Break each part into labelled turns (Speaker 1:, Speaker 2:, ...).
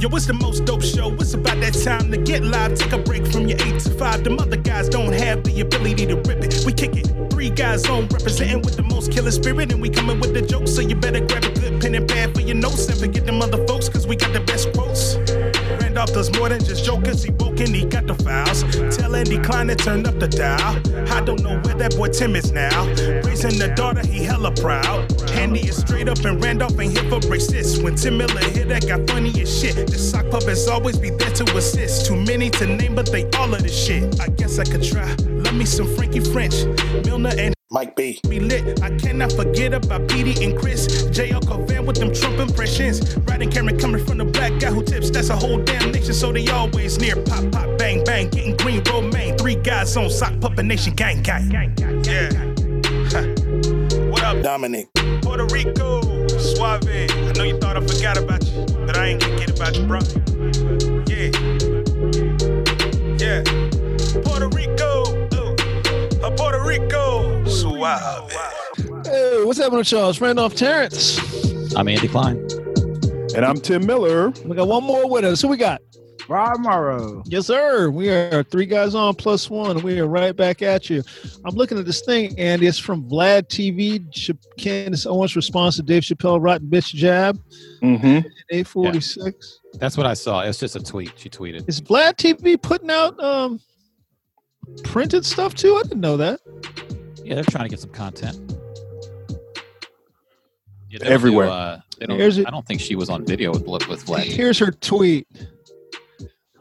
Speaker 1: Yo, it's the most dope show. It's about that time to get live. Take a break from your eight to five. Them other guys don't have the ability to rip it. We kick it. Three guys on representing with the most killer spirit. And we coming with the jokes. So you better grab a good pen and pad for your notes. And forget them other folks, cause we got the best quotes. Randolph does more than just jokers. He woke and he got the files. Tell Andy Klein to turn up the dial. I don't know where that boy Tim is now. Raising the daughter, he hella proud. Andy is straight up and Randolph ain't here for racist. When Tim Miller hit, that got funny as shit. The sock puppets always be there to assist. Too many to name, but they all of this shit. I guess I could try. Love me some Frankie French, Milner and
Speaker 2: Mike B.
Speaker 1: be lit. I cannot forget about Petey and Chris. JL Covan with them Trump impressions. Riding camera coming from the black guy who tips. That's a whole damn nation, so they always near. Pop, pop, bang, bang. Getting green, romaine. Three guys on sock puppet nation gang, gang. Yeah. Huh. What up,
Speaker 2: Dominic.
Speaker 1: Puerto Rico? Suave. I know you thought I forgot about you, but I ain't gonna get about you, bro. Yeah. Yeah. Puerto Rico. Uh, uh, Puerto Rico. Suave.
Speaker 3: Hey, what's happening, with y'all? It's Randolph Terrence.
Speaker 4: I'm Andy Klein.
Speaker 5: And I'm Tim Miller.
Speaker 3: We got one more with us. Who we got?
Speaker 6: Rob Morrow.
Speaker 3: Yes, sir. We are three guys on plus one. We are right back at you. I'm looking at this thing, Andy. It's from Vlad TV. Ch- Candace Owens' response to Dave Chappelle, Rotten Bitch Jab,
Speaker 5: Mm-hmm.
Speaker 3: 846.
Speaker 4: That's what I saw. It's just a tweet. She tweeted.
Speaker 3: Is Vlad TV putting out um, printed stuff too? I didn't know that.
Speaker 4: Yeah, they're trying to get some content. Yeah, they don't do,
Speaker 5: Everywhere.
Speaker 4: uh, they don't-
Speaker 3: Here's it.
Speaker 4: I don't think she was on video with with Vlad.
Speaker 3: Here's her tweet.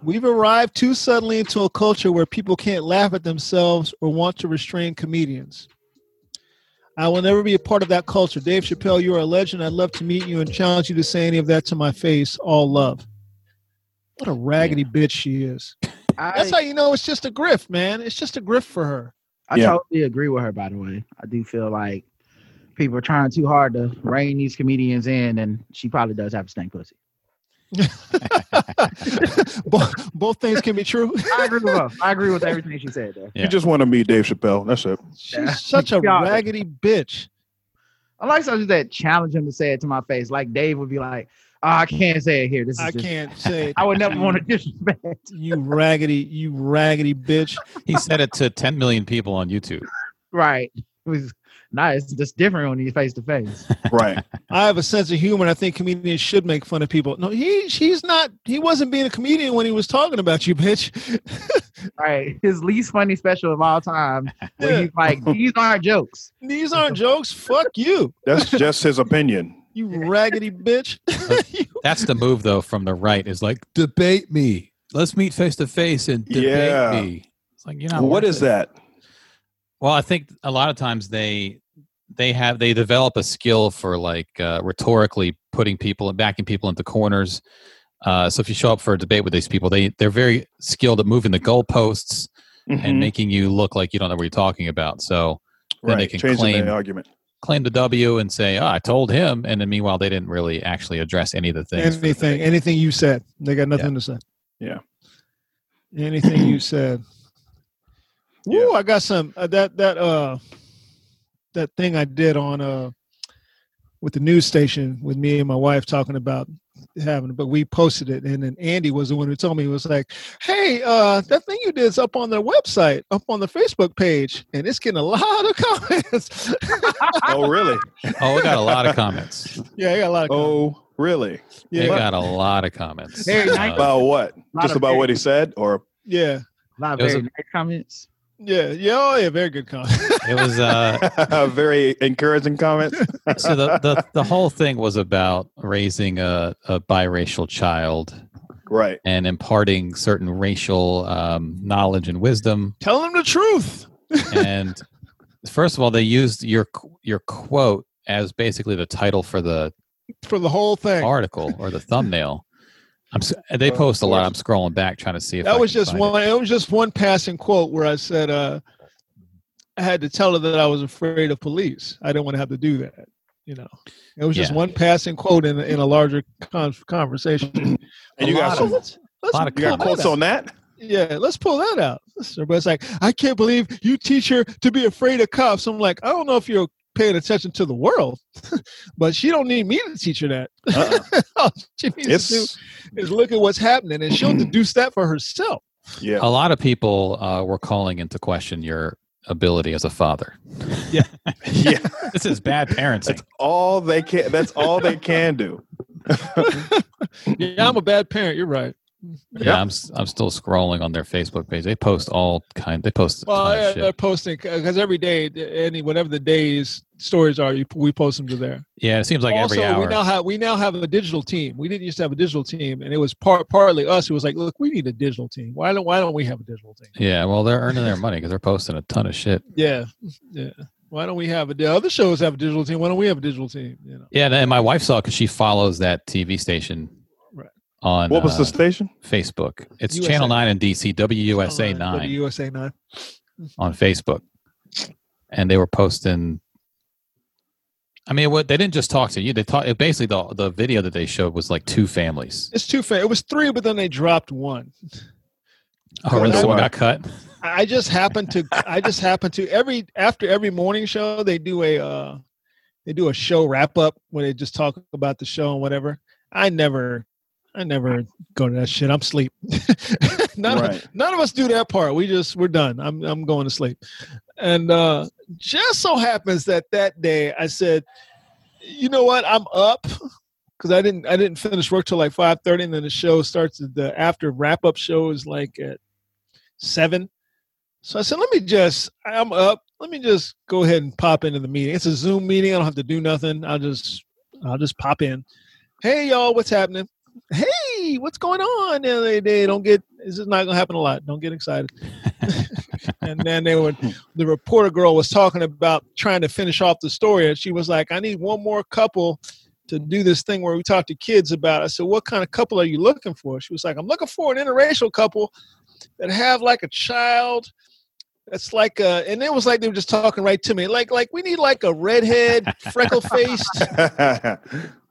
Speaker 3: We've arrived too suddenly into a culture where people can't laugh at themselves or want to restrain comedians. I will never be a part of that culture. Dave Chappelle, you are a legend. I'd love to meet you and challenge you to say any of that to my face. All love. What a raggedy bitch she is. That's
Speaker 6: I,
Speaker 3: how you know it's just a grift, man. It's just a grift for her.
Speaker 6: I
Speaker 5: Yeah.
Speaker 6: totally agree with her, by the way. I do feel like people are trying too hard to rein these comedians in, and she probably does have a stink pussy.
Speaker 3: Bo- both things can be true.
Speaker 6: I agree with her. I agree with everything she said, though.
Speaker 4: Yeah.
Speaker 5: You just want to meet Dave Chappelle. That's it.
Speaker 3: She's such a
Speaker 6: Yeah.
Speaker 3: raggedy bitch.
Speaker 6: I like something that challenge him to say it to my face. Like Dave would be like, oh, I can't say it here. This is
Speaker 3: I
Speaker 6: just-
Speaker 3: can't say it.
Speaker 6: I would never want to disrespect.
Speaker 3: you raggedy, you raggedy bitch.
Speaker 4: He said it to 10 million people on YouTube.
Speaker 6: Right. It was nice. Just different when you face to face.
Speaker 5: Right.
Speaker 3: I have a sense of humor, and I think comedians should make fun of people. No, he he's not. He wasn't being a comedian when he was talking about you, bitch.
Speaker 6: Right. His least funny special of all time. Where
Speaker 3: Yeah.
Speaker 6: he's like, these aren't jokes.
Speaker 3: These aren't jokes. Fuck you,
Speaker 5: That's just his opinion.
Speaker 3: you raggedy bitch.
Speaker 4: That's the move, though, from the right is like, debate me. Let's meet face to face and debate
Speaker 5: Yeah.
Speaker 4: me. It's like, you know,
Speaker 5: What is that?
Speaker 4: Well, I think a lot of times they they have they develop a skill for like uh, rhetorically putting people and backing people into corners. Uh, so if you show up for a debate with these people, they they're very skilled at moving the goalposts and
Speaker 5: Mhm.
Speaker 4: making you look like you don't know what you're talking about. So then they can
Speaker 5: Changing
Speaker 4: claim-
Speaker 5: the argument.
Speaker 4: claim the W and say, "Oh, I told him," and then meanwhile they didn't really actually address any of the things. for the
Speaker 3: anything,
Speaker 4: debate.
Speaker 3: anything you said, they got nothing to say.
Speaker 5: Yeah.
Speaker 3: Anything you said.
Speaker 5: Yeah.
Speaker 3: Woo! I got some uh, that that uh that thing I did on uh with the news station with me and my wife talking about having but we posted it and then andy was the one who told me he was like hey uh that thing you did is up on their website up on the facebook page and it's getting a lot of comments
Speaker 5: Oh, really?
Speaker 4: Oh, we got a lot of comments.
Speaker 3: yeah i got a lot of comments.
Speaker 5: Oh, really?
Speaker 4: We
Speaker 3: yeah
Speaker 4: got a lot of comments.
Speaker 6: Very nice.
Speaker 4: Uh,
Speaker 5: About what?
Speaker 6: Not
Speaker 5: Just
Speaker 6: a
Speaker 5: about
Speaker 6: big-
Speaker 5: what he said? Or
Speaker 3: yeah
Speaker 6: A lot of
Speaker 4: It was
Speaker 6: very
Speaker 4: a-
Speaker 6: nice comments.
Speaker 3: yeah yeah oh yeah very good comment
Speaker 4: it was uh,
Speaker 5: very encouraging comments?
Speaker 4: so the, the the whole thing was about raising a, a biracial child
Speaker 5: Right.
Speaker 4: and imparting certain racial um, knowledge and wisdom.
Speaker 3: tell them the truth
Speaker 4: And first of all, they used your qu- your quote as basically the title for the
Speaker 3: for the whole thing
Speaker 4: article or the thumbnail. I'm s- they post a lot. I'm scrolling back trying to see if I
Speaker 3: Oh, that was
Speaker 4: can
Speaker 3: just
Speaker 4: find
Speaker 3: one it. was just one passing quote where i said uh i had to tell her that i was afraid of police i didn't want to have to do that you know it was just
Speaker 4: Yeah.
Speaker 3: one passing quote in, a- in a larger con- conversation
Speaker 5: And you got
Speaker 4: lot of-
Speaker 5: some,
Speaker 3: let's, let's
Speaker 4: lot of
Speaker 5: you got
Speaker 3: pull
Speaker 5: quotes
Speaker 3: that out.
Speaker 5: on that?
Speaker 3: yeah let's pull that out Let's- everybody's like i can't believe you teach her to be afraid of cops i'm like i don't know if you're paying attention to the world, but she don't need me to teach her that.
Speaker 5: Uh-uh.
Speaker 3: All she needs to
Speaker 5: It's
Speaker 3: do is look at what's happening, and she'll deduce that for herself.
Speaker 5: yeah.
Speaker 4: A lot of people uh, were calling into question your ability as a father.
Speaker 5: yeah.
Speaker 4: This is bad parenting.
Speaker 5: That's all they can. That's all they can do.
Speaker 3: Yeah, I'm a bad parent. You're right.
Speaker 4: yeah, I'm s- I'm still scrolling on their Facebook page. They post all kind. They post a
Speaker 3: Well,
Speaker 4: ton of
Speaker 3: yeah,
Speaker 4: shit.
Speaker 3: they're posting because every day, any whatever the day's stories are, you, we post them to there.
Speaker 4: Yeah, it seems like
Speaker 3: also,
Speaker 4: every
Speaker 3: we
Speaker 4: hour.
Speaker 3: now have we now have a digital team. We didn't used to have a digital team, and it was part partly us who was like, look, we need a digital team. Why don't Why don't we have a digital team?
Speaker 4: yeah, well, they're earning their money because they're posting a ton of shit.
Speaker 3: Yeah, yeah. Why don't we have a? The other shows have a digital team. Why don't we have a digital team? You know,
Speaker 4: Yeah, and- and my wife saw because she follows that TV station
Speaker 3: Right.
Speaker 4: on
Speaker 5: What was
Speaker 4: uh,
Speaker 5: the station?
Speaker 4: Facebook. It's
Speaker 3: USA.
Speaker 4: Channel 9 in DC, WUSA 9
Speaker 3: The USA nine.
Speaker 4: on Facebook. And they were posting I mean, what they didn't just talk to you. They talked basically the the video that they showed was like two families.
Speaker 3: It's too fair. It was three, but then they dropped one.
Speaker 4: Oh, really?
Speaker 3: That's
Speaker 4: Someone
Speaker 5: why.
Speaker 4: got cut.
Speaker 3: I just happened to. I just happened to every after every morning show they do a uh they do a show wrap up when they just talk about the show and whatever. I never, I never go to that shit. I'm sleep. none, of,
Speaker 5: Right.
Speaker 3: none of us do that part. We just we're done. I'm I'm going to sleep. And uh just so happens that that day I said, you know what? I'm up because I didn't I didn't finish work till like five thirty, and then the show starts. The after wrap up show is like at seven. So I said, let me just I'm up. Let me just go ahead and pop into the meeting. It's a Zoom meeting. I don't have to do nothing. I'll just I'll just pop in. Hey y'all, what's happening? Hey, what's going on? And they, they don't get this is not gonna happen a lot. Don't get excited. and then they would the reporter girl was talking about trying to finish off the story and she was like, I need one more couple to do this thing where we talk to kids about. it." I said, What kind of couple are you looking for? She was like, I'm looking for an interracial couple that have like a child that's like uh and it was like they were just talking right to me. Like like we need like a redhead, freckle faced
Speaker 4: uh,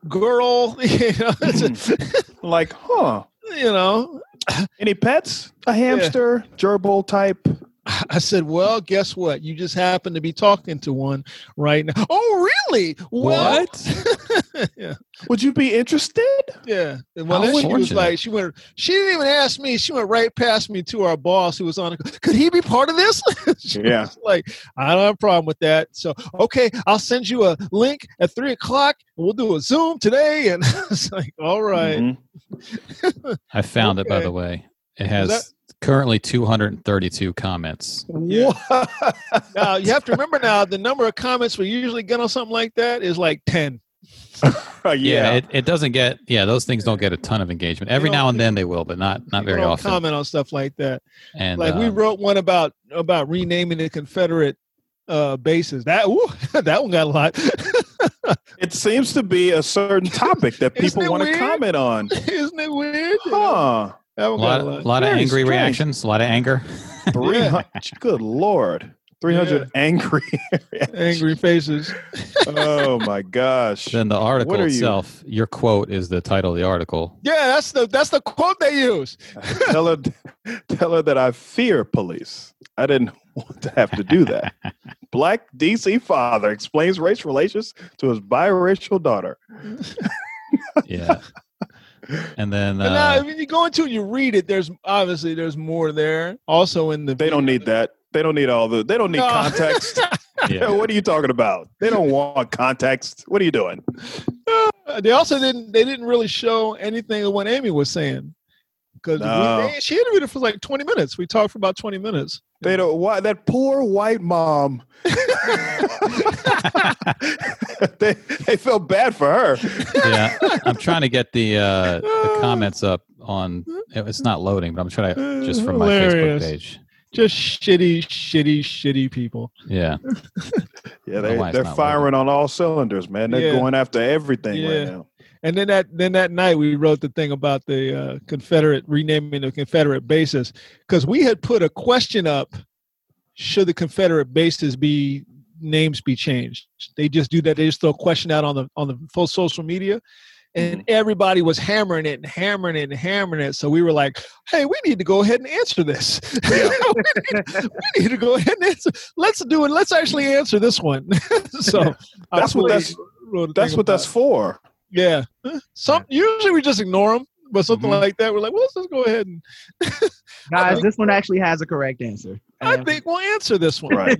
Speaker 3: girl. You know, it's a-
Speaker 5: like, huh?
Speaker 3: you know.
Speaker 5: Any pets? A hamster, gerbil type.
Speaker 3: I said, well, guess what? You just happen to be talking to one right now. Oh, really? Well, yeah.
Speaker 5: Would you be interested?
Speaker 3: Yeah. And well,
Speaker 4: How
Speaker 3: then she was
Speaker 4: unfortunate.
Speaker 3: like, she went, she didn't even ask me. She went right past me to our boss who was on. the- Could he be part of this? She
Speaker 5: Yeah.
Speaker 3: was like, I don't have a problem with that. So, okay, I'll send you a link at three o'clock and we'll do a Zoom today. And it's like, all
Speaker 4: Mm-hmm.
Speaker 3: right.
Speaker 5: Mhm.
Speaker 4: I found it by
Speaker 3: Okay.
Speaker 4: the way. It
Speaker 3: Was
Speaker 4: has currently 232 comments.
Speaker 3: Yeah.
Speaker 5: What?
Speaker 3: Now, you have to remember now, the number of comments we usually get on something like that is like 10.
Speaker 5: yeah.
Speaker 4: Yeah, it, it doesn't get. Yeah, those things don't get a ton of engagement. Every
Speaker 3: don't-
Speaker 4: now and then they will, but not not
Speaker 3: People
Speaker 4: very
Speaker 3: don't
Speaker 4: often.
Speaker 3: comment on stuff like that.
Speaker 4: And
Speaker 3: like we
Speaker 4: um,
Speaker 3: wrote one about about renaming the Confederate uh bases. That ooh, that one got a lot.
Speaker 5: it seems to be a certain topic that
Speaker 3: Isn't
Speaker 5: people
Speaker 3: it
Speaker 5: want to
Speaker 3: weird?
Speaker 5: comment on.
Speaker 3: Isn't it weird? You know,
Speaker 5: Huh.
Speaker 3: That
Speaker 4: a
Speaker 3: one
Speaker 4: lot,
Speaker 3: got a
Speaker 4: a
Speaker 3: lot.
Speaker 4: lot of
Speaker 5: Very
Speaker 4: angry
Speaker 5: strange.
Speaker 4: reactions, a lot of anger.
Speaker 5: 300, Good Lord. 300 angry.
Speaker 3: Angry faces.
Speaker 5: oh my gosh.
Speaker 4: Then the article
Speaker 5: are you?
Speaker 4: itself, your quote is the title of the article.
Speaker 3: Yeah, that's the that's the quote they use.
Speaker 5: tell her tell her that I fear police. I didn't want to have to do that. Black DC father explains race relations to his biracial daughter.
Speaker 4: Yeah. and then
Speaker 3: and now,
Speaker 4: uh,
Speaker 3: if you go into it, you read it. There's obviously there's more there. Also in the
Speaker 5: They don't need that. They don't need all the they don't need
Speaker 3: No.
Speaker 5: context.
Speaker 4: yeah.
Speaker 5: what are you talking about? They don't want context. What are you doing?
Speaker 3: Uh, they also didn't they didn't really show anything of what Amy was saying because
Speaker 5: No.
Speaker 3: she interviewed her for like 20 minutes. We talked for about 20 minutes.
Speaker 5: They don't why that poor white mom. they they feel bad for her.
Speaker 4: yeah. I'm trying to get the uh, the comments up on. It's not loading, but I'm trying to just from my
Speaker 3: Hilarious.
Speaker 4: Facebook page.
Speaker 3: Just shitty, shitty, shitty people.
Speaker 4: Yeah. My
Speaker 5: Yeah, they,
Speaker 4: wife's
Speaker 5: they're
Speaker 4: not
Speaker 5: firing on all cylinders, man.
Speaker 3: Yeah.
Speaker 5: They're going after everything
Speaker 3: Yeah.
Speaker 5: right now.
Speaker 3: And then that then that night we wrote the thing about the uh, Confederate renaming the Confederate bases because we had put a question up: Should the Confederate bases be names be changed? They just do that. They just throw a question out on the on the full social media, and
Speaker 5: Mm-hmm.
Speaker 3: everybody was hammering it and hammering it and hammering it. So we were like, "Hey, we need to go ahead and answer this. we,
Speaker 5: Yeah.
Speaker 3: need, we need to go ahead and answer. Let's do it. Let's actually answer this one." so I
Speaker 5: That's what
Speaker 3: really
Speaker 5: that's-
Speaker 3: wrote a
Speaker 5: That's
Speaker 3: thing
Speaker 5: what that's
Speaker 3: about
Speaker 5: for.
Speaker 3: it. Yeah. Some usually we just ignore them, but something
Speaker 4: Mm-hmm.
Speaker 5: Mhm.
Speaker 3: like that, we're like, "Well, let's just go ahead and
Speaker 6: Guys, this one actually has a correct answer.
Speaker 3: I
Speaker 6: And
Speaker 3: think we'll answer this one."
Speaker 5: Right.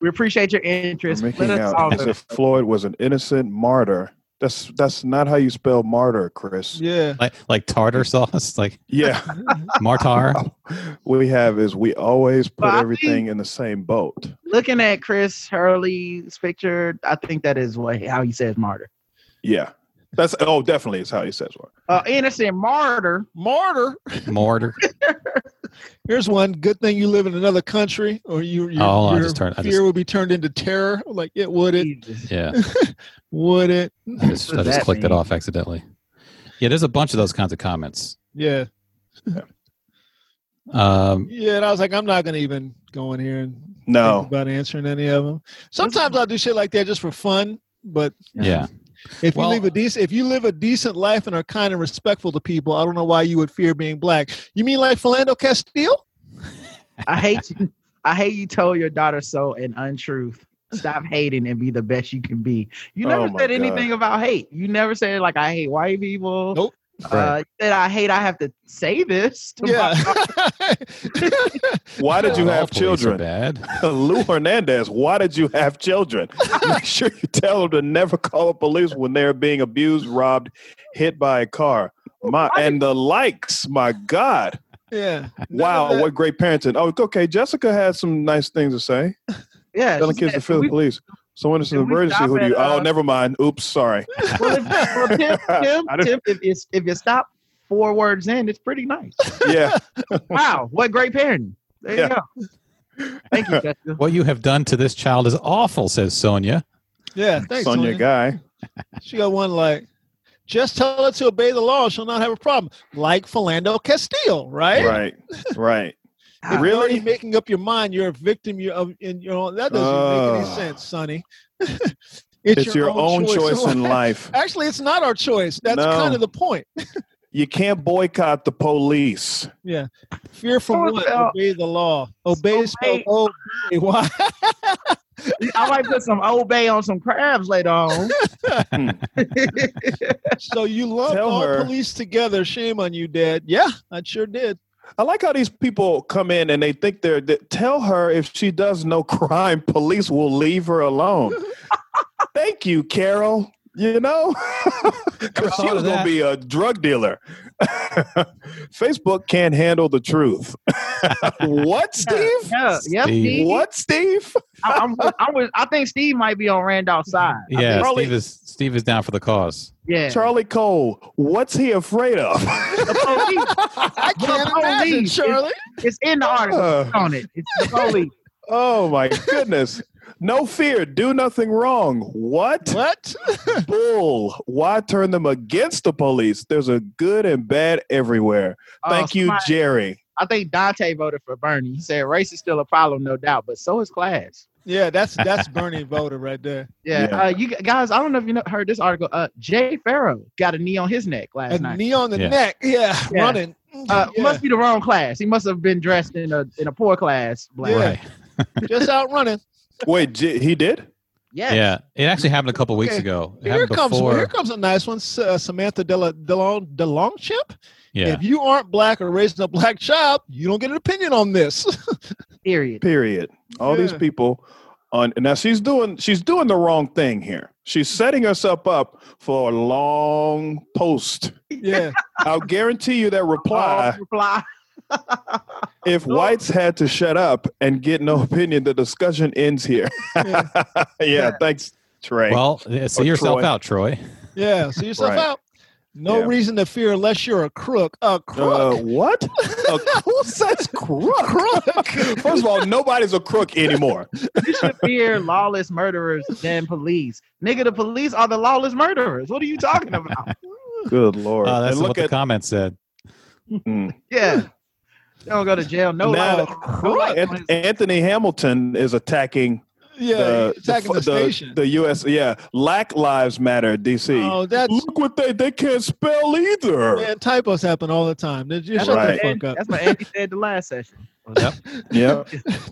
Speaker 6: we appreciate your
Speaker 5: We're
Speaker 6: interest.
Speaker 5: making
Speaker 6: Let us all
Speaker 5: out as
Speaker 6: know.
Speaker 5: if Floyd was an innocent martyr. That's that's not how you spell martyr, Chris.
Speaker 3: Yeah.
Speaker 4: like like tartar sauce, like
Speaker 5: Yeah.
Speaker 4: martar.
Speaker 5: what we have is we always put
Speaker 6: Well, I
Speaker 5: everything in the same boat.
Speaker 6: Looking at Chris Hurley's picture, I think that is what how he says martyr.
Speaker 5: Yeah. That's oh definitely is how he says one.
Speaker 6: Uh, innocent martyr.
Speaker 3: Martyr.
Speaker 4: Mortar.
Speaker 3: Here's one. Good thing you live in another country, or you, your,
Speaker 4: Oh, I
Speaker 3: your
Speaker 4: just turned- I
Speaker 3: fear
Speaker 4: just-
Speaker 3: will be turned into terror. Like it would it.
Speaker 6: Jesus.
Speaker 4: Yeah.
Speaker 3: Would it?
Speaker 4: I just,
Speaker 6: What
Speaker 4: I
Speaker 6: does
Speaker 4: just
Speaker 6: that
Speaker 4: clicked it
Speaker 6: mean?
Speaker 4: off accidentally. Yeah, there's a bunch of those kinds of comments.
Speaker 3: Yeah.
Speaker 4: Um,
Speaker 3: Yeah. And I was like, I'm not going to even go in here and
Speaker 5: No.
Speaker 3: think about answering any of them. Sometimes I'll do shit like that just for fun. But
Speaker 4: yeah.
Speaker 3: if
Speaker 4: Well-
Speaker 3: you live a decent, if you live a decent life and are kind and respectful to people, I don't know why you would fear being black. You mean like Philando Castile?
Speaker 6: I hate you. I hate you told your daughter so an untruth. Stop hating and be the best you can be. You never
Speaker 5: Oh my
Speaker 6: said
Speaker 5: God.
Speaker 6: anything about hate. You never said like I hate white people.
Speaker 3: Nope.
Speaker 6: Uh, you said I hate. I have to say this. To
Speaker 3: Yeah.
Speaker 6: my-
Speaker 5: Why did you
Speaker 4: Not all
Speaker 5: have
Speaker 4: police are
Speaker 5: children?
Speaker 4: Bad.
Speaker 5: Lou Hernandez, why did you have children? Make sure you tell them to never call the police when they're being abused, robbed, hit by a car. My and the likes, my God.
Speaker 3: yeah.
Speaker 5: Wow, what great parenting. Oh, okay. Jessica had some nice things to say.
Speaker 6: yeah.
Speaker 5: Telling
Speaker 6: she
Speaker 5: kids
Speaker 6: said,
Speaker 5: to feel the
Speaker 6: we-
Speaker 5: police. Someone is an
Speaker 6: Can we
Speaker 5: emergency.
Speaker 6: stop
Speaker 5: Who do you?
Speaker 6: at, uh,
Speaker 5: Oh, never mind. Oops, sorry.
Speaker 6: well, if, well, Tim, Tim,
Speaker 5: I don't-
Speaker 6: Tim, if, you, if you stop four words in, it's pretty nice.
Speaker 5: Yeah,
Speaker 6: Wow, what great parenting. There
Speaker 5: Yeah.
Speaker 6: you go. Thank you, Jessica.
Speaker 4: What you have done to this child is awful, says Sonia.
Speaker 3: Yeah. Thanks,
Speaker 5: Sonia
Speaker 3: Sonya.
Speaker 5: guy.
Speaker 3: She got one like, just tell her to obey the law. She'll not have a problem. Like Philando Castile, right?
Speaker 5: Right, right.
Speaker 3: If
Speaker 6: Ah,
Speaker 3: you're already
Speaker 5: Really?
Speaker 3: making up your mind. You're a victim. You're of, and you know that doesn't make any
Speaker 5: Ugh.
Speaker 3: sense, Sonny.
Speaker 5: It's, your, own, choice, in life.
Speaker 3: Actually, it's not our choice. That's
Speaker 5: No.
Speaker 3: kind of the point.
Speaker 5: You can't boycott the police.
Speaker 3: Fear from
Speaker 6: Don't
Speaker 3: what?
Speaker 6: tell-
Speaker 3: Obey the law. Obey.
Speaker 6: Obey.
Speaker 3: Oh, why?
Speaker 6: I might put some old bay on some crabs later on.
Speaker 3: So you lumped
Speaker 5: Tell
Speaker 3: all
Speaker 5: her.
Speaker 3: police together. Shame on you, Dad. Yeah, I sure did.
Speaker 5: I like how these people come in and they think they're. They, tell her if she does no crime, police will leave her alone. Thank you, Carol. You know, 'Cause she
Speaker 4: thought
Speaker 5: was
Speaker 4: of
Speaker 5: gonna
Speaker 4: that.
Speaker 5: be a drug dealer. Facebook can't handle the truth. what, Steve?
Speaker 6: yeah, yeah,
Speaker 4: Steve.
Speaker 6: Steve.
Speaker 5: What, Steve?
Speaker 6: I, I'm, with- I'm with- I think Steve might be on Randolph's side.
Speaker 4: Yeah,
Speaker 5: Charlie-
Speaker 4: Steve is Steve is down for the cause.
Speaker 6: Yeah.
Speaker 5: Charlie Cole. What's he afraid of?
Speaker 6: The police.
Speaker 3: I can't
Speaker 6: police.
Speaker 3: imagine, Charlie.
Speaker 6: It's in the article.
Speaker 5: Uh.
Speaker 6: Click on it. It's the police.
Speaker 5: Oh my goodness. No fear, do nothing wrong. What?
Speaker 3: What?
Speaker 5: Bull. Why turn them against the police? There's a good and bad everywhere.
Speaker 6: Uh,
Speaker 5: Thank you,
Speaker 6: somebody-
Speaker 5: Jerry.
Speaker 6: I think Dante voted for Bernie. He said race is still a problem, no doubt, but so is class.
Speaker 3: Yeah, that's that's Bernie voter right there.
Speaker 6: Yeah,
Speaker 5: Yeah.
Speaker 6: Uh, you g- guys. I don't know if you know, heard this article. Uh, Jay Farrow got a knee on his neck last
Speaker 3: A
Speaker 6: night.
Speaker 3: knee on the
Speaker 4: Yeah.
Speaker 3: neck. Yeah,
Speaker 6: Yeah.
Speaker 3: running. Mm,
Speaker 6: Uh,
Speaker 3: Yeah.
Speaker 6: Must be the wrong class. He must have been dressed in a in a poor class. Black.
Speaker 3: Yeah.
Speaker 4: Right.
Speaker 3: just out running.
Speaker 5: Wait, J- he did?
Speaker 6: Yes.
Speaker 4: Yeah. It actually happened a couple weeks
Speaker 3: Okay.
Speaker 4: ago. It
Speaker 3: Here
Speaker 4: happened
Speaker 3: comes
Speaker 4: before.
Speaker 3: here comes a nice one, S- uh, Samantha Dela Delong Delongchamp.
Speaker 4: yeah.
Speaker 3: If you aren't black or raising a black child, you don't get an opinion on this.
Speaker 6: Period.
Speaker 5: Period. All these
Speaker 3: Yeah.
Speaker 5: people on now she's doing she's doing the wrong thing here. She's setting herself up for a long post.
Speaker 3: yeah,
Speaker 5: I'll guarantee you that reply
Speaker 6: All reply.
Speaker 5: if whites had to shut up and get no opinion, the discussion ends here.
Speaker 3: Yeah.
Speaker 5: yeah, thanks, Trey.
Speaker 4: Well, yeah, see
Speaker 5: Or
Speaker 4: yourself
Speaker 5: Troy.
Speaker 4: out, Troy.
Speaker 3: yeah. See yourself
Speaker 5: Right.
Speaker 3: out. No
Speaker 5: Yeah.
Speaker 3: reason to fear unless you're a crook. A
Speaker 5: Uh,
Speaker 3: crook.
Speaker 5: what? A, who says crook? First of all, nobody's a crook anymore.
Speaker 6: You should fear lawless murderers than police. Nigga, the police are the lawless murderers. What are you talking about?
Speaker 5: Good lord!
Speaker 4: Uh, that's
Speaker 5: and
Speaker 4: what
Speaker 5: look
Speaker 4: the
Speaker 5: at
Speaker 4: comments said.
Speaker 6: Yeah. They don't go to jail. No
Speaker 5: now,
Speaker 6: lies. No lies on
Speaker 5: Ant-
Speaker 6: his-
Speaker 5: Anthony Hamilton is attacking
Speaker 3: yeah,
Speaker 5: the,
Speaker 3: attacking the, station.
Speaker 5: the U.S. Yeah, Black Lives Matter, D.C.
Speaker 3: oh, that's
Speaker 5: Look what they they can't spell either.
Speaker 3: man, typos happen all the time. Just
Speaker 6: That's,
Speaker 3: shut the
Speaker 5: Right.
Speaker 6: what
Speaker 3: fuck
Speaker 6: Andy,
Speaker 3: up.
Speaker 6: that's what Andy said the last session.
Speaker 4: Yep.
Speaker 5: Yeah,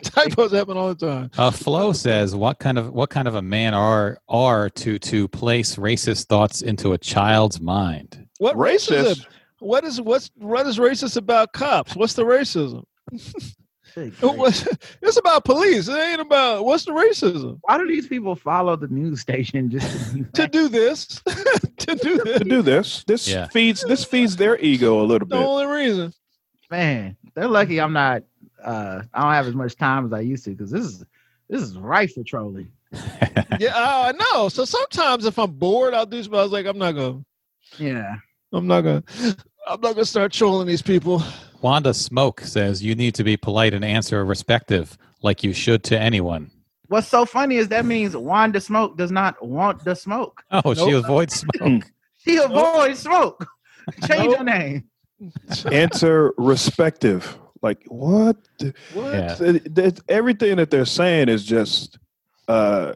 Speaker 3: typos happen all the time.
Speaker 4: Uh, Flo says, "What kind of what kind of a man are are to to place racist thoughts into a child's mind?
Speaker 3: What racism?
Speaker 5: racist.
Speaker 3: What is what's what is racist about cops? What's the racism?
Speaker 6: Good
Speaker 3: It
Speaker 6: grief.
Speaker 3: was- it's about police. It ain't about what's the racism
Speaker 6: Why do these people follow the news station just to
Speaker 3: to do this. to do this.
Speaker 5: To do this, this
Speaker 4: Yeah.
Speaker 5: feeds this feeds their ego a little
Speaker 3: The
Speaker 5: bit.
Speaker 3: only reason.
Speaker 6: man, they're lucky I'm not. Uh, I don't have as much time as I used to because this is this is rife for trolling.
Speaker 3: Yeah, I know. So sometimes if I'm bored, I'll do. But I was like, I'm not gonna.
Speaker 6: Yeah,
Speaker 3: I'm not gonna. I'm not gonna start trolling these people.
Speaker 4: Wanda Smoke says, "You need to be polite and answer respective, like you should to anyone."
Speaker 6: what's so funny is that means Wanda Smoke does not want the smoke.
Speaker 4: Oh, she
Speaker 3: Nope.
Speaker 4: avoids smoke.
Speaker 6: She avoids smoke. Change
Speaker 3: Nope.
Speaker 6: her name.
Speaker 5: Answer respective. Like what? the-
Speaker 3: What?
Speaker 4: Yeah.
Speaker 5: It- it- everything that they're saying is just uh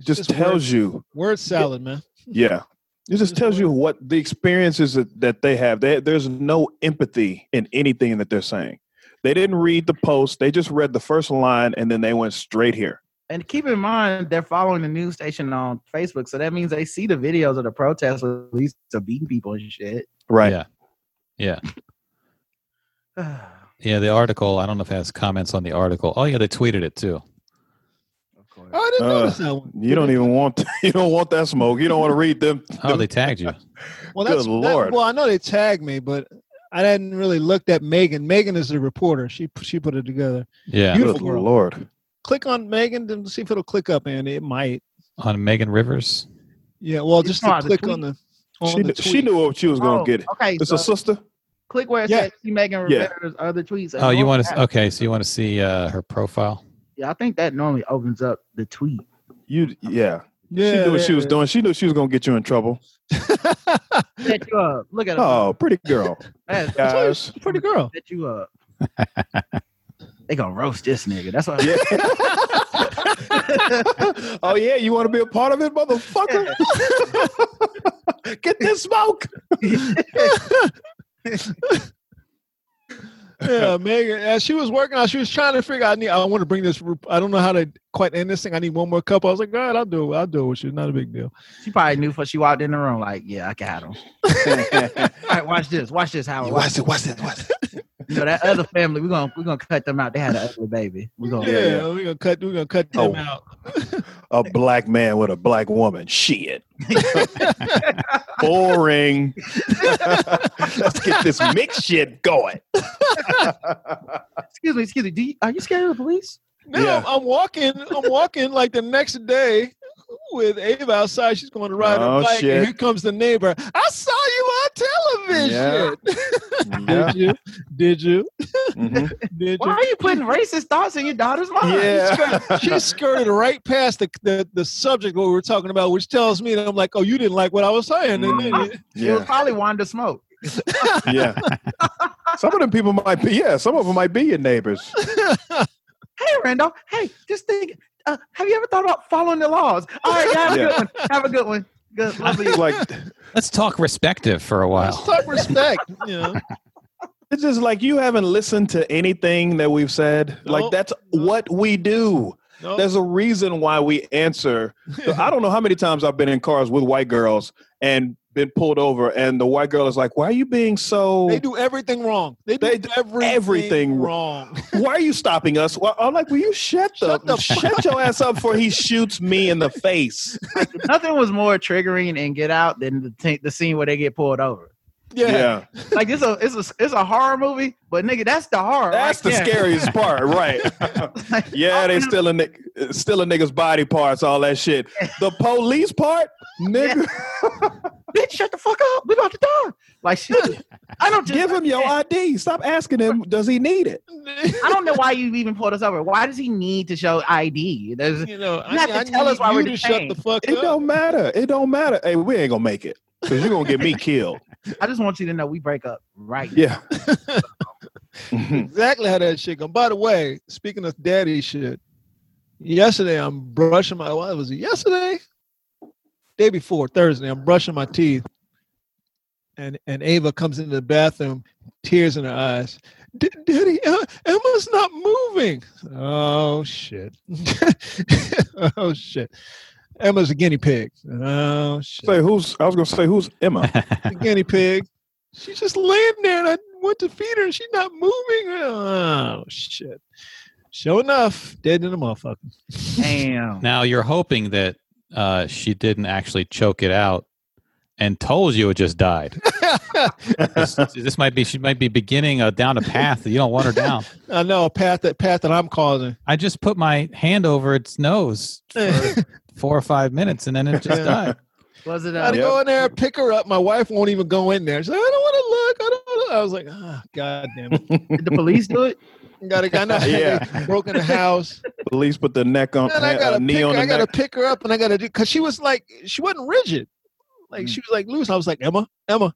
Speaker 5: just,
Speaker 3: Just
Speaker 5: tells
Speaker 3: words.
Speaker 5: you
Speaker 3: Word salad, man.
Speaker 5: yeah it just
Speaker 3: Just
Speaker 5: tells you what the experiences that, that they have they, there's no empathy in anything that they're saying they didn't read the post they just read the first line and then they went straight here
Speaker 6: And keep in mind, they're following the news station on Facebook, so that means they see the videos of the protests with police beating people and shit.
Speaker 5: right
Speaker 4: Yeah, yeah, yeah. The article. I don't know if it has comments on the article. Oh yeah, they tweeted it too.
Speaker 3: Oh, I didn't
Speaker 5: Uh,
Speaker 3: notice that one.
Speaker 5: you don't even want you don't want that smoke you don't want to read them
Speaker 4: Oh, they tagged you.
Speaker 3: Well,
Speaker 5: Good
Speaker 3: that's
Speaker 5: Lord.
Speaker 3: That, well, I know they tagged me, but I hadn't really looked at Megan. Megan is the reporter. She she put it together.
Speaker 4: Yeah,
Speaker 5: Good
Speaker 3: Beautiful girl.
Speaker 5: lord
Speaker 3: Click on Megan and see if it'll click up, and it might.
Speaker 4: on Megan Rivers.
Speaker 3: Yeah. Well,
Speaker 6: You
Speaker 3: just
Speaker 6: saw
Speaker 3: to
Speaker 6: the
Speaker 3: click
Speaker 6: tweet?
Speaker 3: on the. On
Speaker 5: she,
Speaker 3: the
Speaker 5: kn- she
Speaker 3: tweet.
Speaker 5: knew what she was going
Speaker 6: Oh,
Speaker 5: to get
Speaker 6: Okay,
Speaker 5: it's
Speaker 6: so
Speaker 5: a sister
Speaker 6: click where it
Speaker 3: Yeah.
Speaker 6: says see Megan
Speaker 5: Yeah.
Speaker 6: Rivera's other tweets. and
Speaker 4: Oh, you
Speaker 6: go
Speaker 4: want
Speaker 6: back.
Speaker 4: to? Okay, so you want to see uh, her profile?
Speaker 6: Yeah, I think that normally opens up the tweet.
Speaker 5: you yeah
Speaker 3: Yeah,
Speaker 5: she knew what
Speaker 3: yeah,
Speaker 5: she was
Speaker 3: yeah.
Speaker 5: doing. She knew she was gonna get you in trouble.
Speaker 6: Set you up. Look at her.
Speaker 5: Oh, pretty girl,
Speaker 6: That's-
Speaker 5: guys.
Speaker 3: Pretty girl.
Speaker 6: Set you up. they gonna roast this nigga. That's why.
Speaker 5: Yeah. oh yeah, you want to be a part of it, motherfucker? get this smoke.
Speaker 3: Yeah, Megan. As she was working out, she was trying to figure out. I need. I want to bring this. re- I don't know how to quite end this thing. I need one more cup. I was like, God, I'll do it. I'll do it with you. Not a big deal.
Speaker 6: She probably knew before she walked in the room. Like, yeah, I got him. All right, watch this. Watch this, Howard. Watch,
Speaker 5: it? What's it? What's it?
Speaker 6: you know that other family. We're gonna we're gonna cut them out. They had an ugly baby. We're
Speaker 3: Yeah,
Speaker 6: gonna.
Speaker 5: Yeah, yeah.
Speaker 3: we're gonna cut. We're gonna cut them
Speaker 5: Oh.
Speaker 3: out.
Speaker 5: A black man with a black woman. Shit. Boring. Let's get this mixed shit going.
Speaker 6: Excuse me. Excuse me. Do you, are you scared of the police?
Speaker 3: No,
Speaker 5: Yeah.
Speaker 3: I'm walking. I'm walking like the next day with Ava outside. She's going to ride
Speaker 5: Oh,
Speaker 3: her bike,
Speaker 5: shit.
Speaker 3: and here comes the neighbor. I saw you on television.
Speaker 5: Yeah.
Speaker 3: Did you? Did you?
Speaker 5: Mhm.
Speaker 3: Did
Speaker 6: Why
Speaker 3: you?
Speaker 6: are you putting racist thoughts in your daughter's
Speaker 5: Oh,
Speaker 6: mind?
Speaker 5: Yeah.
Speaker 3: She skirted right past the, the the subject what we were talking about, which tells me that I'm like, oh, you didn't like what I was saying. And then it-
Speaker 6: She was
Speaker 5: Yeah.
Speaker 6: probably Wanda Smoke.
Speaker 5: Yeah. Some of them people might be, yeah, some of them might be your neighbors.
Speaker 6: Hey, Randolph. Hey, just think. Uh, have you ever thought about following the laws? All right, have a
Speaker 5: Yeah.
Speaker 6: good one. Have a good one. Good, lovely.
Speaker 5: It's like
Speaker 4: Let's talk respective for a
Speaker 3: Let's
Speaker 4: while.
Speaker 3: talk respect. You know?
Speaker 5: it's just like you haven't listened to anything that we've said. Like
Speaker 3: Nope.
Speaker 5: that's what we do.
Speaker 3: No.
Speaker 5: There's a reason why we answer. I don't know how many times I've been in cars with white girls and been pulled over, and the white girl is like, "Why are you being so?
Speaker 3: they do everything wrong. They do
Speaker 5: They do
Speaker 3: everything,
Speaker 5: everything
Speaker 3: wrong.
Speaker 5: Why are you stopping us?" Well, I'm like, "Will you shut the
Speaker 3: Shut the fuck
Speaker 5: shut your ass up before he shoots me in the face?"
Speaker 6: Nothing was more triggering in Get Out than the, t- the scene where they get pulled over.
Speaker 3: yeah.
Speaker 6: Like it's a it's a it's a horror movie, but nigga, that's the horror.
Speaker 5: That's the
Speaker 6: right there.
Speaker 5: scariest part, right? yeah, they stealing ni- stealing niggas' body parts, all that shit. The police part, nigga,
Speaker 6: Bitch, shut the fuck up. We about to die. Like shit. I don't
Speaker 5: give him your ID. Stop asking him, does he need it?
Speaker 6: I don't know why you even pulled us over. Why does he need to show ID? There's
Speaker 3: You know, I,
Speaker 6: have to
Speaker 3: I
Speaker 6: tell
Speaker 3: need
Speaker 6: us why
Speaker 3: you
Speaker 6: we're
Speaker 3: to shut the
Speaker 6: detained.
Speaker 3: fuck
Speaker 5: It
Speaker 3: up.
Speaker 5: don't matter. It don't matter. Hey, we ain't gonna make it because you're gonna get me killed.
Speaker 6: I just want you to know we break up right.
Speaker 5: Yeah. Mhm.
Speaker 3: Exactly how that shit go. By the way, speaking of daddy shit, Yesterday, I'm brushing my. What was it? Yesterday, day before Thursday, I'm brushing my teeth, and and Ava comes into the bathroom, tears in her eyes. "D- Daddy, Emma- Emma's not moving. Oh shit! oh shit! Emma's a guinea pig. Oh shit!
Speaker 5: Say who's? I was gonna say who's Emma.
Speaker 3: the guinea pig. She's just laying there, and I went to feed her, and she's not moving. Oh shit! Sure enough, dead in the motherfucker.
Speaker 6: Damn.
Speaker 4: now you're hoping that uh, she didn't actually choke it out and told you it just died. this, this might be she might be beginning a, down a path that you don't want her down.
Speaker 3: I know a path that path that I'm causing.
Speaker 4: I just put my hand over its nose for four or five minutes, and then it just
Speaker 3: Yeah.
Speaker 4: died.
Speaker 6: Was it uh,
Speaker 3: I had
Speaker 5: e-
Speaker 6: a
Speaker 3: to go in there and pick her up. My wife won't even go in there. She's like, I don't want to look. I don't. Wanna. I was like, ah, god damn it.
Speaker 6: did the police do it?
Speaker 3: Got a guy now.
Speaker 5: Yeah.
Speaker 3: broke in the house.
Speaker 5: Police put the neck on,
Speaker 3: And I
Speaker 5: uh,
Speaker 3: gotta pick
Speaker 5: knee
Speaker 3: her,
Speaker 5: on
Speaker 3: I
Speaker 5: the
Speaker 3: gotta
Speaker 5: neck.
Speaker 3: pick her up and I gotta do because she was like she wasn't rigid.
Speaker 5: Mm.
Speaker 3: Like she was like loose. I was like Emma, Emma,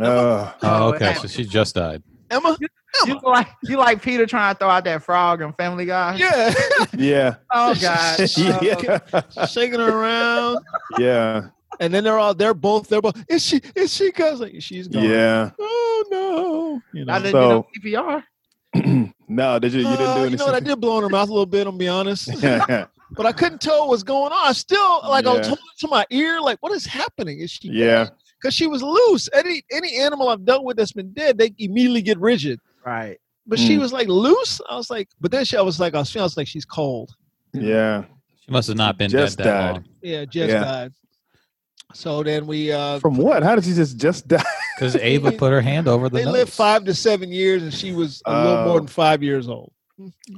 Speaker 5: Uh,
Speaker 4: Oh,
Speaker 6: it
Speaker 4: okay, so
Speaker 6: happened.
Speaker 4: she just died.
Speaker 3: Emma,
Speaker 6: you
Speaker 3: Emma.
Speaker 6: like you like Peter trying to throw out that frog and Family Guy?
Speaker 3: Yeah,
Speaker 5: yeah,
Speaker 6: Oh God. Oh,
Speaker 5: yeah,
Speaker 3: shaking her around.
Speaker 5: yeah,
Speaker 3: And then they're all they're both they're both. Is she is she goes like she's gone.
Speaker 5: yeah.
Speaker 3: Oh no. You know.
Speaker 6: Uh, I didn't
Speaker 5: So-
Speaker 6: do no CPR.
Speaker 5: no, did you? You didn't
Speaker 3: Uh,
Speaker 5: do
Speaker 3: you know what? I
Speaker 5: anything.
Speaker 3: did blow in her mouth a little bit. I'm be honest,
Speaker 5: yeah,
Speaker 3: but I couldn't tell what was going on. I still like I was
Speaker 5: Yeah.
Speaker 3: holding to my ear, like what is happening? Is she?
Speaker 5: yeah,
Speaker 3: Because she was loose. Any any animal I've dealt with that's been dead, they immediately get rigid.
Speaker 6: Right.
Speaker 3: But she
Speaker 5: Mm.
Speaker 3: was like loose. I was like, but then she, I was like, I was feeling, I was like, she's cold.
Speaker 5: yeah.
Speaker 4: She must have not been
Speaker 5: Just
Speaker 4: dead that
Speaker 5: died.
Speaker 4: long
Speaker 3: Yeah, just
Speaker 5: Yeah.
Speaker 3: died. So then we uh
Speaker 5: From what? How did you just just die?
Speaker 4: because Ava put her hand over the
Speaker 3: they
Speaker 4: nose.
Speaker 3: lived five to seven years, and she was a little more
Speaker 5: Oh.
Speaker 3: than five years old.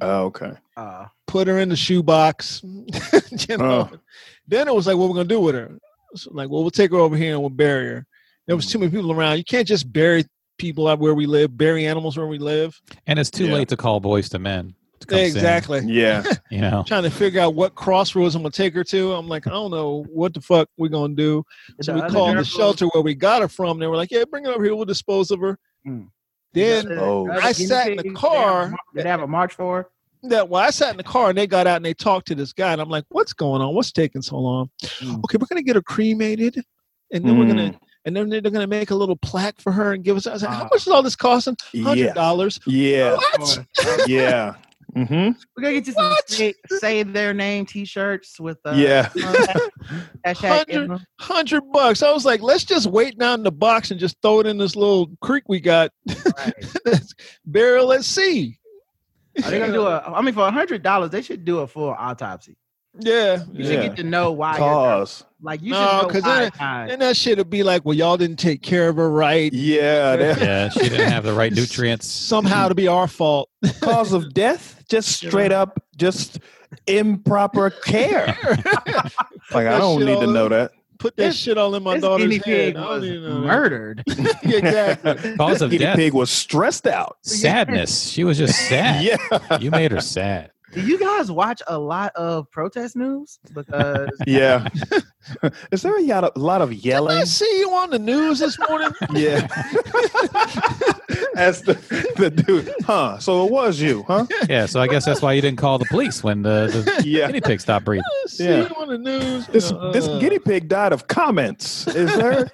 Speaker 5: Oh, okay.
Speaker 6: Uh,
Speaker 3: Put her in the shoebox. you know.
Speaker 5: Oh.
Speaker 3: Then it was like, what we're gonna do with her? So like, well, we'll take her over here and we'll bury her. There was too many people around. You can't just bury people out where we live, bury animals where we live.
Speaker 4: and it's too
Speaker 5: Yeah.
Speaker 4: late to call boys to men. to come sing,
Speaker 3: exactly.
Speaker 5: Yeah,
Speaker 4: You know.
Speaker 3: Trying to figure out what crossroads I'm gonna take her to. I'm like, I don't know what the fuck we're gonna do. So we
Speaker 6: other
Speaker 3: called the
Speaker 6: girl-
Speaker 3: shelter where we got her from. They were like, "Yeah, bring her over here. We'll dispose of her."
Speaker 6: Mm.
Speaker 3: Then
Speaker 6: other-
Speaker 5: Oh,
Speaker 6: other
Speaker 3: I
Speaker 6: guinea
Speaker 3: sat in the
Speaker 6: pigs, they
Speaker 3: car.
Speaker 6: have a mar- Did they have a march for? her?
Speaker 3: that well, I sat in the car and they got out and they talked to this guy and I'm like, "What's going on? What's taking so long?"
Speaker 6: Mm.
Speaker 3: Okay, we're gonna get her cremated, and then we're gonna
Speaker 5: Mm,
Speaker 3: and then they're gonna make a little plaque for her and give us. I was like, "How
Speaker 6: Ah.
Speaker 3: much is all this costing? Hundred
Speaker 5: Mm. yeah,
Speaker 3: dollars?
Speaker 5: yeah,
Speaker 3: What?
Speaker 5: yeah. hmm
Speaker 6: We're gonna get you some
Speaker 3: What?
Speaker 6: say, say their name T-shirts with uh,
Speaker 5: Yeah.
Speaker 6: hashtag
Speaker 3: Hundred-
Speaker 6: Emma.
Speaker 3: Hundred bucks?" I was like, "Let's just wait down in the box and just throw it in this little creek we got,
Speaker 6: Right.
Speaker 3: burial at sea."
Speaker 6: Are they gonna do a? I mean, for a hundred dollars, they should do a full autopsy.
Speaker 3: Yeah, yeah.
Speaker 6: You should
Speaker 5: Yeah.
Speaker 6: get to know why. you're dying.
Speaker 5: Cause.
Speaker 6: Like you should
Speaker 3: No,
Speaker 6: know
Speaker 3: 'cause
Speaker 6: why.
Speaker 3: then-
Speaker 6: it died.
Speaker 3: And that shit'd be like, "Well, y'all didn't take care of her right."
Speaker 5: Yeah, that
Speaker 4: Yeah, she didn't have the right nutrients.
Speaker 6: Mm-hmm.
Speaker 3: Somehow to be our fault.
Speaker 5: cause of death, just straight up, just improper care. Like I
Speaker 3: That
Speaker 5: don't
Speaker 3: shit
Speaker 5: need to
Speaker 3: all
Speaker 5: know that.
Speaker 3: Put that
Speaker 6: This-
Speaker 3: shit all in my
Speaker 6: this
Speaker 3: daughter's
Speaker 6: guinea
Speaker 3: head.
Speaker 6: pig
Speaker 3: I don't
Speaker 6: was
Speaker 3: even know that.
Speaker 6: murdered.
Speaker 3: exactly.
Speaker 4: Cause of
Speaker 5: Guinea
Speaker 4: death,
Speaker 5: pig was stressed out.
Speaker 4: sadness. She was just sad.
Speaker 5: Yeah,
Speaker 4: You made her sad.
Speaker 6: Do you guys watch a lot of protest news? Because
Speaker 5: yeah. Is there a lot of, lot of
Speaker 3: Did I
Speaker 5: yelling?
Speaker 3: see you on the news this morning?
Speaker 5: Yeah. As the, the dude, huh? So it was you, huh?
Speaker 4: Yeah, so I guess that's why you didn't call the police when the, the
Speaker 5: Yeah.
Speaker 4: guinea pig stopped breathing.
Speaker 3: see
Speaker 5: Yeah.
Speaker 3: you on the news.
Speaker 5: This
Speaker 3: Uh,
Speaker 5: this guinea pig died of comments. Is there?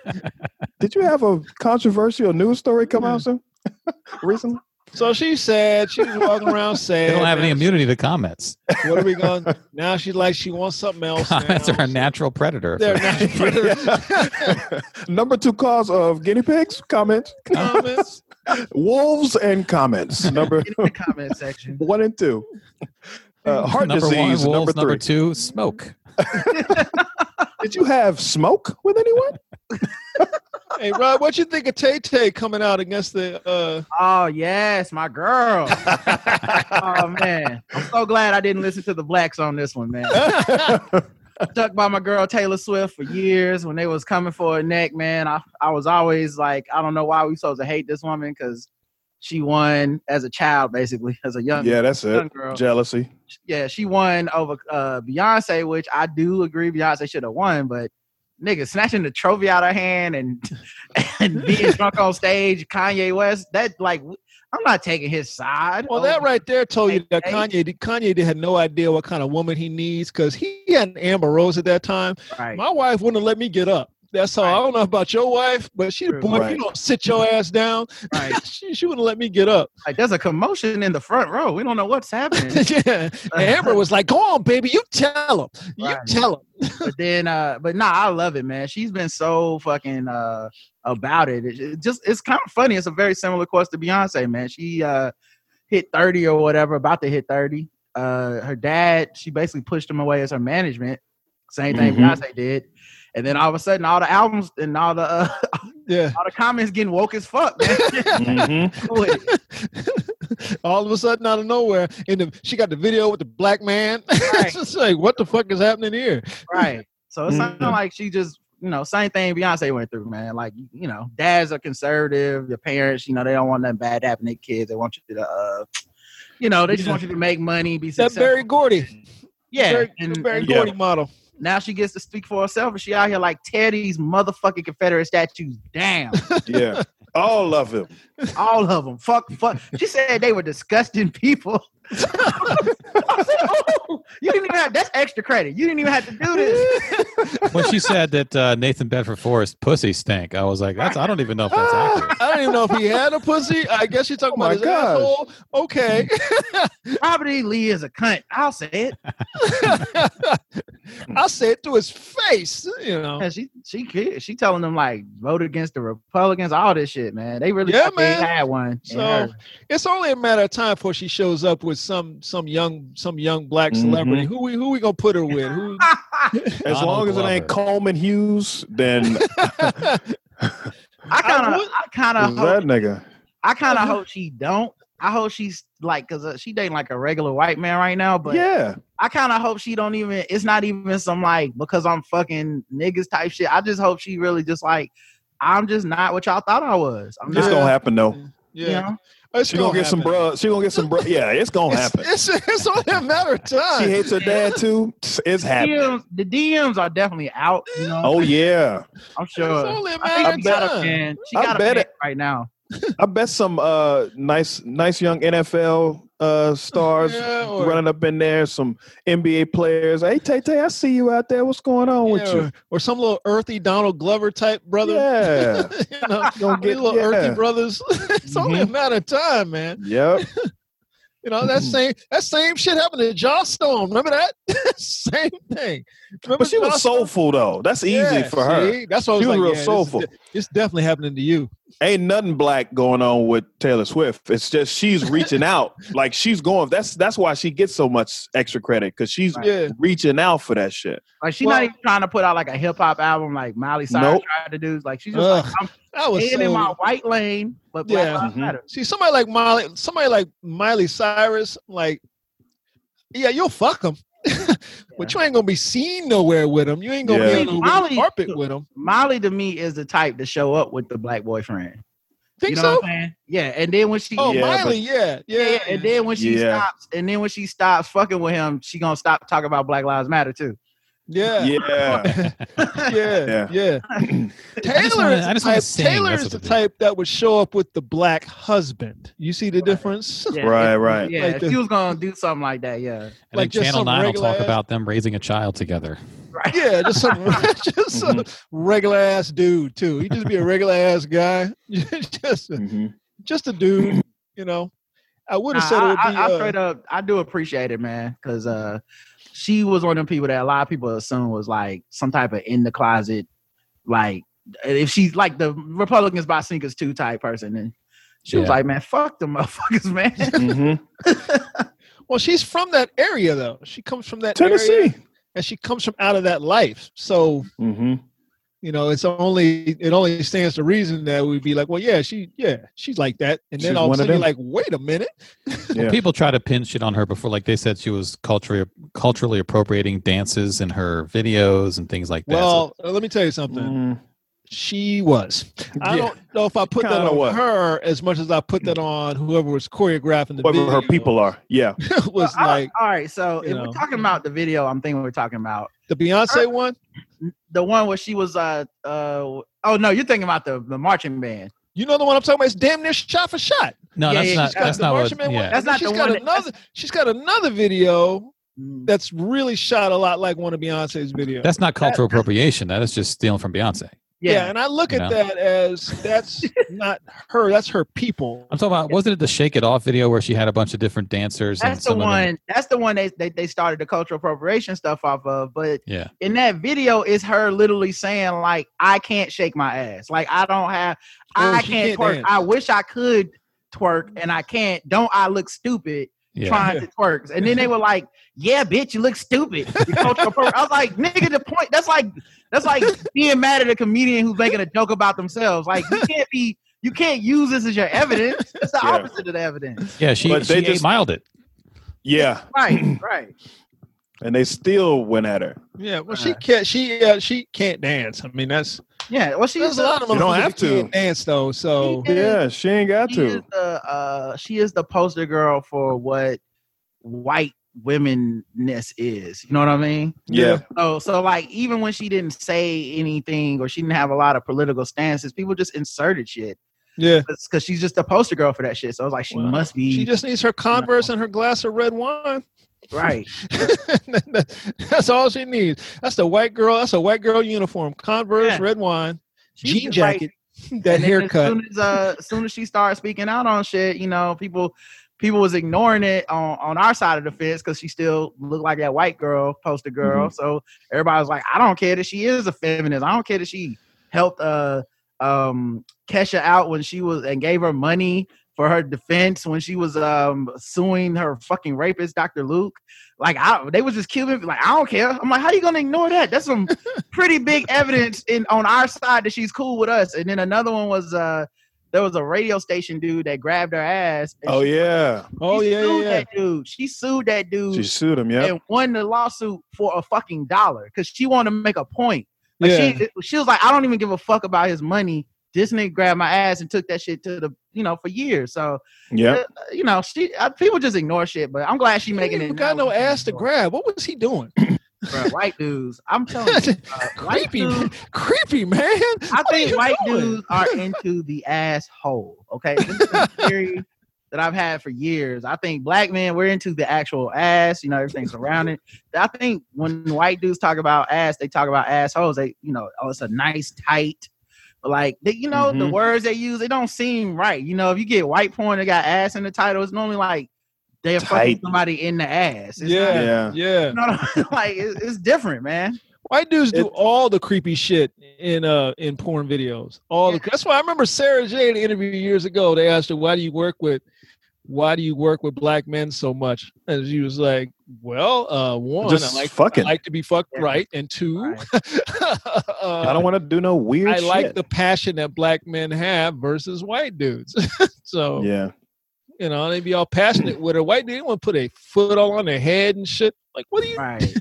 Speaker 5: did you have a controversial news story come out soon? Recently?
Speaker 3: So she's sad. She's walking around
Speaker 4: They
Speaker 3: sad.
Speaker 4: don't have any
Speaker 3: Now,
Speaker 4: immunity to comments.
Speaker 3: What are we going? Now she's like she wants something else.
Speaker 4: Comments
Speaker 3: now.
Speaker 4: are a natural predator.
Speaker 3: They're not
Speaker 5: Number two cause of guinea pigs comments,
Speaker 3: comments.
Speaker 5: wolves and comments. Number
Speaker 6: in the comment section,
Speaker 5: one and two. Uh, heart
Speaker 4: number
Speaker 5: disease.
Speaker 4: one, wolves,
Speaker 5: number three.
Speaker 4: two, smoke.
Speaker 5: Did you have smoke with anyone?
Speaker 3: Hey Rod, what you think of Tay Tay coming out against the? uh
Speaker 6: oh yes, my girl. oh man, I'm so glad I didn't listen to the blacks on this one, man. stuck by my girl Taylor Swift for years when they was coming for her neck, man. I, I was always like, I don't know why we supposed to hate this woman because she won as a child, basically, as a young,
Speaker 5: yeah, that's
Speaker 6: young
Speaker 5: it.
Speaker 6: girl.
Speaker 5: Jealousy.
Speaker 6: Yeah, she won over uh, Beyonce, which I do agree Beyonce should have won, but nigga, snatching the trophy out of her hand and and being drunk on stage, Kanye West, that like I'm not taking his side. Oh,
Speaker 3: Well, that
Speaker 6: over-
Speaker 3: right there told you that
Speaker 6: Hey,
Speaker 3: Kanye Kanye had no idea what kind of woman he needs because he had an Amber Rose at that time.
Speaker 6: right.
Speaker 3: My wife wouldn't let me get up. That's all. I
Speaker 6: Right.
Speaker 3: don't know about your wife, but she,
Speaker 6: True.
Speaker 3: boy, if
Speaker 5: Right.
Speaker 3: you don't sit your ass down,
Speaker 6: right.
Speaker 3: she, she wouldn't let me get up.
Speaker 6: Like there's a commotion in the front row. We don't know what's happening.
Speaker 3: yeah. And Amber was like, "Go on, baby, you tell him, you
Speaker 6: Right.
Speaker 3: tell him."
Speaker 6: but then, uh, but nah, I love it, man. She's been so fucking uh about it. It- it just it's kind of funny. It's a very similar course to Beyonce, man. She uh hit 30 or whatever, about to hit 30. Uh, her dad, she basically pushed him away as her management. Same thing
Speaker 5: Mhm.
Speaker 6: Beyonce did. And then all of a sudden, all the albums and all the uh,
Speaker 3: Yeah.
Speaker 6: all the comments getting woke as fuck. Man.
Speaker 5: Mhm.
Speaker 6: With it.
Speaker 3: All of a sudden, out of nowhere, and the, she got the video with the black man.
Speaker 6: Right.
Speaker 3: it's just like, what the fuck is happening here?
Speaker 6: right. So it's not
Speaker 5: Mhm.
Speaker 3: Mm-hmm.
Speaker 6: like she just, you know, same thing Beyonce went through, man. Like, you know, dads are conservative. Your parents, you know, they don't want nothing bad to happen to their kids. They want you to, uh, you know, they just want you to make money, be
Speaker 3: That
Speaker 6: successful.
Speaker 3: Barry Gordy,
Speaker 6: yeah.
Speaker 3: Barry,
Speaker 6: and,
Speaker 3: the Barry
Speaker 6: and
Speaker 5: Yeah.
Speaker 3: Gordy model.
Speaker 6: now she gets to speak for herself, and she out here like tear these motherfucking Confederate statues down,
Speaker 5: Yeah. All of them.
Speaker 6: all of them. Fuck, fuck. She said they were disgusting people. I said, oh, you didn't even have. That's extra credit. You didn't even have to do this.
Speaker 4: when she said that uh, Nathan Bedford Forrest pussy stank, I was like, that's I don't even know if that's accurate.
Speaker 3: I don't even know if he had a pussy. I guess you're talking
Speaker 5: Oh
Speaker 3: about
Speaker 5: my
Speaker 3: his
Speaker 5: gosh.
Speaker 3: asshole. Okay.
Speaker 6: Robert E. Lee is a cunt. I'll say it.
Speaker 3: I said to his face, you know.
Speaker 6: Yeah, she she kid- she telling them like vote against the Republicans, all this shit, man. They really
Speaker 3: Yeah,
Speaker 6: thought they
Speaker 3: man.
Speaker 6: had one. in
Speaker 3: So
Speaker 6: her.
Speaker 3: it's only a matter of time before she shows up with some some young some young black
Speaker 5: Mhm.
Speaker 3: celebrity. Who we who we gonna put her with? Who
Speaker 5: As
Speaker 4: Donald
Speaker 5: long as it ain't
Speaker 4: Glover.
Speaker 5: Coleman Hughes, then
Speaker 6: I kind of
Speaker 3: would-
Speaker 6: I kind
Speaker 5: that
Speaker 6: of hope
Speaker 5: nigga.
Speaker 6: I kind of hope she don't. I hope she's like because uh, she dating like a regular white man right now, but
Speaker 5: yeah.
Speaker 6: I kind of hope she don't even. It's not even some like because I'm fucking niggas type shit. I just hope she really just like I'm just not what y'all thought I was. I'm
Speaker 5: It's
Speaker 6: not.
Speaker 3: Yeah.
Speaker 5: gonna happen though.
Speaker 3: yeah.
Speaker 6: You know?
Speaker 3: It's
Speaker 5: She gonna get some
Speaker 3: happen.
Speaker 5: bruh. She gonna get some bruh. Yeah, it's gonna
Speaker 3: It's,
Speaker 5: happen.
Speaker 3: it's, it's only a matter of
Speaker 5: She
Speaker 3: time.
Speaker 5: hates her dad too. It's happening.
Speaker 6: DMs, the DMs are definitely out. You know,
Speaker 5: Oh yeah.
Speaker 6: I'm
Speaker 3: It's
Speaker 6: sure.
Speaker 3: only a
Speaker 6: I
Speaker 3: matter
Speaker 6: think
Speaker 3: of
Speaker 6: she got a
Speaker 3: time.
Speaker 6: fan. She
Speaker 5: I
Speaker 6: got a
Speaker 5: bet
Speaker 6: fan
Speaker 5: it.
Speaker 6: right now.
Speaker 5: I bet some uh nice nice young NFL uh stars
Speaker 3: Yeah, or-
Speaker 5: running up in there, some NBA players. Hey Tay Tay, I see you out there. What's going on with
Speaker 3: Yeah,
Speaker 5: you?
Speaker 3: or, or some little earthy Donald Glover type brother.
Speaker 5: Yeah.
Speaker 3: you know,
Speaker 5: Gonna
Speaker 3: these
Speaker 5: get-
Speaker 3: little
Speaker 5: yeah. Mm-hmm.
Speaker 3: earthy brothers. it's only a matter of time, man.
Speaker 5: Yep.
Speaker 3: You know that
Speaker 5: Mhm.
Speaker 3: same that same shit happened to Joss Stone. Remember that? same thing. Remember
Speaker 5: But she
Speaker 3: Joss
Speaker 5: was
Speaker 3: Stone?
Speaker 5: soulful though. That's easy
Speaker 3: Yeah,
Speaker 5: for her.
Speaker 3: see? That's what I
Speaker 5: She was
Speaker 3: like,
Speaker 5: real
Speaker 3: yeah, this is
Speaker 5: soulful.
Speaker 3: de- It's definitely happening to you.
Speaker 5: Ain't nothing black going on with Taylor Swift. It's just she's reaching out. Like she's going. That's that's why she gets so much extra credit because she's
Speaker 3: Yeah.
Speaker 5: reaching out for that shit.
Speaker 6: Like she's
Speaker 3: Well-
Speaker 6: not even trying to put out like a hip hop album like Miley Cyrus
Speaker 5: Nope.
Speaker 6: tried to do. Like she's just
Speaker 3: Ugh,
Speaker 6: like I'm
Speaker 3: I was
Speaker 6: staying in
Speaker 3: Uh, so-
Speaker 6: my white lane, but black
Speaker 3: Yeah. Mm-hmm.
Speaker 6: lives
Speaker 5: Mhm.
Speaker 6: matter.
Speaker 3: see somebody like Miley, somebody like Miley Cyrus, like yeah, you'll fuck them, but you ain't gonna be seen nowhere with them. You ain't gonna
Speaker 5: Yeah.
Speaker 3: be on the
Speaker 6: Miley-
Speaker 3: carpet with them.
Speaker 6: Molly to me is the type to show up with the black boyfriend.
Speaker 3: Think
Speaker 6: you know
Speaker 3: so?
Speaker 6: what I'm saying? Yeah. And then when she
Speaker 3: Oh,
Speaker 5: Yeah,
Speaker 3: Miley, yeah,
Speaker 6: yeah,
Speaker 3: yeah,
Speaker 6: yeah, and then when she
Speaker 5: Yeah.
Speaker 6: stops, and then when she stops fucking with him, she gonna stop talking about Black Lives Matter too.
Speaker 3: yeah, yeah,
Speaker 5: Yeah.
Speaker 3: yeah.
Speaker 4: just
Speaker 3: Taylor,
Speaker 4: wanna-
Speaker 3: is
Speaker 4: I
Speaker 3: the
Speaker 4: just wanna
Speaker 3: type-
Speaker 4: sing,
Speaker 3: Taylor
Speaker 4: that's
Speaker 3: is
Speaker 4: what
Speaker 3: the
Speaker 4: it is.
Speaker 3: type that would show up with the black husband. You see the
Speaker 6: Right.
Speaker 3: difference?
Speaker 6: Yeah,
Speaker 5: Right,
Speaker 6: if-
Speaker 5: right.
Speaker 6: Yeah,
Speaker 3: Like
Speaker 6: if
Speaker 3: the-
Speaker 6: she was gonna do something like that. Yeah,
Speaker 4: And
Speaker 3: Like
Speaker 4: then
Speaker 3: just
Speaker 4: Channel
Speaker 3: some
Speaker 4: Nine will
Speaker 3: regular
Speaker 4: talk
Speaker 3: ass-
Speaker 4: about them raising a child together.
Speaker 6: right.
Speaker 3: Yeah, just some just some
Speaker 6: Mm-hmm.
Speaker 3: regular ass dude too. He'd just be a regular ass guy, just a-
Speaker 5: Mhm.
Speaker 3: just a dude, you know. I would have
Speaker 6: Mm-hmm. Nah,
Speaker 3: said it would
Speaker 6: I,
Speaker 3: be.
Speaker 6: I, I
Speaker 3: uh,
Speaker 6: straight up, I do appreciate it, man, because uh, she was one of them people that a lot of people assume was like some type of in the closet, like if she's like the Republicans by sinkers two type person, and she was
Speaker 4: Yeah.
Speaker 6: like, man, fuck the motherfuckers, man.
Speaker 5: Mhm.
Speaker 3: well, she's from that area though. She comes from that area,
Speaker 5: Tennessee.
Speaker 3: and she comes from out of that life. So
Speaker 5: hmm
Speaker 3: you know, it's only it only stands to reason that we'd be like, well, yeah, she, yeah, she's like that, and then
Speaker 5: She's
Speaker 3: all of
Speaker 5: one
Speaker 3: a
Speaker 5: of
Speaker 3: sudden you're
Speaker 5: them.
Speaker 3: like, wait a minute,
Speaker 5: Yeah.
Speaker 4: People try to pin shit on her before, like they said she was culturally culturally appropriating dances in her videos and things like that. So-
Speaker 3: Well, uh, let me tell you something.
Speaker 5: Mhm.
Speaker 3: She was. I
Speaker 5: Yeah.
Speaker 3: don't know if I put that
Speaker 5: Kinda
Speaker 3: on
Speaker 5: was.
Speaker 3: her as much as I put that on whoever was choreographing the
Speaker 5: Whatever
Speaker 3: video.
Speaker 5: her people are. Yeah.
Speaker 3: was
Speaker 6: Well, I-
Speaker 3: like
Speaker 6: all right, so if
Speaker 3: you know.
Speaker 6: we're talking about the video, I'm thinking we're talking about
Speaker 3: the Beyonce one.
Speaker 6: the one where she was uh uh oh no, you're thinking about the the marching band.
Speaker 3: You know the one I'm talking about? It's damn near shot for shot.
Speaker 4: No,
Speaker 6: Yeah,
Speaker 4: that's
Speaker 6: yeah,
Speaker 4: not.
Speaker 3: She's got
Speaker 4: That's
Speaker 3: the
Speaker 4: not what.
Speaker 3: Marchman one.
Speaker 4: Yeah.
Speaker 6: That's
Speaker 3: and then
Speaker 6: not
Speaker 3: she's
Speaker 6: the
Speaker 3: got
Speaker 6: one that-
Speaker 3: another. she's got another video
Speaker 6: Mm.
Speaker 3: that's really shot a lot like one of Beyonce's videos.
Speaker 4: That's not cultural appropriation. That is just stealing from Beyonce.
Speaker 3: yeah,
Speaker 6: Yeah.
Speaker 3: and I look
Speaker 4: You
Speaker 3: at
Speaker 4: know?
Speaker 3: that as that's not her. That's her people.
Speaker 4: I'm talking about. Wasn't it the Shake It Off video where she had a bunch of different dancers? and
Speaker 6: That's the
Speaker 4: some of them-
Speaker 6: one. That's the one they, they they started the cultural appropriation stuff off of. But
Speaker 4: Yeah.
Speaker 6: in that video, it's her literally saying like, "I can't shake my ass. Like I don't have.
Speaker 3: Oh,
Speaker 6: I
Speaker 3: she
Speaker 6: can't,
Speaker 3: can't
Speaker 6: twerk.
Speaker 3: dance.
Speaker 6: I wish I could twerk, and I can't. Don't I look stupid
Speaker 4: Yeah.
Speaker 6: trying to twerk?" And then they were like, "Yeah, bitch, you look stupid." You cultural appro- I was like, "Nigga, the point. That's like that's like being mad at a comedian who's making a joke about themselves. Like you can't be." You can't use this as your evidence. It's the
Speaker 5: Yeah.
Speaker 6: opposite of the evidence.
Speaker 4: yeah. She,
Speaker 5: But
Speaker 4: she
Speaker 5: they
Speaker 4: eight
Speaker 5: just-
Speaker 4: miled it.
Speaker 5: Yeah,
Speaker 6: Right, right.
Speaker 5: and they still went at her.
Speaker 3: Yeah, well, she can't. She uh, she can't dance. I mean, that's
Speaker 6: Yeah, well, she's
Speaker 3: there's a
Speaker 6: a-
Speaker 3: lot of
Speaker 5: You don't
Speaker 3: motherfuckers
Speaker 5: have
Speaker 3: that can't
Speaker 5: to.
Speaker 3: dance though. So
Speaker 6: Yeah.
Speaker 5: Yeah, she ain't got
Speaker 6: she is
Speaker 5: to.
Speaker 6: the uh, she is the poster girl for what white womenness is. You know what I mean?
Speaker 5: Yeah,
Speaker 6: So, so like even when she didn't say anything or she didn't have a lot of political stances, people just inserted shit
Speaker 3: yeah,
Speaker 6: because she's just the poster girl for that shit. So I was like, she
Speaker 3: Wow.
Speaker 6: must be
Speaker 3: she just needs her Converse and her glass of red wine.
Speaker 6: right.
Speaker 3: that's all she needs. That's the white girl. That's a white girl uniform. Converse,
Speaker 6: Yeah.
Speaker 3: red wine,
Speaker 6: She's
Speaker 3: jean
Speaker 6: just like-
Speaker 3: jacket, that
Speaker 6: And then As
Speaker 3: haircut.
Speaker 6: soon as, uh, as soon as she started speaking out on shit, you know, people people was ignoring it on, on our side of the fence because she still looked like that white girl, poster
Speaker 3: Mm-hmm.
Speaker 6: girl. So everybody was like, I don't care that she is a feminist. I don't care that she helped uh um Kesha out when she was and gave her money for her defense when she was um suing her fucking rapist, Dr. Luke. Like I they was just killing me. Like, I don't care. I'm like, how you gonna ignore that? That's some pretty big evidence in on our side that she's cool with us. And then another one was uh there was a radio station dude that grabbed her ass. and
Speaker 5: Oh
Speaker 6: she-
Speaker 5: yeah,
Speaker 3: Oh
Speaker 6: she
Speaker 3: yeah, yeah,
Speaker 6: sued
Speaker 3: yeah.
Speaker 6: that dude. She sued that dude
Speaker 5: she sued him. Yeah,
Speaker 6: and won the lawsuit for a fucking dollar because she wanted to make a point. Like
Speaker 3: yeah.
Speaker 6: she she was like, I don't even give a fuck about his money. This nigga grabbed my ass and took that shit to the you know for years. So
Speaker 5: yeah.
Speaker 6: uh, you know she uh, people just ignore shit, but I'm glad
Speaker 3: She
Speaker 6: she making it.
Speaker 3: ain't got
Speaker 6: now.
Speaker 3: no ass to grab. What was he doing?
Speaker 6: Bruh, white dudes. I'm telling you, uh, white
Speaker 3: creepy,
Speaker 6: dudes-
Speaker 3: man. creepy man.
Speaker 6: I
Speaker 3: What are
Speaker 6: think
Speaker 3: you
Speaker 6: white
Speaker 3: doing?
Speaker 6: dudes are into the asshole. Okay, this is a theory that I've had for years. I think black men we're into the actual ass. You know, everything surrounding. I think when white dudes talk about ass, they talk about assholes. They, you know, oh, it's a nice tight. But like, they, you know, the
Speaker 3: Mm-hmm.
Speaker 5: Mhm.
Speaker 6: words they use, they don't seem right. You know, if you get white porn, they got ass in the title. It's normally like they're fucking
Speaker 5: Tight.
Speaker 6: somebody in the ass. It's not-
Speaker 3: Yeah,
Speaker 5: Yeah.
Speaker 3: yeah.
Speaker 6: you know what I'm- like it- it's different, man.
Speaker 3: White dudes do
Speaker 5: It-
Speaker 3: all the creepy shit in uh in porn videos. All the, that's why I remember Sarah J in an interview years ago. They asked her, "Why do you work with, why do you work with black men so much?" And she was like, "Well, uh, one,
Speaker 5: Just
Speaker 3: I like
Speaker 5: fucking.
Speaker 3: I like to be fucked
Speaker 6: Yeah.
Speaker 3: right, and two,
Speaker 6: Right.
Speaker 3: uh,
Speaker 5: I don't want to do no weird.
Speaker 3: I like
Speaker 5: shit.
Speaker 3: the passion that black men have versus white dudes." so
Speaker 5: Yeah,
Speaker 3: you know they be all passionate with her. White dude want to put a foot all on their head and shit. Like, what do you?
Speaker 6: Right.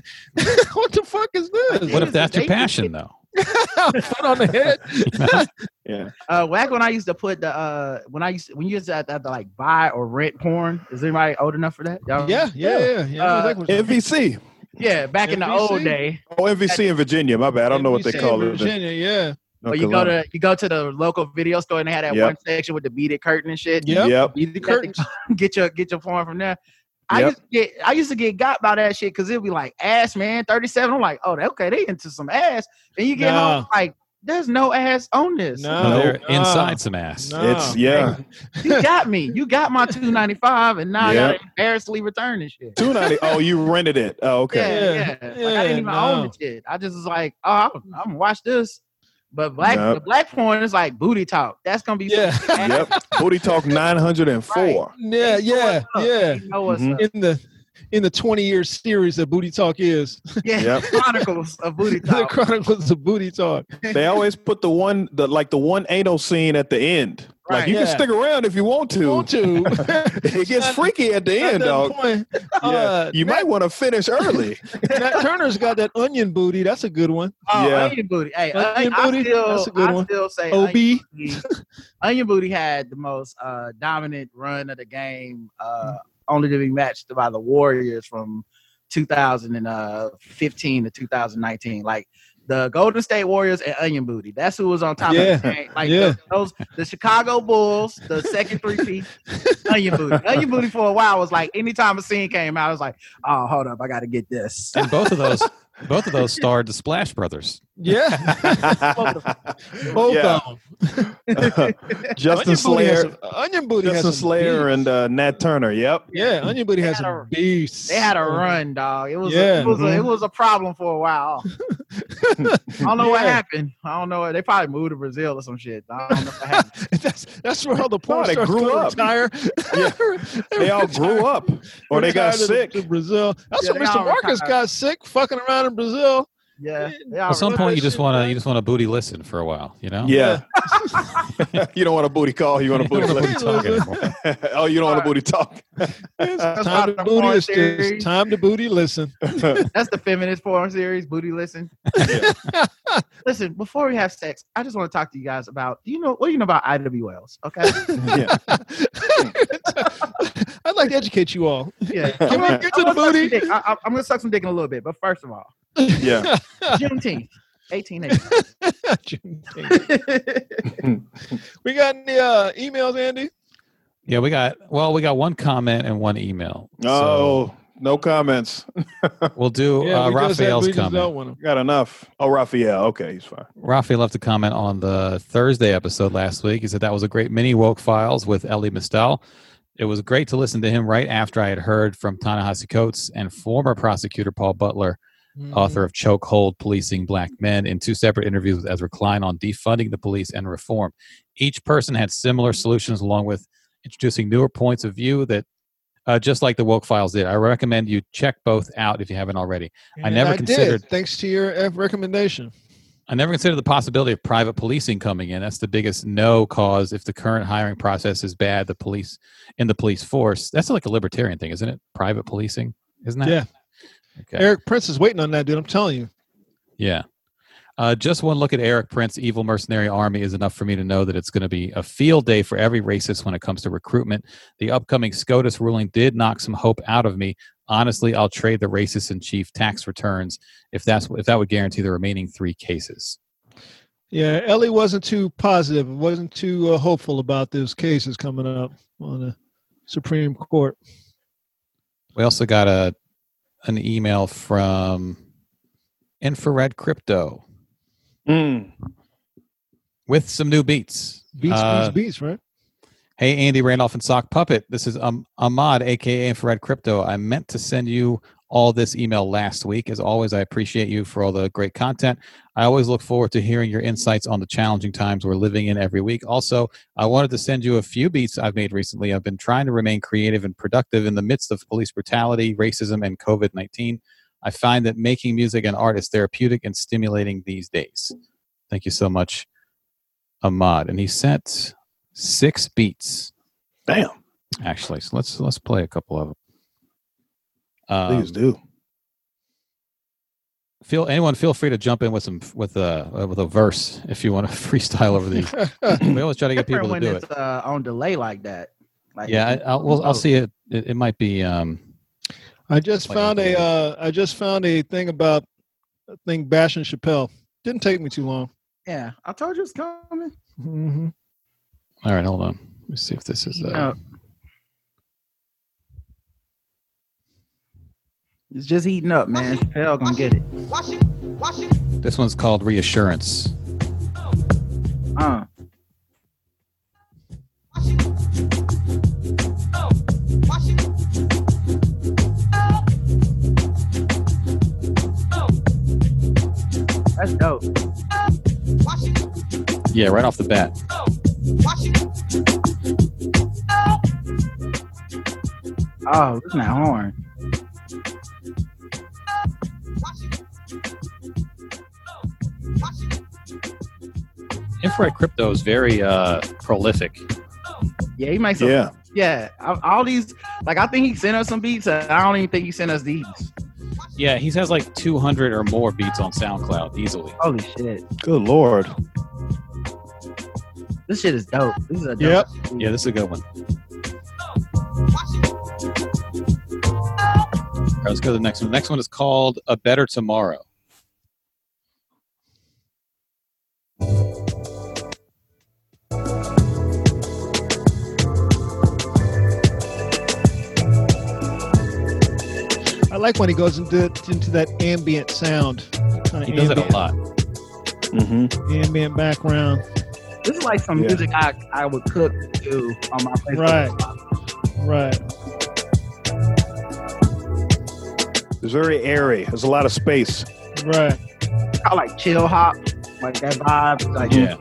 Speaker 3: what the fuck is this?
Speaker 4: What
Speaker 6: It
Speaker 4: if
Speaker 6: is
Speaker 4: that's your
Speaker 6: amazing.
Speaker 4: passion though?
Speaker 3: foot on the head?
Speaker 5: yeah.
Speaker 6: Uh, back when I used to put the uh, when I used to, when you used to have to, have to, like buy or rent porn. Is anybody old enough for that? Y'all-
Speaker 3: Yeah, yeah, yeah. yeah. I know
Speaker 6: Uh,
Speaker 3: exactly what you're
Speaker 5: NVC.
Speaker 6: yeah. Back in the old
Speaker 3: NBC?
Speaker 6: day,
Speaker 5: Oh, NVC in Virginia. My bad. I don't know what they
Speaker 3: NBC
Speaker 5: call
Speaker 3: in
Speaker 5: it. in
Speaker 3: Virginia, Oh, yeah.
Speaker 6: or
Speaker 5: North
Speaker 6: you go
Speaker 5: Carolina.
Speaker 6: to you go to the local video store and they had that
Speaker 5: Yep.
Speaker 6: one section with the beaded curtain and shit.
Speaker 3: Yep.
Speaker 5: Yep.
Speaker 3: Be the
Speaker 6: You had
Speaker 3: curtains.
Speaker 6: to Get your get your porn from there. I
Speaker 5: Yep.
Speaker 6: used to get I used to get got by that shit because it'd be like ass man thirty seven. I'm like, oh okay, they into some ass. And you get
Speaker 3: Nah.
Speaker 6: home like, there's no ass on this.
Speaker 3: No.
Speaker 4: No, they're
Speaker 3: no.
Speaker 4: inside some ass.
Speaker 3: No.
Speaker 5: It's yeah.
Speaker 6: You got me. You got my two ninety five, and now I
Speaker 5: Yep.
Speaker 6: gotta embarrassly return this shit.
Speaker 5: Two ninety. Oh, you rented it. Oh, okay.
Speaker 6: Yeah, yeah.
Speaker 3: Yeah,
Speaker 6: Like, I
Speaker 3: yeah,
Speaker 6: didn't even own
Speaker 3: no.
Speaker 6: the shit. I just was like, oh, I'm, I'm gonna watch this. But black,
Speaker 5: Yep.
Speaker 6: the black porn is like booty talk. That's gonna be
Speaker 3: Yeah.
Speaker 5: Yep. Booty talk nine hundred and four.
Speaker 3: Yeah, yeah, yeah.
Speaker 6: You know what's
Speaker 5: Mhm.
Speaker 6: up.
Speaker 3: In the in the 20 year series that Booty Talk is.
Speaker 6: uh, Yeah,
Speaker 5: Yep.
Speaker 6: Chronicles of booty
Speaker 3: the
Speaker 6: talk.
Speaker 3: Chronicles of Booty Talk.
Speaker 5: They always put the one, the like the one anal scene at the end.
Speaker 6: Right.
Speaker 5: Like you
Speaker 3: Yeah.
Speaker 5: can stick around if you want to.
Speaker 3: Want to.
Speaker 5: it gets
Speaker 3: Not-
Speaker 5: freaky at the
Speaker 3: Not
Speaker 5: end,
Speaker 3: that
Speaker 5: dog.
Speaker 3: point.
Speaker 5: Yeah.
Speaker 3: Uh,
Speaker 5: you might want to finish early.
Speaker 3: Nat Turner's got that onion booty. That's a good one.
Speaker 6: Oh,
Speaker 5: Yeah.
Speaker 6: onion booty. Hey,
Speaker 3: Onion
Speaker 6: onion I,
Speaker 3: booty,
Speaker 6: still,
Speaker 3: that's a good
Speaker 6: I
Speaker 3: one.
Speaker 6: still say
Speaker 3: OB.
Speaker 6: Onion booty, Onion Booty had the most uh, dominant run of the game,
Speaker 3: Mm.
Speaker 6: uh, only to be matched by uh, the Warriors from 2015 to 2019. Like the Golden State Warriors and Onion Booty. That's who was on top
Speaker 3: Yeah.
Speaker 6: of the game. Like
Speaker 3: Yeah.
Speaker 6: the, those the Chicago Bulls, the second three piece, Onion Booty. Onion Booty for a while was like anytime a scene came out, I was like, oh, hold up, I gotta get this.
Speaker 4: And both of those, both of those starred the Splash Brothers.
Speaker 3: Yeah, both of
Speaker 5: Justin
Speaker 3: them. Booty has
Speaker 5: Slayer,
Speaker 3: some- Onion Booty has some
Speaker 5: Justin Slayer,
Speaker 3: beats.
Speaker 5: and uh, Nat Turner. Yep.
Speaker 3: yeah, Onion Booty
Speaker 6: They
Speaker 3: has
Speaker 6: had
Speaker 3: some
Speaker 6: a-
Speaker 3: beats.
Speaker 6: They had a run, dog. It was a,
Speaker 3: Yeah.
Speaker 6: it was a, it
Speaker 4: Mm-hmm.
Speaker 5: Mhm.
Speaker 6: was a problem for a while. I don't know what
Speaker 3: Yeah.
Speaker 6: happened. I don't know. They probably moved to Brazil or some shit. I don't know what happened.
Speaker 3: that's that's where all the porn
Speaker 5: No, they
Speaker 3: stars
Speaker 5: grew
Speaker 3: go to
Speaker 5: up.
Speaker 3: retire.
Speaker 5: They all grew up, or they got sick.
Speaker 3: in Brazil. That's
Speaker 6: Yeah,
Speaker 3: when
Speaker 6: they
Speaker 3: Mr.
Speaker 6: all
Speaker 3: Marcus
Speaker 6: retired.
Speaker 3: got sick, fucking around in Brazil.
Speaker 6: Yeah. They
Speaker 4: At some
Speaker 6: already-
Speaker 4: point, you just want
Speaker 3: Yeah.
Speaker 4: to you just want to booty listen for a while, you know?
Speaker 5: Yeah. you don't want a booty call. You want a
Speaker 4: You don't
Speaker 5: booty.
Speaker 4: wanna
Speaker 5: lick.
Speaker 4: booty talk anymore.
Speaker 5: oh, you don't want a booty talk.
Speaker 6: That's
Speaker 3: time
Speaker 6: not
Speaker 3: to
Speaker 6: the
Speaker 3: booty
Speaker 6: porn
Speaker 3: is
Speaker 6: theory.
Speaker 3: this. Time to booty. Listen.
Speaker 6: That's the feminist porn series, Booty Listen. Listen, before we have sex, I just want to talk to you guys about do you know what do you know about IW Wells? Okay.
Speaker 5: yeah.
Speaker 3: I'd like to educate you all.
Speaker 6: Yeah.
Speaker 3: Can we
Speaker 6: I'm
Speaker 3: get to
Speaker 6: gonna
Speaker 3: the
Speaker 6: suck some
Speaker 3: booty?
Speaker 6: dick. I, am gonna suck some dick in a little bit, but first of all,
Speaker 5: Yeah.
Speaker 6: Juneteenth, 1880.
Speaker 3: we got any uh, emails, Andy?
Speaker 4: Yeah, we got well, we got one comment and one email. So
Speaker 5: Oh, no comments.
Speaker 6: Oh.
Speaker 4: we'll do uh,
Speaker 3: we just had-
Speaker 4: Raphael's
Speaker 3: we just
Speaker 4: comment.
Speaker 3: dealt with 'em.
Speaker 5: Got enough. Oh, Raphael. Okay, he's fine.
Speaker 4: Rafi left a comment on the Thursday episode last week. He said that was a great mini woke files with Ellie Mistel. It was great to listen to him right after I had heard from Ta-Nehisi Coates and former prosecutor Paul Butler, author of Chokehold: Policing Black Men, in two separate interviews with Ezra Klein on defunding the police and reform. Each person had similar solutions, along with introducing newer points of view that, uh, just like the woke files did. I recommend you check both out if you haven't already. I
Speaker 3: Mm-hmm. And
Speaker 4: never
Speaker 3: did,
Speaker 4: considered-
Speaker 3: thanks to your F recommendation.
Speaker 4: I never considered the possibility of private policing coming in. That's the biggest no cause. If the current hiring process is bad, the police in the police force. That's like a libertarian thing, isn't it? Private policing, isn't that?
Speaker 3: Yeah.
Speaker 4: Okay.
Speaker 3: Eric Prince is waiting on that, dude. I'm telling you.
Speaker 4: yeah. Uh, just one look at Eric Prince, Evil Mercenary Army is enough for me to know that it's going to be a field day for every racist when it comes to recruitment. The upcoming SCOTUS ruling did knock some hope out of me. Honestly, I'll trade the racist in chief tax returns if that's if that would guarantee the remaining three cases.
Speaker 3: Yeah, Ellie wasn't too positive, wasn't too uh, hopeful about those cases coming up on the Supreme Court.
Speaker 4: We also got a an email from Infrared Crypto
Speaker 5: Mm.
Speaker 4: with some new beats.
Speaker 3: Beats,
Speaker 4: Uh,
Speaker 3: beats, beats, right?
Speaker 4: Hey, Andy Randolph and Sock Puppet. This is um, Ahmad, aka Infrared Crypto. I meant to send you all this email last week. As always, I appreciate you for all the great content. I always look forward to hearing your insights on the challenging times we're living in every week. Also, I wanted to send you a few beats I've made recently. I've been trying to remain creative and productive in the midst of police brutality, racism, and COVID 19. I find that making music and art is therapeutic and stimulating these days. Thank you so much, Ahmad. And he sent six beats
Speaker 5: Damn.
Speaker 4: actually. So let's let's play a couple of them. Um,
Speaker 5: Please do.
Speaker 4: Feel anyone feel free to jump in with some with a uh, with a verse if you want to freestyle over these. we always try to get
Speaker 6: Different
Speaker 4: people to
Speaker 6: when
Speaker 4: do
Speaker 6: it's
Speaker 4: it.
Speaker 6: uh, on delay like that. Like Oh.
Speaker 4: Yeah, I, I'll well, I'll see it. It, it might be. Um,
Speaker 3: I just
Speaker 4: Like a
Speaker 3: found a,
Speaker 4: little-
Speaker 3: uh, I just found a thing about a thing bashing Chappelle. Didn't take me too long.
Speaker 6: Yeah. I told you it's coming.
Speaker 3: Mm-hmm.
Speaker 4: all right, hold on. Let me see if this is. Uh,
Speaker 6: No. It's just heating up, man. Chappelle gonna get it. Oh.
Speaker 4: This one's called reassurance.
Speaker 6: Uh. That's dope.
Speaker 4: Yeah, right off the bat.
Speaker 6: Oh, listen to that horn.
Speaker 4: Infrared crypto is very uh, prolific.
Speaker 6: Yeah, he makes. Yeah,
Speaker 5: Yeah.
Speaker 6: yeah. All all these, like, I think he sent us some beats. and I don't even think he sent us these.
Speaker 4: Yeah, he has like 200 or more beats on SoundCloud easily.
Speaker 6: Holy shit,
Speaker 5: Good lord.
Speaker 6: this shit is dope. This is a dope.
Speaker 3: Yep.
Speaker 4: Yeah, this is a good one. All right, let's go to the next one. The next one is called A Better Tomorrow.
Speaker 3: like when he goes into into that ambient sound. Kinda
Speaker 4: He does it a
Speaker 3: ambient-
Speaker 4: lot.
Speaker 5: Mm-hmm.
Speaker 3: Ambient background.
Speaker 6: This is like some
Speaker 5: Yeah.
Speaker 6: music I, I would cook to on my Facebook.
Speaker 3: Right. Right.
Speaker 5: It's very airy. There's a lot of space.
Speaker 3: Right.
Speaker 6: I like chill hop, like that vibe, like
Speaker 4: Yeah.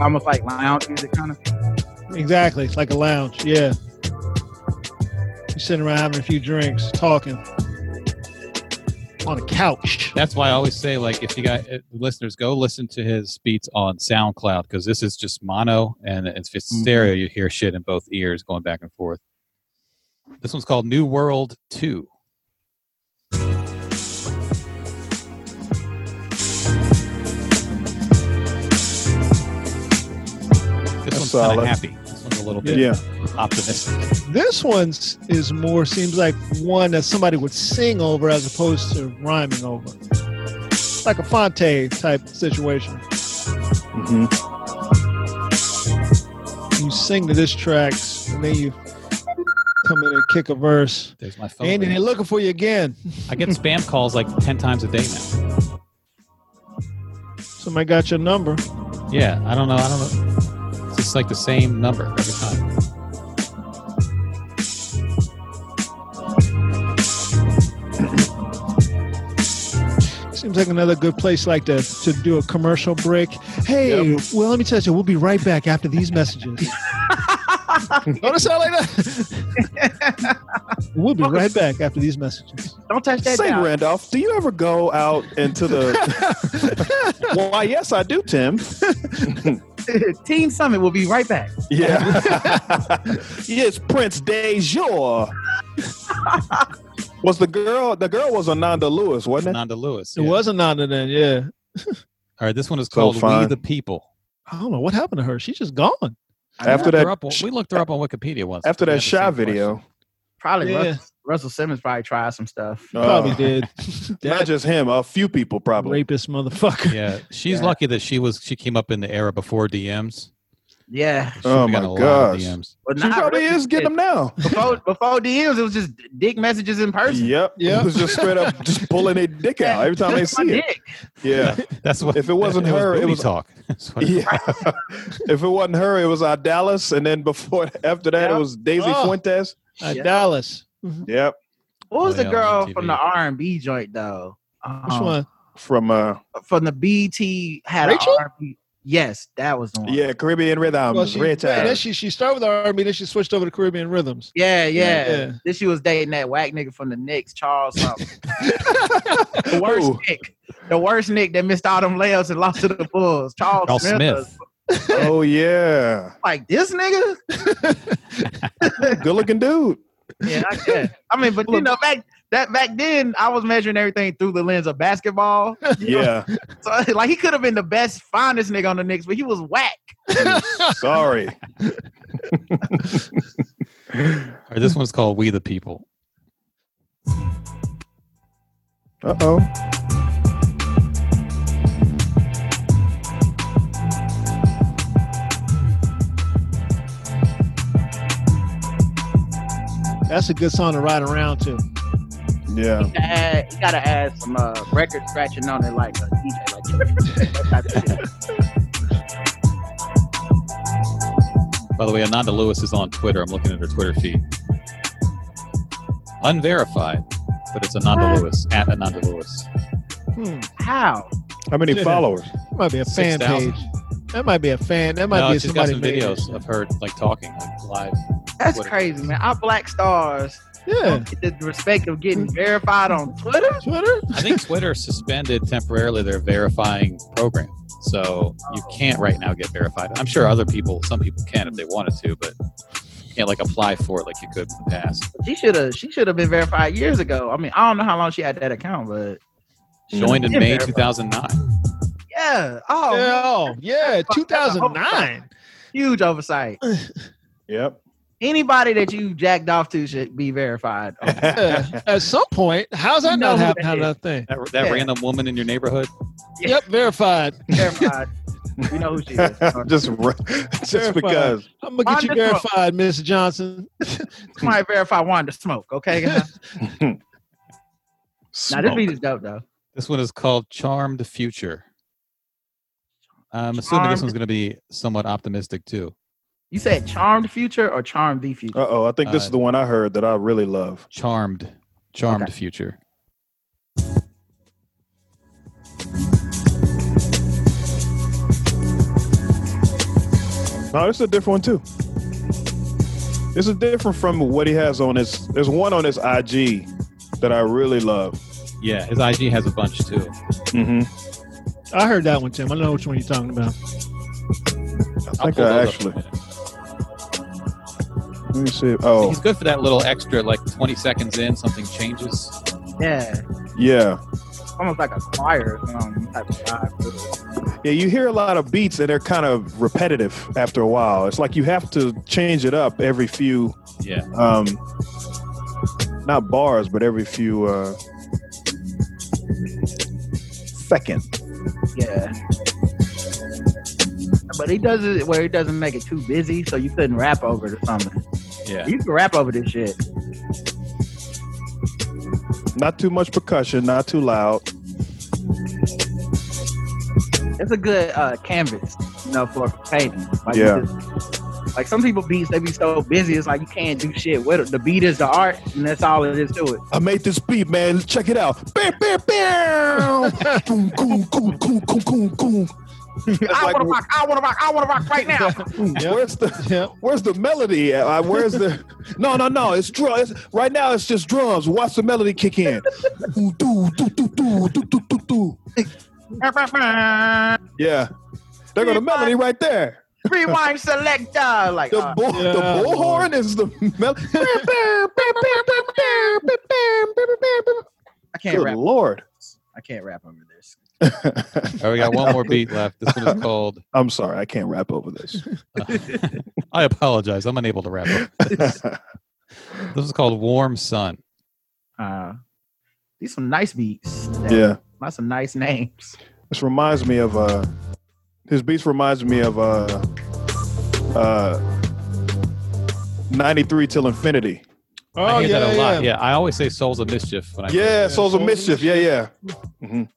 Speaker 6: almost like lounge music kind of.
Speaker 3: Exactly. It's like a lounge. Yeah. You're sitting around having a few drinks, talking on a couch.
Speaker 4: That's why I always say, like, if you got if listeners, go listen to his beats on SoundCloud because this is just mono and if it's stereo, you hear shit in both ears going back and forth. This one's called New World 2. This one's kind
Speaker 5: solid.
Speaker 4: of happy. This one's a little
Speaker 5: Yeah.
Speaker 4: bit optimistic.
Speaker 3: This one's is more seems like one that somebody would sing over as opposed to rhyming over. It's like a Fonte type situation.
Speaker 5: hmm
Speaker 3: You sing to this track and then you come in and kick a verse.
Speaker 4: There's my phone.
Speaker 3: Andy,
Speaker 4: ringing.
Speaker 3: they're looking for you again.
Speaker 4: I get spam calls like 10 times a day now.
Speaker 3: Somebody got your number.
Speaker 4: Yeah, I don't know. I don't know. It's just like the same number every time.
Speaker 3: Seems like another good place like to, to do a commercial break. Hey, well, let me tell you, we'll be right back after these messages. Don't it sound like that? we'll be right back after these messages.
Speaker 6: Don't touch that.
Speaker 5: Say,
Speaker 6: dial.
Speaker 5: Randolph, do you ever go out into the? well, why, yes, I do, Tim.
Speaker 6: Teen Summit will be right back.
Speaker 5: Yeah. yes, Prince Dejour. was the girl? The girl was Ananda Lewis, wasn't it?
Speaker 4: Nanda Lewis.
Speaker 3: It
Speaker 4: yeah.
Speaker 3: was a Nanda then, yeah.
Speaker 4: All right, this one is called We
Speaker 5: fine.
Speaker 4: the People.
Speaker 3: I don't know what happened to her. She's just
Speaker 4: Uh,
Speaker 3: gone.
Speaker 6: I
Speaker 5: After
Speaker 4: Looked her
Speaker 6: know.
Speaker 5: that-
Speaker 4: up on- we looked her up on Wikipedia once.
Speaker 5: After
Speaker 4: We
Speaker 5: that
Speaker 4: had the
Speaker 5: Shy
Speaker 4: same question.
Speaker 5: video,
Speaker 6: probably
Speaker 3: Yeah.
Speaker 6: Russell, Russell Simmons probably tried some stuff.
Speaker 5: Uh,
Speaker 3: Probably did.
Speaker 5: Not
Speaker 3: That
Speaker 5: just him, a few people probably.
Speaker 3: rapist motherfucker.
Speaker 4: Yeah, she's
Speaker 6: Yeah.
Speaker 4: lucky that she was she came up in the era before DMs.
Speaker 6: Yeah,
Speaker 4: She
Speaker 5: Oh
Speaker 4: would've
Speaker 5: my
Speaker 4: gotten a lot of
Speaker 5: gosh,
Speaker 4: DMs.
Speaker 6: but
Speaker 5: she
Speaker 6: not
Speaker 5: probably
Speaker 6: really.
Speaker 5: is getting them now.
Speaker 6: before before DMs. It was just dick messages in person.
Speaker 5: Yep.
Speaker 3: Yeah.
Speaker 5: It was just straight up just pulling their dick out every time they
Speaker 6: Just my
Speaker 5: see it.
Speaker 6: dick.
Speaker 5: Yeah.
Speaker 4: That's what.
Speaker 5: If it wasn't her, it
Speaker 4: booty
Speaker 5: was-
Speaker 4: talk. That's what it-
Speaker 5: Yeah. if it wasn't her, it was our Dallas. And then before after that
Speaker 6: Yeah.
Speaker 5: it was Daisy
Speaker 3: Oh.
Speaker 5: Fuentes.
Speaker 3: Uh,
Speaker 6: Yeah.
Speaker 3: Dallas.
Speaker 5: Yep.
Speaker 6: What was
Speaker 4: Oh,
Speaker 6: the
Speaker 4: yeah,
Speaker 6: girl
Speaker 4: on MTV.
Speaker 6: from the R and B joint though? Um,
Speaker 4: Oh,
Speaker 3: Which one?
Speaker 5: From uh
Speaker 6: From the BT had
Speaker 3: Rachel?
Speaker 6: R and B. Yes, that was the one.
Speaker 5: yeah, Caribbean Rhythm.
Speaker 3: Well, she, yeah,
Speaker 5: Red Tide.
Speaker 3: then she, she started with the army, then she switched over to Caribbean rhythms.
Speaker 6: Yeah, yeah.
Speaker 3: Yeah.
Speaker 6: Then she was dating that whack nigga from the Knicks, Charles something. the worst
Speaker 5: Who?
Speaker 6: Nick. The worst Nick that missed all them layups and lost to the Bulls. Charles,
Speaker 4: Charles
Speaker 6: Smith.
Speaker 4: Smith.
Speaker 6: was
Speaker 5: Oh yeah.
Speaker 6: Like this nigga?
Speaker 5: Good looking dude.
Speaker 6: Yeah, I guess. I mean, but you know, back that back then I was measuring everything through the lens of basketball.
Speaker 5: Yeah.
Speaker 6: So like he could have been the best, finest nigga on the Knicks, but he was whack.
Speaker 5: Sorry.
Speaker 4: All right, this one's called We the People.
Speaker 5: Uh oh.
Speaker 3: That's a good song to ride around to.
Speaker 5: Yeah.
Speaker 6: Gotta add- You gotta add some uh, record scratching on it, like a DJ, like that type of shit.
Speaker 4: By the way, Ananda Lewis is on Twitter. I'm looking at her Twitter feed. Unverified, but it's Ananda Lewis at Ananda Lewis.
Speaker 3: Hmm.
Speaker 6: How?
Speaker 5: How many
Speaker 3: Yeah.
Speaker 5: followers?
Speaker 3: Might be a fan
Speaker 4: 6,000.
Speaker 3: page. That might be a fan. That might
Speaker 4: no,
Speaker 3: be
Speaker 4: she's got
Speaker 3: somebody.
Speaker 4: some
Speaker 3: made it.
Speaker 4: videos of her like talking like, live.
Speaker 6: That's
Speaker 4: What it
Speaker 6: crazy,
Speaker 4: is.
Speaker 6: man. Our black stars
Speaker 3: Yeah.
Speaker 6: don't get the respect of getting verified on Twitter.
Speaker 3: Twitter.
Speaker 4: I think Twitter suspended temporarily their verifying program. So you can't right now get verified. I'm sure other people, some people can if they wanted to, but you can't like apply for it like you could in the past.
Speaker 6: She should have. She should have been verified years ago. I mean, I don't know how long she had that account, but she should've
Speaker 4: Joined in
Speaker 6: been
Speaker 4: May
Speaker 6: verified.
Speaker 4: 2009.
Speaker 6: Yeah. Oh,
Speaker 3: yeah, oh, yeah.
Speaker 6: That's a- that's a whole
Speaker 3: 2009.
Speaker 6: huge oversight.
Speaker 5: Yep.
Speaker 6: Anybody that you jacked off to should be verified.
Speaker 3: Yeah. At some point, how's that
Speaker 6: You know
Speaker 3: not
Speaker 6: who
Speaker 3: happen?
Speaker 6: that
Speaker 3: How
Speaker 6: is.
Speaker 3: that thing?
Speaker 4: That, that
Speaker 6: Yeah.
Speaker 4: random woman in your neighborhood.
Speaker 3: Yep, verified.
Speaker 6: verified. We know who she is.
Speaker 5: just r- just because.
Speaker 3: I'm gonna get you
Speaker 6: Wonderful.
Speaker 3: verified, Mr. Johnson.
Speaker 6: Somebody verify Wanda Smoke, okay? guys? Now this beat is dope though.
Speaker 4: This one is called Charmed Future. I'm assuming this
Speaker 6: Charmed.
Speaker 4: one's going to be somewhat optimistic too.
Speaker 6: You said charmed future or charmed the future?
Speaker 5: Uh oh, I think this is
Speaker 4: Uh,
Speaker 5: the one I heard that I really love.
Speaker 4: Charmed, Charmed
Speaker 6: Okay.
Speaker 4: Future.
Speaker 5: No, this is a different one too. This is different from what he has on his. There's one on his IG that I really love.
Speaker 4: Yeah, his IG has a bunch too.
Speaker 5: Mm-hmm.
Speaker 3: I heard that one, Tim. I know which one you're talking about.
Speaker 5: I think I actually. Let me see. Oh,
Speaker 4: He's good for that little extra, like 20 seconds in, something changes.
Speaker 6: Yeah,
Speaker 5: yeah.
Speaker 6: almost like a choir or something, type of vibe. to it.
Speaker 5: Yeah, you hear a lot of beats and they're kind of repetitive after a while. It's like you have to change it up every few,
Speaker 4: Yeah.
Speaker 5: um, not bars, but every few uh, seconds.
Speaker 6: Yeah. But he does it where he doesn't make it too busy, so you couldn't rap over it or something.
Speaker 4: Yeah.
Speaker 6: You can rap over this shit.
Speaker 5: Not too much percussion, not too loud.
Speaker 6: It's a good uh, canvas, you know, for painting. Like you
Speaker 5: Yeah.
Speaker 6: just- like some people beats, they be so busy, it's like you can't do shit with it. The beat is the art, and that's all it is to it.
Speaker 5: I made this beat, man. Check it out. Bam, bam, bam. Boom, boom, boom, boom, boom, boom, boom. It's
Speaker 6: I
Speaker 5: like,
Speaker 6: wanna rock, I wanna rock, I wanna rock right now.
Speaker 3: Yep.
Speaker 5: where's the
Speaker 3: yep.
Speaker 5: Where's the melody at? Like, where's the? No, no, no. It's drum. It's, right now, it's just drums. Watch the melody kick in. Ooh, doo, doo, doo, doo, doo, doo, doo, doo. Yeah, they're gonna melody right there.
Speaker 6: Rewind selector, like
Speaker 5: The
Speaker 6: uh,
Speaker 5: bull,
Speaker 3: Yeah,
Speaker 5: the
Speaker 3: Lord.
Speaker 5: bullhorn is the melody.
Speaker 6: I can't
Speaker 5: Good
Speaker 6: rap.
Speaker 5: lord.
Speaker 6: I can't rap over this.
Speaker 4: All right, Oh, we got one more beat left. This one is called.
Speaker 5: I'm sorry, I can't rap over this.
Speaker 4: I apologize. I'm unable to wrap up. This is called Warm Sun.
Speaker 6: Uh, these some nice beats.
Speaker 5: yeah,
Speaker 6: That's some nice names.
Speaker 5: this reminds me of uh, his beats reminds me of uh, uh, '93 till infinity.
Speaker 3: Oh,
Speaker 4: I hear
Speaker 3: yeah,
Speaker 4: that a lot.
Speaker 3: yeah.
Speaker 4: Yeah. I always say Souls of Mischief when I hear
Speaker 5: Yeah,
Speaker 3: Yeah,
Speaker 5: Souls of
Speaker 3: Souls of
Speaker 5: Mischief. Yeah, yeah. Mhm.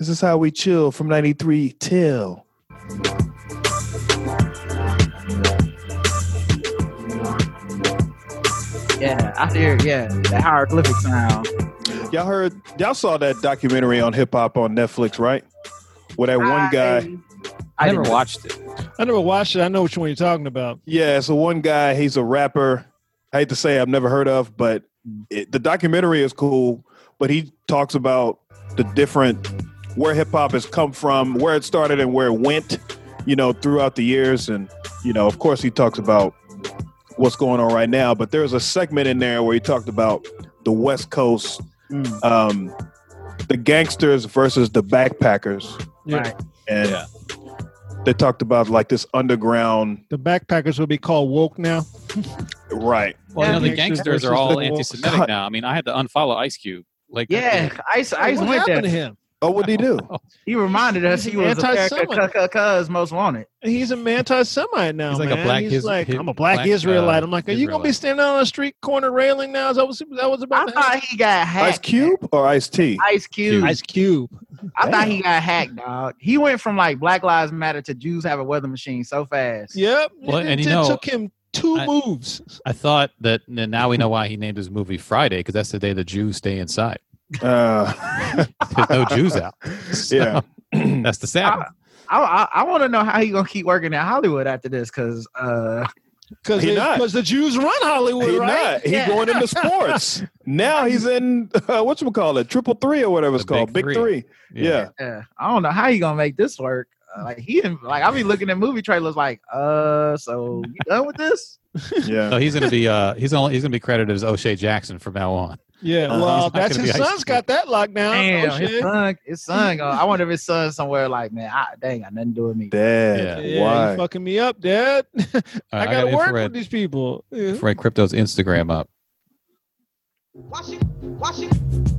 Speaker 5: This is how we chill from 93 till.
Speaker 6: Yeah, I hear. Yeah, the hieroglyphic sound.
Speaker 5: Y'all heard, y'all saw that documentary on hip hop on Netflix, right? Where that one guy,
Speaker 4: I never
Speaker 6: didn't-
Speaker 4: watched it.
Speaker 3: I never watched it. I know which one you're talking about.
Speaker 5: yeah, so one guy, he's a rapper. I hate to say I've never heard of, but it, the documentary is cool. But he talks about the different, where hip hop has come from, where it started and where it went, you know, throughout the years. And, you know, of course, he talks about what's going on right now. But there's a segment in there where he talked about the West Coast,
Speaker 6: Mm,
Speaker 5: um, the gangsters versus the backpackers,
Speaker 3: Yeah.
Speaker 6: Right.
Speaker 5: and
Speaker 4: Yeah.
Speaker 5: they talked about like this underground,
Speaker 3: The backpackers will be called woke now.
Speaker 5: right?
Speaker 4: Well, you know, the
Speaker 3: Yeah.
Speaker 4: gangsters are
Speaker 5: Versus
Speaker 4: all
Speaker 5: the
Speaker 4: anti-Semitic
Speaker 5: Wolf.
Speaker 4: now. I mean, I had to unfollow Ice Cube. Like, uh,
Speaker 6: Yeah, Ice Ice
Speaker 3: what
Speaker 6: went
Speaker 3: happened to
Speaker 6: there.
Speaker 3: him?
Speaker 5: Oh, what did he do?
Speaker 6: He reminded us he
Speaker 3: He's
Speaker 6: was
Speaker 3: anti-Semite.
Speaker 6: America's most wanted.
Speaker 3: He's an anti-Semite now,
Speaker 4: He's like a
Speaker 3: man.
Speaker 4: black
Speaker 3: He's
Speaker 4: Is-
Speaker 3: like,
Speaker 4: Hi-
Speaker 3: I'm a black,
Speaker 4: black,
Speaker 3: Israelite.
Speaker 4: uh,
Speaker 3: I'm like, are you gonna be
Speaker 4: Israelite.
Speaker 3: standing on a street corner railing now? Is that was that was
Speaker 6: I
Speaker 3: about? to
Speaker 6: thought
Speaker 3: happen?
Speaker 6: he got hacked.
Speaker 5: Ice Cube or Ice T?
Speaker 6: Ice Cube.
Speaker 3: Ice Cube.
Speaker 6: I thought
Speaker 5: Damn.
Speaker 6: he got hacked, dog. He went from like Black Lives Matter to Jews have a weather machine so fast.
Speaker 3: Yep.
Speaker 4: Well,
Speaker 3: it,
Speaker 4: and you
Speaker 3: it
Speaker 4: know,
Speaker 3: took him two
Speaker 4: I-
Speaker 3: moves.
Speaker 4: I thought that n- now we know why he named his movie Friday because that's the day the Jews stay inside.
Speaker 5: Uh,
Speaker 4: There's no Jews out. So,
Speaker 5: yeah.
Speaker 4: that's the Sabbath.
Speaker 6: I I, I want to know how he gonna keep working in Hollywood after this, cause uh,
Speaker 3: Because
Speaker 5: He not.
Speaker 3: because the Jews run Hollywood,
Speaker 5: He
Speaker 3: right?
Speaker 5: not. He
Speaker 6: Yeah.
Speaker 5: going into sports. Now he's in uh, what you call it, triple three or whatever it's
Speaker 4: The
Speaker 5: called,
Speaker 4: Big
Speaker 5: big
Speaker 4: Three.
Speaker 5: three.
Speaker 4: Yeah.
Speaker 5: Yeah.
Speaker 6: yeah, I don't know how he gonna make this work. Uh, like he didn't like I be looking at movie trailers like uh, so you done with this?
Speaker 5: yeah,
Speaker 4: So he's gonna be uh he's only he's gonna be credited as O'Shea Jackson from now on. Uh,
Speaker 3: Yeah.
Speaker 5: Uh-huh.
Speaker 3: Well,
Speaker 4: He's not
Speaker 3: that's
Speaker 4: gonna
Speaker 3: his
Speaker 4: be Ice
Speaker 3: son's
Speaker 4: Cube.
Speaker 3: got that locked down.
Speaker 6: Damn,
Speaker 3: Oh,
Speaker 6: his
Speaker 3: shit.
Speaker 6: son, his son. Go, Uh, I wonder if his son somewhere like man, I, they ain't got nothing to do with me.
Speaker 5: Dad,
Speaker 4: Yeah.
Speaker 3: Yeah, you
Speaker 5: why?
Speaker 3: fucking me up, Dad.
Speaker 4: All
Speaker 3: I,
Speaker 4: right,
Speaker 3: gotta work with
Speaker 4: infrared,
Speaker 3: these people. Yeah.
Speaker 4: infrared crypto's Instagram up.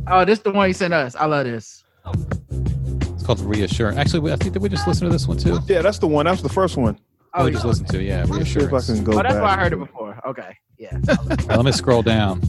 Speaker 6: Oh, this the one he sent us. I love this.
Speaker 4: It's called reassurance. Actually, we, I think did we just listen to this one too?
Speaker 5: Yeah, that's the one. That's the first one.
Speaker 6: Oh,
Speaker 4: we
Speaker 6: yeah.
Speaker 4: just listened to yeah
Speaker 5: Let me see if I
Speaker 4: reassurance.
Speaker 5: can go
Speaker 6: oh that's
Speaker 5: back.
Speaker 6: why I heard it before. Okay, yeah.
Speaker 4: All right, let me scroll down.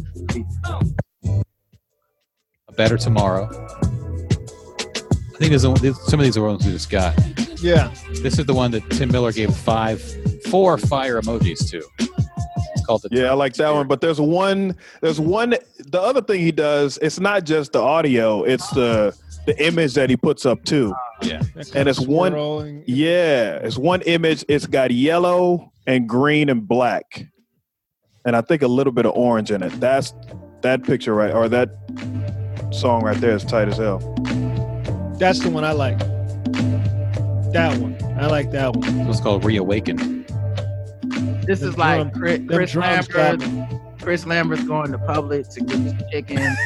Speaker 4: Better Tomorrow. I think there's a, there's- some of these are ones we just got.
Speaker 3: Yeah.
Speaker 4: This is the one that Tim Miller gave five, four fire emojis to. It's called the
Speaker 5: Yeah, I like that one. But there's one. There's one. The other thing he does. It's not just the audio. It's the the image that he puts up too.
Speaker 4: Yeah.
Speaker 5: And it's one.
Speaker 3: Swirling.
Speaker 5: Yeah, it's one image. It's got yellow and green and black, and I think a little bit of orange in it. That's that picture right or that song right there is tight as hell.
Speaker 3: That's the one I like. That one. I like that one.
Speaker 4: This one's called Reawaken.
Speaker 6: This
Speaker 3: Them
Speaker 6: is like
Speaker 3: drum-
Speaker 6: Chris,
Speaker 3: them
Speaker 6: Chris
Speaker 3: drums got
Speaker 6: Lambert. Chris Lambert's going to public to get some chicken.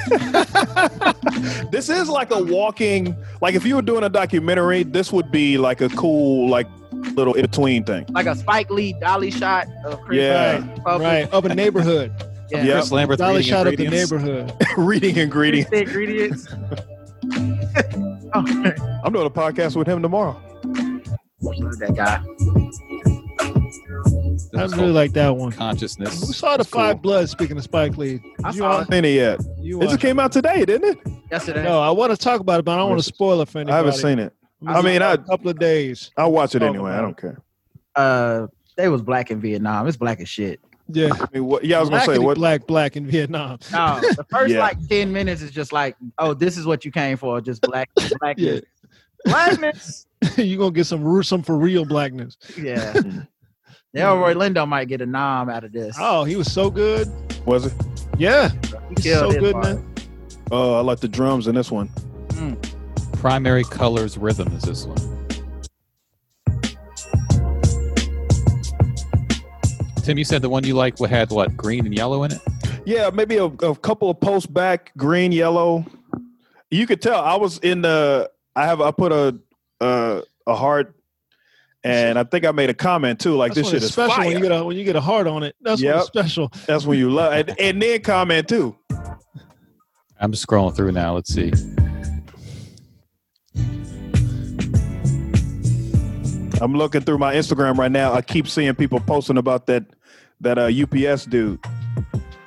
Speaker 5: This is like a walking. Like if you were doing a documentary, this would be like a cool like little in between thing.
Speaker 6: like a Spike Lee dolly shot of Chris
Speaker 5: Yeah.
Speaker 6: Lambert in public.
Speaker 3: Right. Of a neighborhood.
Speaker 6: Yeah.
Speaker 5: Yep.
Speaker 4: Chris Lambert.
Speaker 3: Dolly shot up the
Speaker 4: neighbor.
Speaker 3: neighborhood.
Speaker 5: Reading
Speaker 6: Three
Speaker 5: ingredients.
Speaker 6: thick ingredients. oh,
Speaker 5: I'm doing a podcast with him tomorrow.
Speaker 6: love that guy.
Speaker 3: I really like that one.
Speaker 4: consciousness.
Speaker 3: Who saw the
Speaker 4: It's cool.
Speaker 3: Five Blood? Speaking of Spike Lee,
Speaker 6: I
Speaker 5: you
Speaker 6: saw
Speaker 5: haven't
Speaker 6: it
Speaker 5: seen it yet.
Speaker 3: you
Speaker 5: It
Speaker 3: are,
Speaker 5: just came out today, didn't it?
Speaker 6: yesterday.
Speaker 3: no, I want to talk about it, but I don't want to spoil it for anybody.
Speaker 5: I haven't seen it. I mean,
Speaker 3: a
Speaker 5: I
Speaker 3: couple of days.
Speaker 5: I'll watch it
Speaker 3: Oh,
Speaker 5: anyway. I
Speaker 3: man.
Speaker 5: don't care.
Speaker 6: Uh, they was black in Vietnam. It's black as shit.
Speaker 3: Yeah,
Speaker 5: I mean, what, yeah, I was gonna say
Speaker 3: Blackity
Speaker 5: what.
Speaker 3: black black in Vietnam.
Speaker 6: No, the first
Speaker 5: Yeah.
Speaker 6: like ten minutes is just like, oh, this is what you came for, just black,
Speaker 3: Yeah.
Speaker 6: blackness, blackness.
Speaker 3: you gonna get some ru- some for real blackness.
Speaker 6: Yeah, Delroy Lindo might get a nom out of this.
Speaker 3: Mm-hmm. Oh, he was so good.
Speaker 5: Was it?
Speaker 3: Yeah,
Speaker 6: He
Speaker 3: he's
Speaker 6: killed
Speaker 3: so
Speaker 6: his
Speaker 3: good,
Speaker 6: part.
Speaker 3: man.
Speaker 5: Oh, I like the drums in this one.
Speaker 4: Primary colors rhythm is this one. Tim, you said the one you liked what had what green and yellow in it.
Speaker 5: Yeah, maybe a, a couple of posts back, green, yellow. You could tell I was in the. I have I put a uh, a heart, and I think I made a comment too.
Speaker 3: That's
Speaker 5: Like
Speaker 3: when
Speaker 5: this shit
Speaker 3: it's
Speaker 5: is
Speaker 3: special
Speaker 5: fire.
Speaker 3: when you get a when you get a heart on it. That's when it's
Speaker 5: Yep.
Speaker 3: special.
Speaker 5: That's when you love, and, and then comment too.
Speaker 4: I'm just scrolling through now. Let's see.
Speaker 5: I'm looking through my Instagram right now. I keep seeing people posting about that that uh, UPS dude.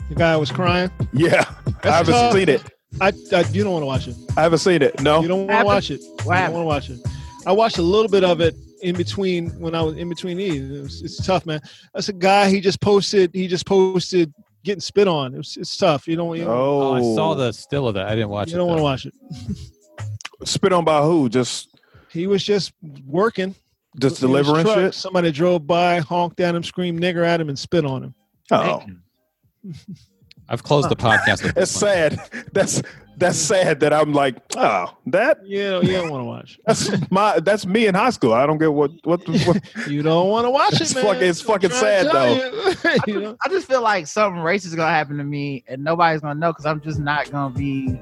Speaker 3: The guy was crying.
Speaker 5: Yeah, I haven't
Speaker 3: tough.
Speaker 5: seen it.
Speaker 3: I, I you don't want to watch it.
Speaker 5: I haven't seen it. No.
Speaker 3: You don't want to
Speaker 6: Happened?
Speaker 3: watch it.
Speaker 6: What
Speaker 3: I
Speaker 6: happened?
Speaker 3: want to watch it. I watched a little bit of it in between when I was in between these. It was, it's tough, man. That's a guy. He just posted. He just posted getting spit on. It was, it's tough. You don't. You, don't-
Speaker 5: Oh,
Speaker 4: Oh, I saw the still of that. I didn't watch
Speaker 3: you
Speaker 4: it.
Speaker 3: don't want to
Speaker 4: though.
Speaker 3: watch it.
Speaker 5: spit on by who? Just
Speaker 3: He was just working.
Speaker 5: just
Speaker 3: He was
Speaker 5: delivering
Speaker 3: trucked.
Speaker 5: shit.
Speaker 3: Somebody drove by, honked at him, screamed nigger at him, and spit on him.
Speaker 5: Oh,
Speaker 4: I've closed the podcast. With
Speaker 5: that's
Speaker 4: this one.
Speaker 5: sad. That's that's sad that I'm like, oh, that
Speaker 3: You don't, you don't want to watch.
Speaker 5: that's my that's me in high school. I don't get what what. what
Speaker 3: it. You don't want to watch it,
Speaker 5: It's
Speaker 3: man.
Speaker 5: fucking- it's
Speaker 3: I'm
Speaker 5: fucking
Speaker 3: trying to
Speaker 5: sad,
Speaker 3: tell you. You know?
Speaker 6: I just feel like something racist is gonna happen to me, and nobody's gonna know because I'm just not gonna be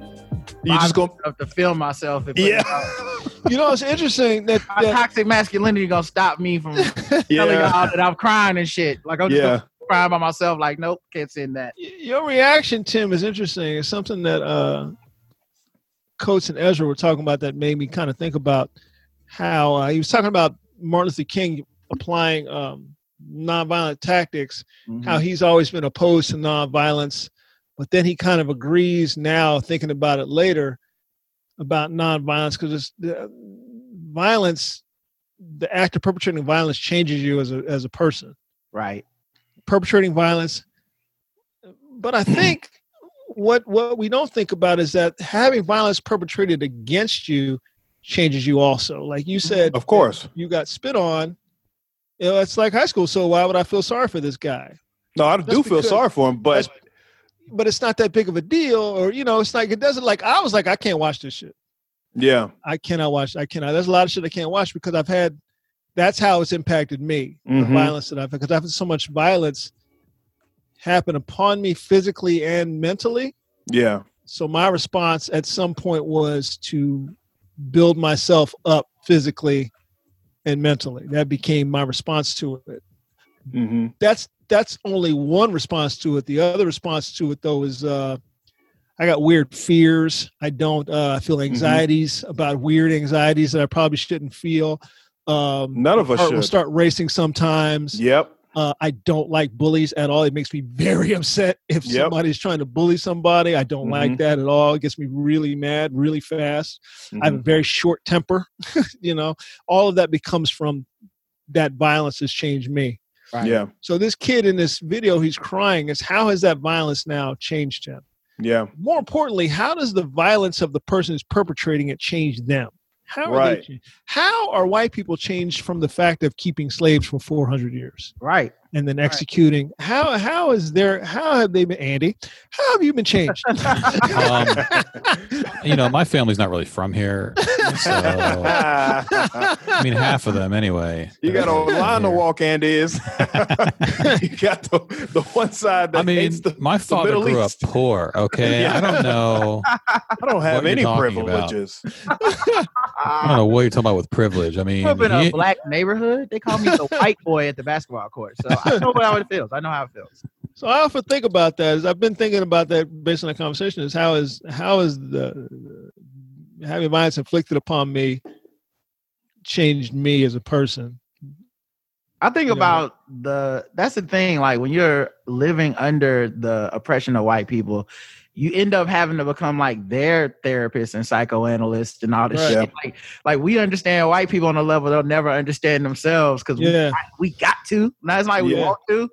Speaker 5: you just gonna
Speaker 6: bothered enough to film myself. And put it
Speaker 5: yeah
Speaker 6: out.
Speaker 3: You know, it's interesting that,
Speaker 6: My
Speaker 3: that
Speaker 6: toxic masculinity gonna stop me from telling
Speaker 5: yeah
Speaker 6: y'all that I'm crying and shit. Like I'm just
Speaker 5: yeah.
Speaker 6: gonna be crying by myself. Like nope, can't send that.
Speaker 3: Y- your reaction, Tim, is interesting. It's something that uh, Coates and Ezra were talking about that made me kind of think about how uh, he was talking about Martin Luther King applying um, nonviolent tactics, how he's always been opposed to nonviolence, but then he kind of agrees now, thinking about it later, about nonviolence because it's the violence, the act of perpetrating violence changes you as a as a person
Speaker 6: Right.
Speaker 3: perpetrating violence. But I think what what we don't think about is that having violence perpetrated against you changes you also. Like you said,
Speaker 5: Of course.
Speaker 3: you got spit on. You know, it's like high school. So why would I feel sorry for this guy?
Speaker 5: No, I do feel
Speaker 3: because-
Speaker 5: sorry for him, but
Speaker 3: But it's not that big of a deal, or you know, it's like it doesn't. Like I was like, I can't watch this shit.
Speaker 5: yeah.
Speaker 3: I cannot watch. I cannot. There's a lot of shit I can't watch because I've had. That's how it's impacted me. the
Speaker 5: Mhm.
Speaker 3: violence that I've because I've had so much violence happen upon me physically and mentally.
Speaker 5: Yeah.
Speaker 3: So my response at some point was to build myself up physically and mentally. That became my response to it.
Speaker 5: hmm
Speaker 3: That's that's only one response to it. The other response to it though is uh I got weird fears. I don't uh I feel
Speaker 5: Mm-hmm.
Speaker 3: anxieties about weird anxieties that I probably shouldn't feel. Um
Speaker 5: None of us
Speaker 3: heart will
Speaker 5: should.
Speaker 3: start racing sometimes
Speaker 5: Yep.
Speaker 3: Uh, I don't like bullies at all. It makes me very upset if
Speaker 5: Yep.
Speaker 3: somebody's trying to bully somebody. I don't like
Speaker 5: Mhm.
Speaker 3: that at all. It gets me really mad really fast.
Speaker 5: Mm-hmm.
Speaker 3: I have a very short temper. you know, all of that becomes from that violence has changed me.
Speaker 6: Right.
Speaker 5: Yeah,
Speaker 3: So this kid in this video, he's crying. Is how has that violence now changed him?
Speaker 5: yeah,
Speaker 3: More importantly, how does the violence of the person who's perpetrating it change them? How are they,
Speaker 5: Right.
Speaker 3: changed? how are white people changed from the fact of keeping slaves for 400 years
Speaker 6: Right.
Speaker 3: and then
Speaker 6: Right.
Speaker 3: executing? How how is their how have they been Andy? How have you been changed?
Speaker 4: Um, you know, my family's not really from here. So, I mean, half of them anyway.
Speaker 5: you got a
Speaker 4: They're
Speaker 5: line to
Speaker 4: here.
Speaker 5: walk, Andy. Is you got the, the one side that
Speaker 4: I mean,
Speaker 5: hates the.
Speaker 4: my father
Speaker 5: Middle
Speaker 4: grew
Speaker 5: East.
Speaker 4: up poor. Okay,
Speaker 5: Yeah.
Speaker 4: I don't know.
Speaker 5: I don't have
Speaker 4: you're
Speaker 5: any
Speaker 4: talking about.
Speaker 5: privileges.
Speaker 4: I don't know what you're talking about with privilege. I mean,
Speaker 6: Grew up in a
Speaker 4: he-
Speaker 6: black neighborhood. They call me the white boy at the basketball court. So I know how it feels. I know how it feels.
Speaker 3: So I often think about that. Is I've been thinking about that based on the conversation. Is how is how is the having violence inflicted upon me changed me as a person?
Speaker 6: I think
Speaker 3: You know.
Speaker 6: about the that's the thing. Like when you're living under the oppression of white people, you end up having to become like their therapist and psychoanalyst and all this
Speaker 3: Right.
Speaker 6: shit. Like, like we understand white people on a level they'll never understand themselds because
Speaker 3: Yeah,
Speaker 6: we, we got to. Now it's like we
Speaker 5: Yeah.
Speaker 6: want to,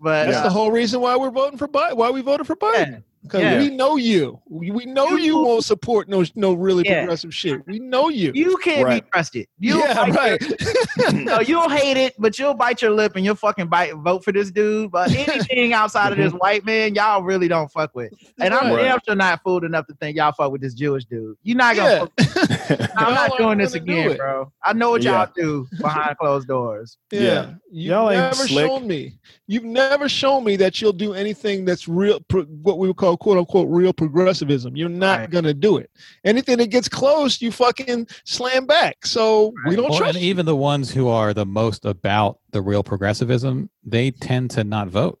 Speaker 6: but
Speaker 3: that's
Speaker 5: Yeah.
Speaker 3: the whole reason why we're voting for Biden. Why we voted for Biden?
Speaker 6: yeah,
Speaker 3: Because
Speaker 6: Yeah.
Speaker 3: we know you. We, we know you,
Speaker 6: You-
Speaker 3: won't support no no really
Speaker 6: Yeah.
Speaker 3: progressive shit. We know you.
Speaker 6: you can't be
Speaker 5: Right.
Speaker 6: trusted. You
Speaker 3: yeah,
Speaker 6: like
Speaker 3: right.
Speaker 6: no, you'll hate it, but you'll bite your lip and you'll fucking bite vote for this dude. But anything outside of this
Speaker 3: Mm-hmm.
Speaker 6: white man, y'all really don't fuck with. And I'm
Speaker 5: Right.
Speaker 6: damn sure not fooled enough to think y'all fuck with this Jewish dude. You're not gonna.
Speaker 3: Yeah.
Speaker 6: fuck- I'm
Speaker 3: Y'all
Speaker 6: not
Speaker 3: aren't
Speaker 6: doing this
Speaker 3: gonna do
Speaker 6: again,
Speaker 3: it.
Speaker 6: bro. I know what y'all do behind closed doors.
Speaker 3: Yeah.
Speaker 5: Yeah.
Speaker 3: You've
Speaker 5: Y'all ain't
Speaker 3: never
Speaker 5: slick.
Speaker 3: shown me. You've never shown me that you'll do anything that's real, pro, what we would call quote unquote real progressivism. You're not
Speaker 6: Right.
Speaker 3: going to do it. Anything that gets close, you fucking slam back. So we
Speaker 6: Right.
Speaker 3: don't
Speaker 4: Well,
Speaker 3: trust
Speaker 4: and even the ones who are the most about the real progressivism, they tend to not vote.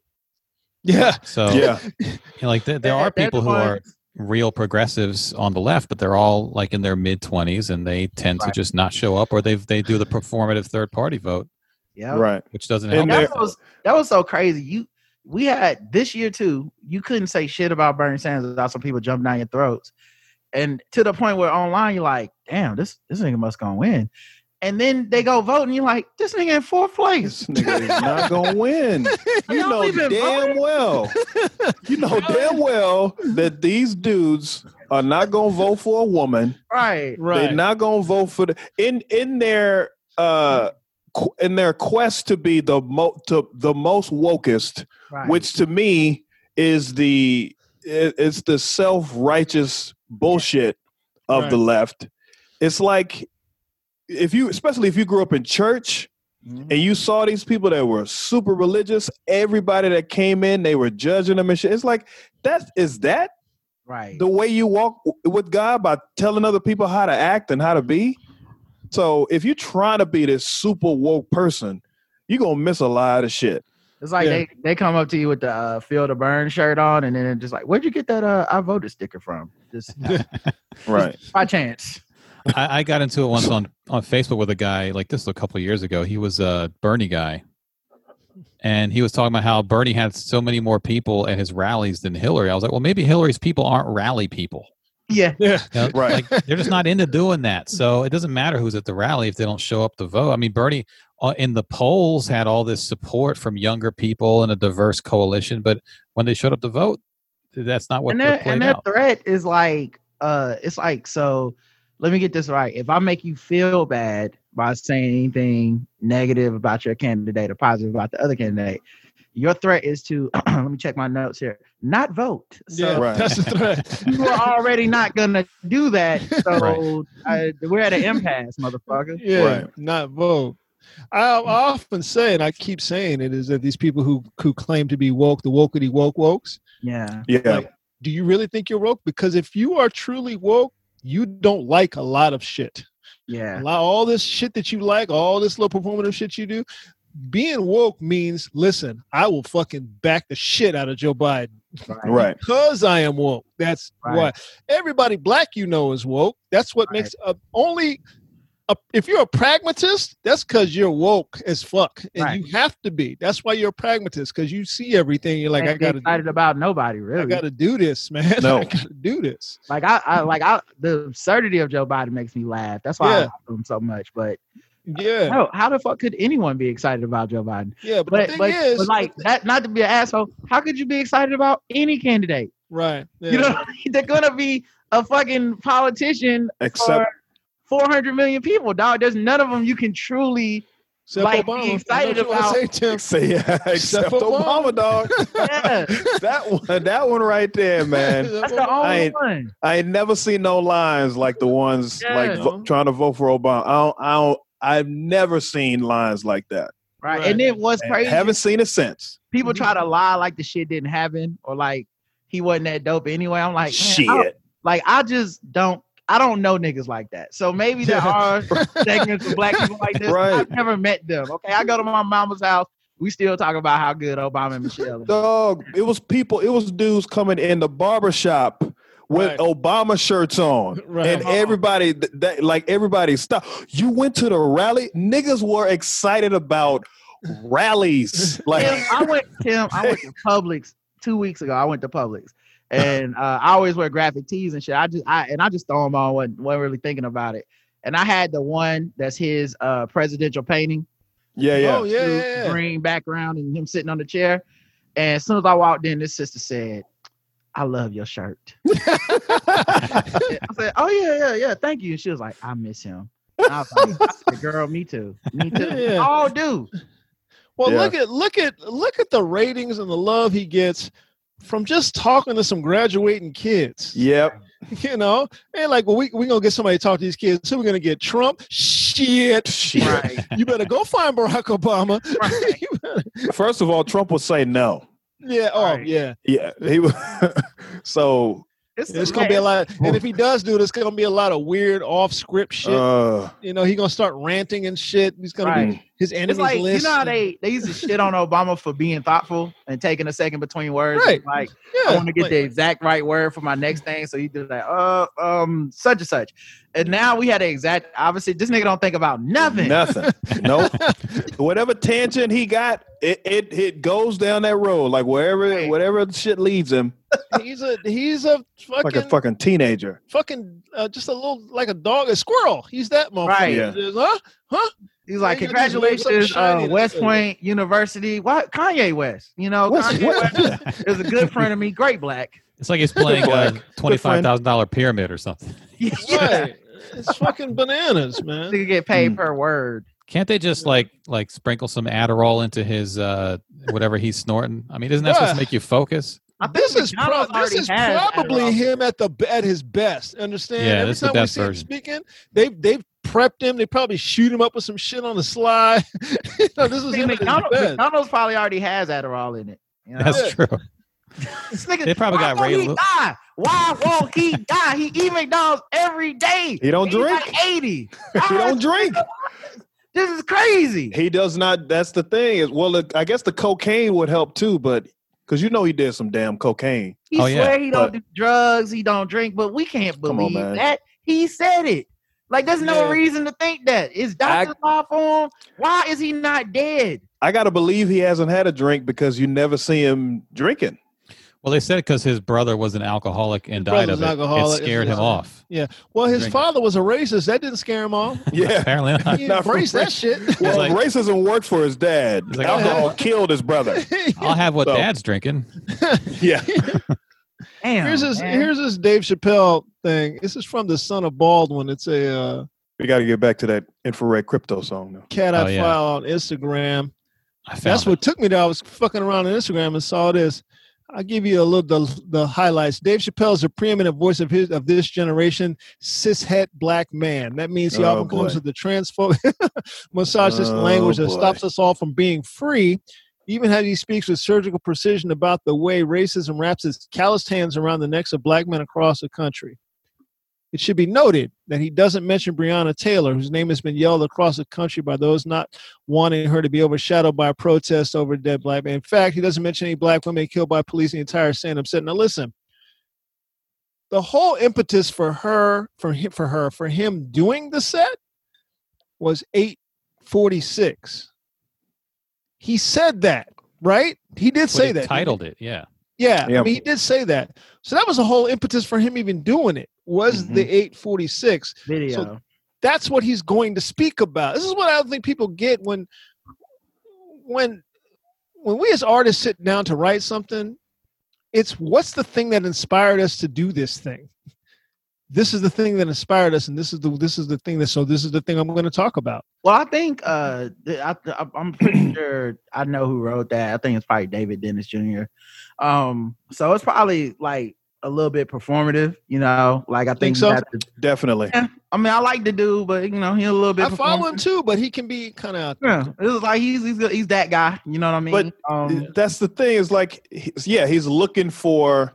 Speaker 3: you. Yeah.
Speaker 4: So,
Speaker 5: yeah,
Speaker 4: you know, like there, there
Speaker 6: They're-
Speaker 4: are
Speaker 6: they're the
Speaker 4: people who are
Speaker 6: ones-
Speaker 4: real progressives on the left, but they're all like in their mid twenties, and they tend to
Speaker 6: Right.
Speaker 4: just not show up, or they they do the performative third party vote,
Speaker 6: Yeah,
Speaker 5: right.
Speaker 4: which doesn't
Speaker 5: And
Speaker 4: help.
Speaker 5: they're-
Speaker 6: that was that was so crazy. You we had this year too. You couldn't say shit about Bernie Sanders without some people jumping down your throats, and to the point where online you're like, "Damn, this this nigga must gonna win," and then they go vote and you're like, "This nigga in fourth place."
Speaker 5: This nigga is not gonna win. You
Speaker 6: Y'all
Speaker 5: know
Speaker 6: even
Speaker 5: damn well. You know damn well that these dudes are not gonna vote for a woman.
Speaker 6: Right,
Speaker 3: Right.
Speaker 5: They're not gonna vote for the in in their uh qu- in their quest to be the mo to the most wokest,
Speaker 6: right.
Speaker 5: which to me is the i- it's the self righteous bullshit of the left. It's like if you especially if you grew up in church
Speaker 6: Mhm.
Speaker 5: and you saw these people that were super religious, everybody that came in, they were judging them and shit. It's like that is that
Speaker 6: right.
Speaker 5: the way you walk w- with God by telling other people how to act and how to be. So if you're trying to be this super woke person, you're gonna miss a lot of shit.
Speaker 6: it's like
Speaker 3: Yeah.
Speaker 6: they, they come up to you with the uh, "Feel the Burn" shirt on, and then they're just like, "Where'd you get that uh, I voted sticker from?" Just
Speaker 5: Right.
Speaker 6: by chance.
Speaker 4: I, I got into it once on, on Facebook with a guy like this was a couple of years ago. He was a Bernie guy, and he was talking about how Bernie had so many more people at his rallies than Hillary. I was like, well, maybe Hillary's people aren't rally people.
Speaker 6: Yeah,
Speaker 3: Yeah.
Speaker 4: You know,
Speaker 5: Right.
Speaker 4: like, they're just not into doing that. So it doesn't matter who's at the rally if they don't show up to vote. I mean, Bernie uh, in the polls had all this support from younger people and a diverse coalition, but when they showed up to vote, that's not what
Speaker 6: and
Speaker 4: they
Speaker 6: that and
Speaker 4: played
Speaker 6: that
Speaker 4: out.
Speaker 6: threat is like uh it's like so let me get this right if i make you feel bad by saying anything negative about your candidate or positive about the other candidate your threat is to let me check my notes here not vote so
Speaker 3: yeah.
Speaker 5: Right.
Speaker 3: That's the threat.
Speaker 6: you are already not gonna do that so uh, we're at an impasse motherfucker
Speaker 3: Yeah,
Speaker 5: Right.
Speaker 3: not vote. I I often say, and I keep saying it, is that these people who who claim to be woke, the wokety woke wokes,
Speaker 6: yeah
Speaker 5: Yeah.
Speaker 3: Like- do you really think you're woke? Because if you are truly woke, you don't like a lot of shit.
Speaker 6: yeah
Speaker 3: Allow all this shit that you like, all this little performative shit you do. Being woke means, listen, I will fucking back the shit out of Joe Biden
Speaker 5: right.
Speaker 3: because I am woke. That's
Speaker 6: Right.
Speaker 3: why everybody black you know is woke. That's what
Speaker 6: Right.
Speaker 3: makes uh, only a, if you're a pragmatist, that's because you're woke as fuck, and
Speaker 6: Right.
Speaker 3: you have to be. That's why you're a pragmatist because you see everything. You're like,
Speaker 6: Can't
Speaker 3: I
Speaker 6: be
Speaker 3: gotta,
Speaker 6: excited about nobody
Speaker 3: I
Speaker 6: really.
Speaker 3: gotta do this, man.
Speaker 5: No.
Speaker 3: I gotta do this.
Speaker 6: like I, I like I the absurdity of Joe Biden makes me laugh. That's why I
Speaker 3: Yeah.
Speaker 6: love him so much. But
Speaker 3: Yeah,
Speaker 6: no, how the fuck could anyone be excited about Joe Biden?
Speaker 3: yeah. But, the
Speaker 6: But
Speaker 3: thing
Speaker 6: but,
Speaker 3: is,
Speaker 6: but like that, not to be an asshole. How could you be excited about any candidate?
Speaker 3: right? Yeah.
Speaker 6: You know, what I mean? they're gonna be a fucking politician
Speaker 5: Except
Speaker 6: for 400 million people, dog. There's none of them you can truly
Speaker 3: Except
Speaker 6: like, be
Speaker 3: Obama. I know
Speaker 6: excited
Speaker 3: what you wanna
Speaker 6: about-
Speaker 3: say, Tim.
Speaker 5: say, yeah, except
Speaker 3: Obama.
Speaker 5: Obama, dog.
Speaker 6: yeah,
Speaker 5: that one, that one right there, man.
Speaker 6: that's the
Speaker 5: I
Speaker 6: only
Speaker 5: ain't-
Speaker 6: one.
Speaker 5: I ain't never seen no lines like the ones like
Speaker 6: Yeah.
Speaker 5: vo- trying to vote for Obama. I don't, I don't, I've never seen lines like that.
Speaker 6: Right.
Speaker 3: Right.
Speaker 6: And then what's
Speaker 5: And
Speaker 6: crazy
Speaker 5: Haven't seen it since.
Speaker 6: people try to lie like the shit didn't happen or like he wasn't that dope anyway. I'm like, man, I don't-
Speaker 5: Shit.
Speaker 6: like I just don't I don't know niggas like that. So maybe there are segments of black people like this.
Speaker 5: Right.
Speaker 6: I've never met them. Okay. I go to my mama's house. We still talk about how good Obama and Michelle are.
Speaker 5: Dog, it was people, it was dudes coming in the barber shop with
Speaker 3: Right.
Speaker 5: Obama shirts on.
Speaker 3: Right. Oh,
Speaker 6: Uh-huh.
Speaker 5: And everybody, th- that, like everybody, stop. You went to the rally. Niggas were excited about rallies.
Speaker 6: Tim,
Speaker 5: Like,
Speaker 6: I went Tim, I went to Publix two weeks ago. I went to Publix. And uh, I always wear graphic tees and shit. I just I and I just throw them on, wasn't, wasn't really thinking about it. And I had the one that's his uh, presidential painting.
Speaker 5: yeah, yeah.
Speaker 3: Oh yeah,
Speaker 6: blue,
Speaker 3: yeah, yeah.
Speaker 6: green background and him sitting on the chair. And as soon as I walked in, this sister said, I love your shirt. I said, Oh yeah, yeah, yeah. Thank you. And she was like, I miss him. And I was like, I said, Girl, me too. Me too.
Speaker 3: Yeah.
Speaker 6: We all do.
Speaker 3: Well,
Speaker 5: Yeah.
Speaker 3: look at look at look at the ratings and the love he gets from just talking to some graduating kids.
Speaker 5: Yep.
Speaker 3: You know, and like, well, we we gonna get somebody to talk to these kids. Who we gonna get? Trump? Shit!
Speaker 6: Right.
Speaker 3: You better go find Barack Obama.
Speaker 6: Right.
Speaker 3: You better-
Speaker 5: First of all, Trump will say no.
Speaker 3: yeah. Oh,
Speaker 6: Right.
Speaker 3: yeah.
Speaker 5: Yeah. He was. so,
Speaker 3: It's gonna be a lot.
Speaker 5: Oh.
Speaker 3: And if he does do it, it's gonna be a lot of weird off script shit.
Speaker 5: uh,
Speaker 3: you know, he gonna start ranting and shit. He's gonna
Speaker 6: Right.
Speaker 3: be his enemies
Speaker 6: It's like
Speaker 3: list.
Speaker 6: you know how they they used to shit on Obama for being thoughtful and taking a second between words.
Speaker 3: Right.
Speaker 6: Like
Speaker 3: yeah,
Speaker 6: I want to get
Speaker 3: like-
Speaker 6: the exact right word for my next thing. So he did like, uh, um, such and such. And now we had the exact obviously this nigga don't think about nothing.
Speaker 5: Nothing. nope. Whatever tangent he got, it, it it goes down that road. Like wherever
Speaker 6: Right.
Speaker 5: whatever shit leaves him,
Speaker 3: he's a he's a
Speaker 5: like a
Speaker 3: fucking
Speaker 5: fucking teenager.
Speaker 3: fucking uh, just a little like a dog, a squirrel. He's that motherfucker.
Speaker 6: Right.
Speaker 5: Yeah.
Speaker 3: Just, huh? Huh?
Speaker 6: He's like,
Speaker 3: Yeah, you just leave something
Speaker 6: congratulations,
Speaker 3: shiny
Speaker 6: uh,
Speaker 3: in the
Speaker 6: West
Speaker 3: middle.
Speaker 6: Point University. What Kanye West? You know,
Speaker 5: What's-
Speaker 6: Kanye
Speaker 5: what-
Speaker 6: West is a good friend of me. Great black.
Speaker 4: It's like he's playing a
Speaker 5: Good
Speaker 4: twenty-five thousand dollar pyramid or something.
Speaker 6: Yeah.
Speaker 3: Right. It's fucking bananas, man.
Speaker 6: Nigga get paid
Speaker 5: Mm.
Speaker 6: per word.
Speaker 4: Can't they just like like sprinkle some Adderall into his uh whatever he's snorting? I mean, isn't that supposed to
Speaker 3: Bruh.
Speaker 4: make you focus?
Speaker 6: I think
Speaker 3: This is pro-
Speaker 6: McDonald's
Speaker 3: this
Speaker 6: already
Speaker 3: is
Speaker 6: has
Speaker 3: probably
Speaker 6: Adderall.
Speaker 3: him at the at his best. Understand?
Speaker 4: Yeah,
Speaker 3: Every
Speaker 4: this is the
Speaker 3: time we
Speaker 4: best
Speaker 3: see him
Speaker 4: version.
Speaker 3: speaking, they they've prepped him. They probably shoot him up with some shit on the slide. You know, this is
Speaker 6: See,
Speaker 3: him at his
Speaker 6: McDonald's,
Speaker 3: best.
Speaker 6: McDonald's probably already has Adderall in it. You know?
Speaker 4: That's true.
Speaker 6: This nigga-
Speaker 4: They probably
Speaker 6: why
Speaker 4: got
Speaker 6: won't
Speaker 4: Ray
Speaker 6: he
Speaker 4: Lu-
Speaker 6: die? Why won't he die? He eat McDonald's every day.
Speaker 5: He don't
Speaker 6: He's
Speaker 5: drink.
Speaker 6: Like Eighty.
Speaker 5: He don't drink.
Speaker 6: This is crazy.
Speaker 5: He does not. That's the thing. Is well, look, I guess the cocaine would help too, but because you know he did some damn cocaine.
Speaker 6: He
Speaker 4: Oh, yeah.
Speaker 6: swear he
Speaker 5: But-
Speaker 6: don't do drugs, he don't drink, but we can't
Speaker 5: Come on,
Speaker 6: believe
Speaker 5: man.
Speaker 6: that. He said it. Like there's no
Speaker 3: Yeah.
Speaker 6: reason to think that. Is Dr. law for him? Why is he not dead?
Speaker 5: I gotta believe he hasn't had a drink because you never see him drinking.
Speaker 4: Well, they said because his brother was an alcoholic and died
Speaker 3: brother's
Speaker 4: of
Speaker 3: an
Speaker 4: it,
Speaker 3: alcoholic.
Speaker 4: it scared
Speaker 3: It's-
Speaker 4: him off.
Speaker 3: Well, his
Speaker 4: Drink.
Speaker 3: father was a racist. That didn't scare him off.
Speaker 5: Yeah.
Speaker 4: Apparently, not.
Speaker 3: He
Speaker 5: Not for
Speaker 3: embraced that shit.
Speaker 5: Well,
Speaker 4: like-
Speaker 5: racism worked for his dad.
Speaker 4: He's like,
Speaker 5: Alcohol killed his brother.
Speaker 4: I'll have what
Speaker 5: So-
Speaker 4: Dad's drinking.
Speaker 5: Yeah.
Speaker 6: Damn.
Speaker 3: here's his
Speaker 6: man.
Speaker 3: here's his Dave Chappelle thing. This is from the son of Baldwin. It's a uh,
Speaker 5: We gotta get back to that infrared crypto song now.
Speaker 3: cat
Speaker 4: Oh,
Speaker 3: I
Speaker 4: yeah.
Speaker 3: file on Instagram.
Speaker 4: I found
Speaker 3: That's
Speaker 4: it.
Speaker 3: what took me to. I was fucking around on Instagram and saw this. I'll give you a little the, the highlights. Dave Chappelle is a preeminent voice of his of this generation, cishet black man. That means he
Speaker 5: Oh,
Speaker 3: often comes
Speaker 5: boy.
Speaker 3: with the transphobic, misogynist
Speaker 5: Oh,
Speaker 3: language that
Speaker 5: boy.
Speaker 3: stops us all from being free. Even as he speaks with surgical precision about the way racism wraps its calloused hands around the necks of black men across the country. It should be noted that he doesn't mention Breonna Taylor, whose name has been yelled across the country by those not wanting her to be overshadowed by a protest over a dead black man. In fact, he doesn't mention any black women killed by police in the entire stand up set. Now, listen, the whole impetus for her, for him, for her, for him doing the set was 846. He said that, right? He did
Speaker 4: But
Speaker 3: say
Speaker 4: he
Speaker 3: that.
Speaker 4: Titled it, yeah.
Speaker 3: Yeah, I
Speaker 5: Yeah.
Speaker 3: mean, he did say that. So that was a whole impetus for him even doing it. Was the 846?
Speaker 6: Video.
Speaker 3: So- That's what he's going to speak about. This is what I don't think people get when when when we as artists sit down to write something. It's what's the thing that inspired us to do this thing. This is the thing that inspired us, and this is the this is the thing that so this is the thing I'm going to talk about.
Speaker 6: Well, I think uh, th- I, th- I'm- I'm pretty sure I know who wrote that. I think it's probably David Dennis Jr. Um, so it's probably like a little bit performative, you know. Like I
Speaker 3: Think
Speaker 6: think, you
Speaker 3: so?
Speaker 6: have to-
Speaker 5: Definitely.
Speaker 6: yeah, I mean, I like the dude, but you know, he's a little bit.
Speaker 3: I follow him
Speaker 6: performative.
Speaker 3: too, but he can be kind of
Speaker 6: Yeah, it was like he's he's he's that guy. You know what I mean? um,
Speaker 5: That's the thing is like, he's, yeah, he's looking for,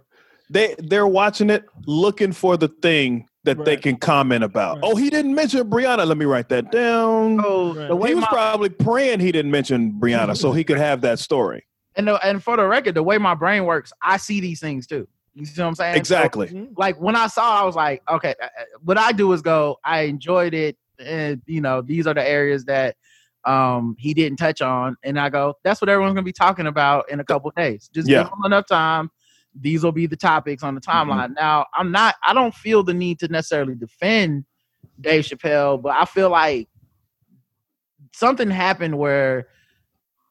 Speaker 5: they, they're watching it, looking for the thing that they
Speaker 3: Right.
Speaker 5: can comment about.
Speaker 3: Right.
Speaker 5: Oh, he didn't mention Brianna. Let me write that down.
Speaker 6: so
Speaker 3: Right.
Speaker 6: the way
Speaker 5: he was
Speaker 6: my,
Speaker 5: probably praying he didn't mention Brianna so he could have that story.
Speaker 6: and the, and for the record, the way my brain works, I see these things too. You see what I'm saying? So-
Speaker 5: Exactly.
Speaker 6: like when I saw, it, I was like, okay. uh, uh, What I do is go. I enjoyed it, and you know, these are the areas that um he didn't touch on, and I go, that's what everyone's gonna be talking about in a couple of days. Just
Speaker 5: Yeah. Mm-hmm.
Speaker 6: give them enough time. These will be the topics on the timeline. Now, I'm not. I don't feel the need to necessarily defend Dave Chappelle, but I feel like something happened where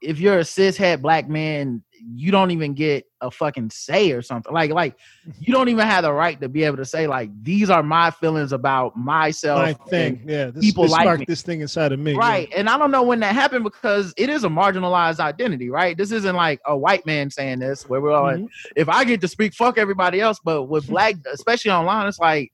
Speaker 6: if you're a cis het black man, you don't even get a fucking say or something. Like like you don't even have the right to be able to say like these are my feelings about myself.
Speaker 3: my thing. Yeah, this,
Speaker 6: people
Speaker 3: this
Speaker 6: like
Speaker 3: sparked
Speaker 6: me.
Speaker 3: this thing inside of me.
Speaker 6: And-
Speaker 3: yeah.
Speaker 6: Right. And I don't know when that happened because it is a marginalized identity, right? This isn't like a white man saying this where we're all like,
Speaker 3: Mhm.
Speaker 6: if I get to speak, fuck everybody else. But with black, especially online, it's like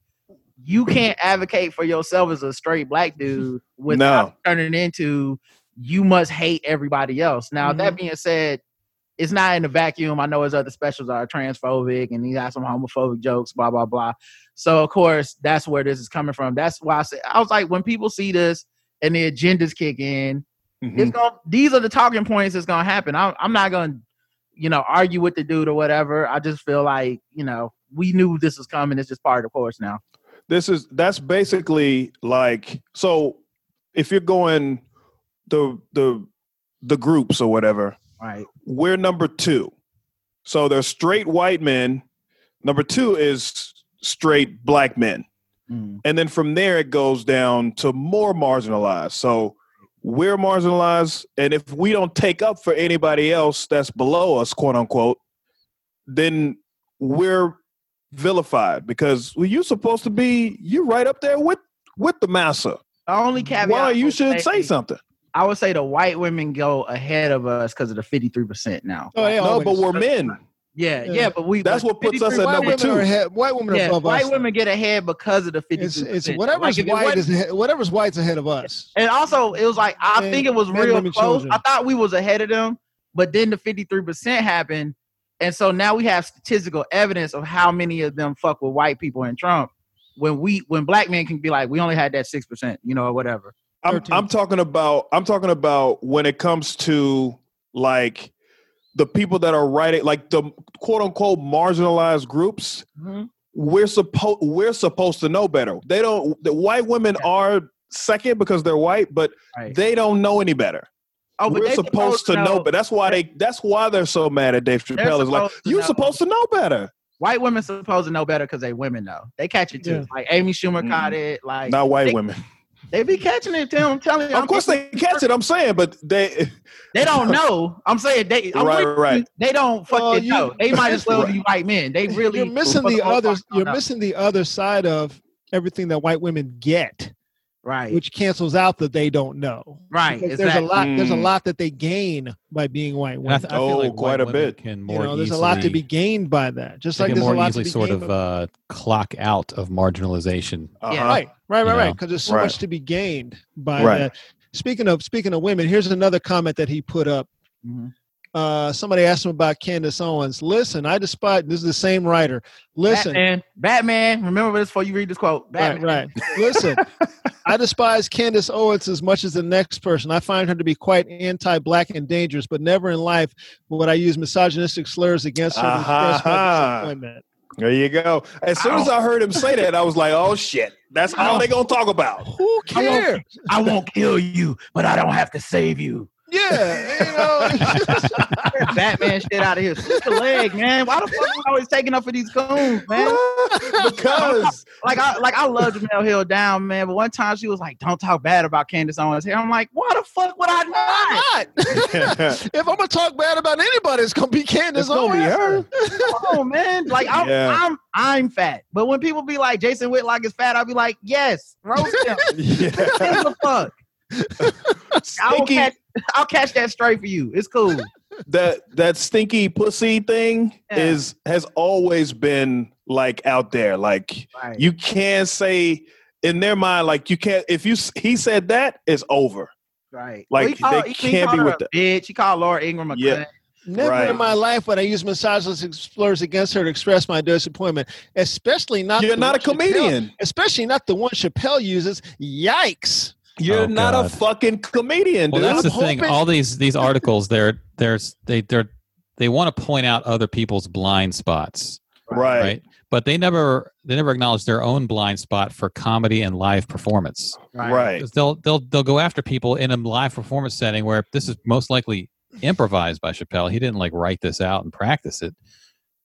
Speaker 6: you can't advocate for yourself as a straight black dude without turning into you must hate everybody else. Now that
Speaker 5: Mm-hmm.
Speaker 6: being said, it's not in a vacuum. I know his other specials are transphobic and he got some homophobic jokes, blah blah blah. So of course that's where this is coming from. That's why I said I was like when people see this and the agendas kick in,
Speaker 5: Mhm.
Speaker 6: it's gonna these are the talking points that's gonna happen. I'm, I'm not gonna, you know, argue with the dude or whatever. I just feel like, you know, we knew this was coming. It's just part of the course now.
Speaker 5: This is that's basically like so if you're going the the the groups or whatever,
Speaker 6: Right.
Speaker 5: we're number 2. So there's straight white men, number 2 is straight black men. And then from there it goes down to more marginalized. So we're marginalized and if we don't take up for anybody else that's below us, quote unquote, then we're vilified because well, you're supposed to be you right up there with with the massa.
Speaker 6: The only caveat.
Speaker 5: Why
Speaker 6: I
Speaker 5: you
Speaker 6: would
Speaker 5: should say something?
Speaker 6: I would say the white women go ahead of us because of the 53% now.
Speaker 3: Oh, they
Speaker 5: No,
Speaker 3: always-
Speaker 5: but we're men.
Speaker 6: Yeah,
Speaker 3: Yeah.
Speaker 6: yeah, but we.
Speaker 5: That's
Speaker 6: but
Speaker 5: what puts us at
Speaker 6: 53%
Speaker 3: white
Speaker 5: number
Speaker 3: women
Speaker 5: two.
Speaker 3: are ahead, white women are
Speaker 6: Yeah,
Speaker 3: above
Speaker 6: white
Speaker 3: us.
Speaker 6: women get ahead because of the 53%.
Speaker 3: It's, it's
Speaker 6: Like,
Speaker 3: whatever's
Speaker 6: if it
Speaker 3: white
Speaker 6: wasn't-
Speaker 3: is ahead, whatever's white's ahead of us.
Speaker 6: And also, it was like I
Speaker 3: Men-
Speaker 6: think it was
Speaker 3: men,
Speaker 6: real
Speaker 3: women,
Speaker 6: close.
Speaker 3: children.
Speaker 6: I thought we was ahead of them, but then the fifty three percent happened, and so now we have statistical evidence of how many of them fuck with white people and Trump. When we when black men can be like, we only had that six percent, you know, or whatever.
Speaker 5: I'm,
Speaker 3: 13.
Speaker 5: I'm talking about I'm talking about when it comes to like the people that are writing like the quote unquote marginalized groups.
Speaker 6: Mm-hmm.
Speaker 5: We're supposed we're supposed to know better. They don't. The white women are second because they're white, but
Speaker 6: Right.
Speaker 5: they don't know any better.
Speaker 6: Oh,
Speaker 5: we're
Speaker 6: they
Speaker 5: supposed to know, but that's why they that's why they're so mad at Dave
Speaker 6: they're
Speaker 5: Chappelle. Is like
Speaker 6: supposed to
Speaker 5: you're
Speaker 6: know.
Speaker 5: supposed to know better.
Speaker 6: White women supposed to know better because they women though. They catch it too.
Speaker 3: Yeah.
Speaker 6: Like Amy Schumer
Speaker 5: Mhm.
Speaker 6: caught it. Like
Speaker 5: Not white
Speaker 6: they-
Speaker 5: women.
Speaker 6: they be catching it. Tim, I'm telling you.
Speaker 5: Of
Speaker 6: I'm-
Speaker 5: course they catch it. I'm saying, but they
Speaker 6: They don't know. I'm saying they. I'm
Speaker 5: Right,
Speaker 6: with
Speaker 5: right.
Speaker 6: you. They don't fucking
Speaker 3: Well, you-
Speaker 6: know. They might as well
Speaker 5: Right.
Speaker 6: be white men. They really.
Speaker 3: you're missing
Speaker 6: for
Speaker 3: the
Speaker 6: most
Speaker 3: other.
Speaker 6: part, don't
Speaker 3: You're
Speaker 6: know.
Speaker 3: missing the other side of everything that white women get,
Speaker 6: Right.
Speaker 3: which cancels out that they don't know.
Speaker 6: right.
Speaker 3: Because
Speaker 6: Exactly.
Speaker 3: There's a lot. There's a
Speaker 5: Mm.
Speaker 3: lot that they gain by being white
Speaker 4: And I
Speaker 3: women.
Speaker 4: th- I feel
Speaker 5: Oh,
Speaker 4: like
Speaker 5: quite
Speaker 4: white
Speaker 5: a
Speaker 4: women
Speaker 5: bit.
Speaker 4: Can
Speaker 3: you
Speaker 4: more
Speaker 3: know, there's a lot to
Speaker 4: easily-
Speaker 3: be gained by that. Just
Speaker 4: they
Speaker 3: like
Speaker 4: can
Speaker 3: there's a
Speaker 4: more
Speaker 3: lot
Speaker 4: easily
Speaker 3: to be
Speaker 4: sort
Speaker 3: gained
Speaker 4: of
Speaker 3: by-
Speaker 4: uh, clock out of marginalization.
Speaker 6: Yeah.
Speaker 5: Uh-huh.
Speaker 3: right, right, right,
Speaker 4: you
Speaker 3: right.
Speaker 4: know.
Speaker 3: Because there's so
Speaker 5: Right.
Speaker 3: much to be gained by
Speaker 5: Right.
Speaker 3: that. Speaking of speaking of women, here's another comment that he put up.
Speaker 5: Mm-hmm.
Speaker 6: Mhm.
Speaker 3: Uh, somebody asked him about Candace Owens. Listen, I despise. This is the same writer. Listen,
Speaker 6: Batman. Batman. Remember this before you read this quote.
Speaker 3: Right,
Speaker 6: Batman.
Speaker 3: right. Listen, I despise Candace Owens as much as the next person. I find her to be quite anti-black and dangerous, but never in life would I use misogynistic slurs against her to express my
Speaker 5: Uh-huh.
Speaker 3: disappointment.
Speaker 5: There you go. As soon as I heard him say that, I was like, "Oh shit, that's all they gonna talk about."
Speaker 3: Who
Speaker 6: I won't-
Speaker 3: cares?
Speaker 6: I won't kill you, but I don't have to save you.
Speaker 3: Yeah, you know,
Speaker 6: Get Batman shit out of here. Switch the leg, man. Why the fuck you always taking up for these goons, man?
Speaker 5: because
Speaker 6: Like I like I love Jamel Hill down, man. But one time she was like, Don't talk bad about Candace Owens here. I'm like, why the fuck would I not?
Speaker 3: why not? if I'm gonna talk bad about anybody, it's gonna be Candace
Speaker 5: it's gonna be
Speaker 3: Owens.
Speaker 5: her.
Speaker 6: Come on, man. Like I'm,
Speaker 5: Yeah.
Speaker 6: I'm I'm fat. But when people be like Jason Whitlock is fat, I'll be like, yes, roast him.
Speaker 5: Yeah.
Speaker 6: Give a fuck. I'll
Speaker 5: Stinky-
Speaker 6: catch, I'll catch that straight for you. It's cool.
Speaker 5: that that stinky pussy thing
Speaker 6: Yeah.
Speaker 5: is has always been like out there. Like
Speaker 6: Right.
Speaker 5: you can't say in their mind, like you can't. If you s- he said that, it's over.
Speaker 6: Right.
Speaker 5: Like,
Speaker 6: Well, he called-
Speaker 5: they
Speaker 6: he- he
Speaker 5: can't
Speaker 6: called
Speaker 5: be
Speaker 6: her
Speaker 5: with
Speaker 6: a Bitch, he called Laura Ingram a
Speaker 5: Yeah.
Speaker 6: cunt.
Speaker 3: Never
Speaker 5: Right.
Speaker 3: in my life would I use misogynist slurs against her to express my disappointment, especially not.
Speaker 5: You're
Speaker 3: the
Speaker 5: not a
Speaker 3: one Chappelle-
Speaker 5: comedian.
Speaker 3: especially not the one Chappelle uses. Yikes!
Speaker 5: You're
Speaker 4: Oh,
Speaker 5: not a
Speaker 4: God.
Speaker 5: fucking comedian,
Speaker 4: Well,
Speaker 5: dude.
Speaker 4: that's the
Speaker 3: I'm
Speaker 4: thing.
Speaker 3: hoping-
Speaker 4: All these these articles, they're they're they they're they want to point out other people's blind spots,
Speaker 5: right.
Speaker 4: right. But they never they never acknowledge their own blind spot for comedy and live performance.
Speaker 5: Right.
Speaker 4: 'Cause They'll they'll they'll go after people in a live performance setting where this is most likely improvised by Chappelle. He didn't like write this out and practice it.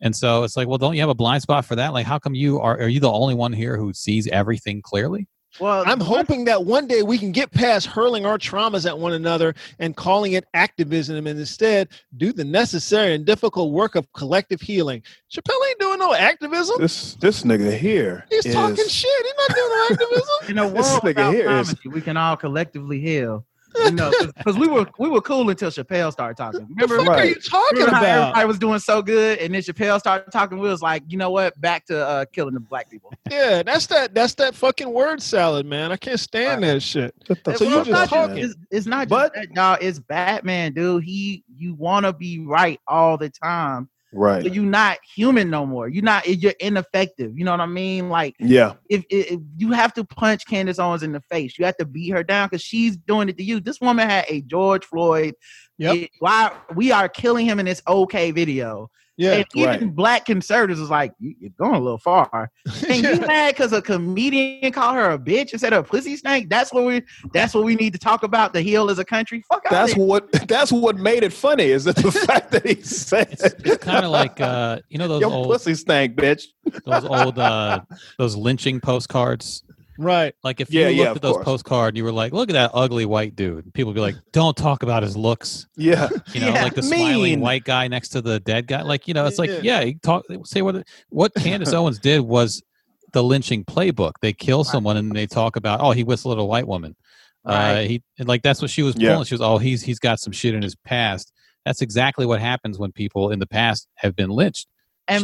Speaker 4: And so it's like, well, don't you have a blind spot for that? Like, how come you are? Are you the only one here who sees everything clearly?
Speaker 6: Well,
Speaker 3: I'm
Speaker 6: the
Speaker 3: hoping that one day we can get past hurling our traumas at one another and calling it activism and instead do the necessary and difficult work of collective healing. Chappelle ain't doing no activism.
Speaker 5: This this nigga here
Speaker 3: He's
Speaker 5: is-
Speaker 3: talking shit. He's not doing no activism.
Speaker 6: in a
Speaker 5: This
Speaker 6: world
Speaker 5: nigga
Speaker 6: without
Speaker 5: here is-
Speaker 6: comedy, we can all collectively heal. You know, because we were we were cool until Chappelle started talking.
Speaker 3: What the
Speaker 6: Remember,
Speaker 3: fuck are you talking
Speaker 6: remember how
Speaker 3: about?
Speaker 6: everybody was doing so good, and then Chappelle started talking. We was like, you know what? Back to uh, killing the black people.
Speaker 3: Yeah, that's that. That's that fucking word salad, man. I can't stand that shit.
Speaker 5: What the
Speaker 3: So
Speaker 5: fuck
Speaker 3: you
Speaker 5: is
Speaker 6: it's not
Speaker 3: just
Speaker 5: that?
Speaker 3: talking.
Speaker 6: It's, it's not just
Speaker 5: But-
Speaker 6: that, dog. It's Batman, dude. He you want to be right all the time,
Speaker 5: right?
Speaker 6: but you're not human no more. You're not. You're ineffective. You know what I mean? Like
Speaker 5: yeah,
Speaker 6: if, if if you have to punch Candace Owens in the face, you have to beat her down because she's doing it to you. This woman had a George Floyd.
Speaker 3: Yep.
Speaker 6: it- why we are killing him in this okay video.
Speaker 3: Yeah,
Speaker 6: and even
Speaker 5: right.
Speaker 6: black conservatives was like, "You- you're going a little far. And you mad because a comedian called her a bitch instead of a pussy snake? That's what we that's what we need to talk about to heal as a country. Fuck out
Speaker 5: that's
Speaker 6: of here.
Speaker 5: what that's what made it funny is that the fact that he said
Speaker 4: It's, it's kind of like uh, you know those
Speaker 5: your
Speaker 4: old
Speaker 5: pussy stank, bitch.
Speaker 4: those old uh, those lynching postcards.
Speaker 3: right.
Speaker 4: Like if
Speaker 5: Yeah,
Speaker 4: you
Speaker 5: yeah,
Speaker 4: looked
Speaker 5: of
Speaker 4: at those
Speaker 5: course.
Speaker 4: postcard and you were like, "Look at that ugly white dude," people would be like, "Don't talk about his looks."
Speaker 5: Yeah,
Speaker 4: You know,
Speaker 6: Yeah,
Speaker 4: like the smiling
Speaker 5: mean.
Speaker 4: white guy next to the dead guy. Like you know, it's like
Speaker 3: Yeah.
Speaker 4: yeah, you talk. Say what what Candace Owens did was the lynching playbook. They kill someone and they talk about, "Oh, he whistled at a white woman." Uh,
Speaker 6: Right.
Speaker 4: he and like that's what she was
Speaker 5: Yeah.
Speaker 4: pulling. She was, "Oh, he's he's got some shit in his past." That's exactly what happens when people in the past have been lynched.
Speaker 6: And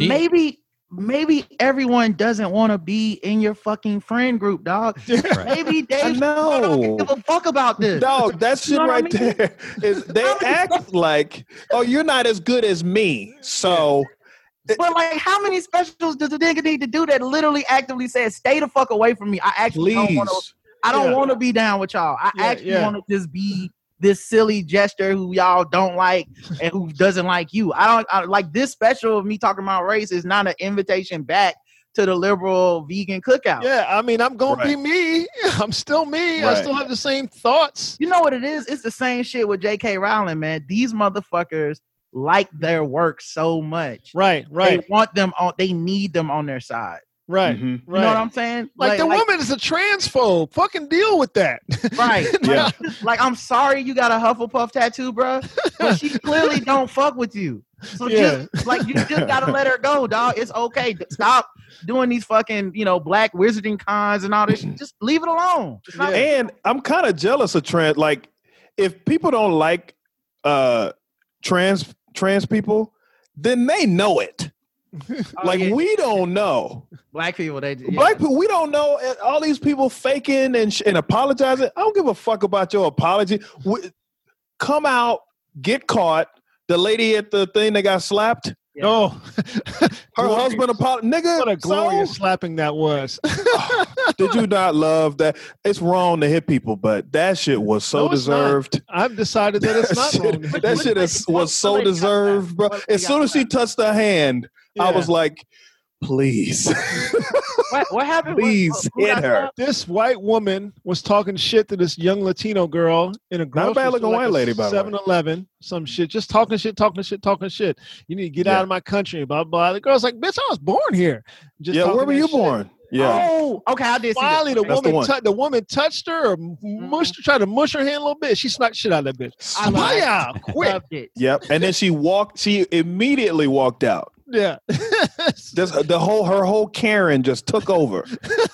Speaker 4: she-
Speaker 6: maybe maybe everyone doesn't want to be in your fucking friend group, dog. Maybe
Speaker 5: I
Speaker 6: Dave
Speaker 5: know.
Speaker 6: don't give a fuck about this.
Speaker 5: Dog, that shit
Speaker 6: know what I
Speaker 5: right
Speaker 6: mean?
Speaker 5: there is they act like, oh, you're not as good as me. So
Speaker 6: But like, how many specials does the nigga need to do that? Literally, actively says, "Stay the fuck away from me." I actually don't want to.
Speaker 5: please.
Speaker 6: I don't
Speaker 3: Yeah.
Speaker 6: want to be down with y'all. I
Speaker 3: Yeah,
Speaker 6: actually
Speaker 3: yeah.
Speaker 6: want to just be this silly jester who y'all don't like and who doesn't like you. I don't I, like this special of me talking about race is not an invitation back to the liberal vegan cookout.
Speaker 3: Yeah, I mean, I'm gonna be
Speaker 5: Right.
Speaker 3: me. I'm still me. I
Speaker 5: Right.
Speaker 3: still have the same thoughts.
Speaker 6: You know what it is? It's the same shit with J.K. Rowling, man. These motherfuckers like their work so much.
Speaker 3: Right, right,
Speaker 6: They want them on. They need them on their side.
Speaker 3: right,
Speaker 5: Mhm.
Speaker 6: You
Speaker 3: right.
Speaker 6: know what I'm saying?
Speaker 3: like, the woman is a transphobe. Fucking deal with that.
Speaker 6: Right.
Speaker 5: Yeah.
Speaker 6: Like, I'm sorry you got a Hufflepuff tattoo, bruh, but she clearly don't fuck with you. So
Speaker 3: Yeah.
Speaker 6: just like you just gotta let her go, dog. It's okay. Stop doing these fucking you know black wizarding cons and all this. shit. Just leave it alone. It's not-
Speaker 5: And I'm kind of jealous of trans like if people don't like uh trans trans people, then they know it.
Speaker 6: oh,
Speaker 5: Like
Speaker 6: yeah,
Speaker 5: we don't know.
Speaker 6: black people, they yeah.
Speaker 5: Black people, we don't know and all these people faking and sh- and apologizing. I don't give a fuck about your apology. We- come out, get caught. The lady at the thing that got slapped,
Speaker 6: Yeah.
Speaker 3: No,
Speaker 5: her
Speaker 3: Glorious.
Speaker 5: husband apologized. Nigga,
Speaker 3: what a
Speaker 5: so?
Speaker 3: glorious slapping that was.
Speaker 5: Did you not love that? It's wrong to hit people, but that shit was so
Speaker 3: No, it's not.
Speaker 5: deserved.
Speaker 3: I've decided that it's not
Speaker 5: shit,
Speaker 3: wrong. to hit
Speaker 5: that
Speaker 3: you.
Speaker 5: shit is, was so
Speaker 6: Hopefully it got
Speaker 5: deserved, bro.
Speaker 6: Hopefully it
Speaker 5: As soon
Speaker 6: got
Speaker 5: as she touched her hand,
Speaker 3: Yeah.
Speaker 5: I was like, please,
Speaker 6: What, what happened? What-
Speaker 5: please
Speaker 6: who
Speaker 5: hit
Speaker 6: got
Speaker 5: her.
Speaker 3: This white woman was talking shit to this young Latino girl in a grocery
Speaker 5: bad-looking
Speaker 3: store, like
Speaker 5: white
Speaker 3: a
Speaker 5: lady, by the way.
Speaker 3: 7-Eleven, some shit, just talking shit, talking shit, talking shit. You need to get
Speaker 5: Yeah.
Speaker 3: out of my country, blah blah. The girl's like, "Bitch, I was born here." Just
Speaker 5: yeah, where
Speaker 3: talking
Speaker 5: were
Speaker 3: that
Speaker 5: you
Speaker 3: shit.
Speaker 5: born? Yeah,
Speaker 6: Oh, okay. I did see that.
Speaker 3: Finally, the
Speaker 5: That's the
Speaker 3: woman,
Speaker 5: one.
Speaker 3: tou- the woman touched her, or mushed, tried to mush her hand a little bit. She smacked shit out of that bitch.
Speaker 6: Mm-hmm. I love it.
Speaker 3: Papaya, quick,
Speaker 6: Loved it.
Speaker 5: yep. And then she walked. She immediately walked out.
Speaker 3: yeah.
Speaker 5: Just the whole her whole Karen just took over.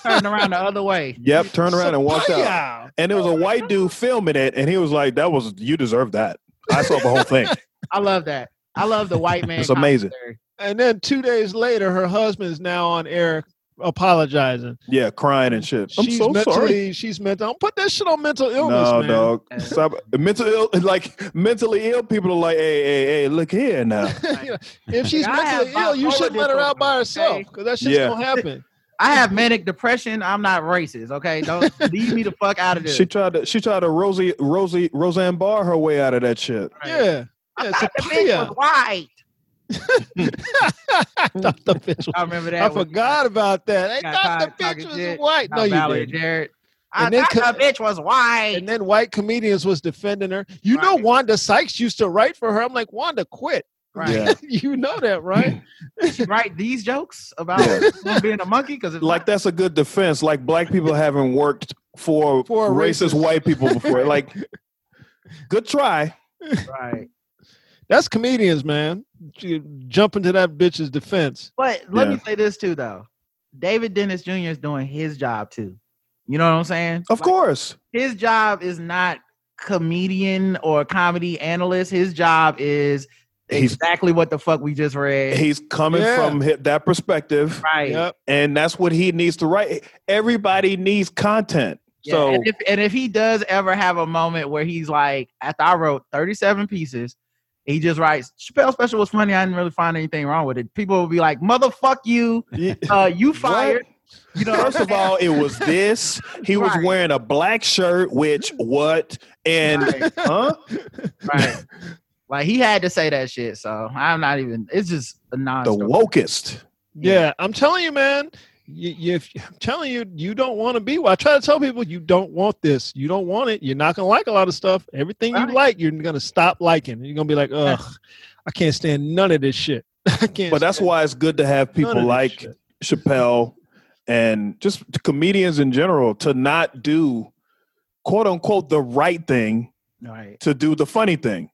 Speaker 6: Turned around the other way.
Speaker 5: Yep, turned around and walked out.
Speaker 3: Papaya.
Speaker 5: And it was a white dude filming it, and he was like, "That was you deserve that." I saw the whole thing.
Speaker 6: I love that. I love the white man.
Speaker 5: It's amazing.
Speaker 6: commentary.
Speaker 3: And then two days later, her husband is now on air apologizing.
Speaker 5: Yeah, crying and shit. I'm
Speaker 3: she's
Speaker 5: so
Speaker 3: mentally,
Speaker 5: sorry.
Speaker 3: She's mental. Don't put that shit on mental illness,
Speaker 5: No,
Speaker 3: man.
Speaker 5: dog. Stop. Mental ill, like mentally ill people are like, "Hey, hey, hey, look here now."
Speaker 3: You know, if she's
Speaker 6: I have
Speaker 3: mentally ill, you
Speaker 6: bipolar
Speaker 3: shouldn't let her out by
Speaker 6: disorder,
Speaker 3: herself
Speaker 6: okay?
Speaker 3: because that shit's
Speaker 5: Yeah.
Speaker 3: gonna happen.
Speaker 6: I have manic depression. I'm not racist. Okay, don't leave me the fuck out of this.
Speaker 5: She tried to. She tried to Rosie, Rosie, Roseanne Barr her way out of that shit.
Speaker 3: Yeah, yeah.
Speaker 6: I thought the bitch
Speaker 3: Sophia.
Speaker 6: was white.
Speaker 3: I thought the bitch was-
Speaker 6: I remember that.
Speaker 3: I
Speaker 6: when-
Speaker 3: forgot about that. I
Speaker 6: Got
Speaker 3: thought
Speaker 6: tired
Speaker 3: the bitch
Speaker 6: talking
Speaker 3: was
Speaker 6: shit
Speaker 3: white. No,
Speaker 6: about
Speaker 3: you
Speaker 6: Valerie
Speaker 3: didn't.
Speaker 6: Jarrett.
Speaker 3: And
Speaker 6: I
Speaker 3: then
Speaker 6: thought
Speaker 3: co-
Speaker 6: the bitch was white.
Speaker 3: And then white comedians was defending her. You know,
Speaker 6: Right.
Speaker 3: Wanda Sykes used to write for her. I'm like, Wanda, quit.
Speaker 6: right.
Speaker 5: Yeah.
Speaker 3: you know that, right?
Speaker 6: Write these jokes about being a monkey because
Speaker 5: Like that's a good defense. Like black people haven't worked for,
Speaker 3: For a
Speaker 5: racist,
Speaker 3: racist.
Speaker 5: white people before. Like, good try.
Speaker 6: right.
Speaker 3: That's comedians, man. You Jump into that bitch's defense.
Speaker 6: But let
Speaker 5: Yeah.
Speaker 6: me say this too, though. David Dennis Jr. is doing his job too. You know what I'm saying?
Speaker 5: Of
Speaker 6: Like,
Speaker 5: course.
Speaker 6: his job is not comedian or comedy analyst. His job is
Speaker 5: He's-
Speaker 6: exactly what the fuck we just read.
Speaker 5: He's coming
Speaker 3: Yeah.
Speaker 5: from hi- that perspective,
Speaker 6: right.
Speaker 3: Yep.
Speaker 5: and that's what he needs to write. Everybody needs content.
Speaker 6: Yeah,
Speaker 5: so
Speaker 6: and if, and if he does ever have a moment where he's like, after I wrote 37 pieces, he just writes, Chappelle special was funny. I didn't really find anything wrong with it. People will be like, motherfuck you.
Speaker 5: y-
Speaker 6: Uh, you fired.
Speaker 5: what?
Speaker 6: You know,
Speaker 5: First of all, it was this. He was
Speaker 6: Right.
Speaker 5: wearing a black shirt, which what and
Speaker 6: Right.
Speaker 5: huh?
Speaker 6: right. like he had to say that shit. So I'm not even, it's just a non
Speaker 5: The wokest.
Speaker 3: Yeah, I'm telling you, man. You, you, if, I'm telling you, you don't want to be. I try to tell people, you don't want this. You don't want it. You're not gonna like a lot of stuff. Everything
Speaker 6: Right.
Speaker 3: you like, you're gonna stop liking. You're gonna be like, ugh, I can't stand none of this shit. I can't.
Speaker 5: But that's
Speaker 3: stand
Speaker 5: why it's good to
Speaker 3: none
Speaker 5: have
Speaker 3: of
Speaker 5: people
Speaker 3: this
Speaker 5: like
Speaker 3: shit.
Speaker 5: Chappelle and just comedians in general to not do quote unquote the right thing
Speaker 6: Right.
Speaker 5: to do the funny thing.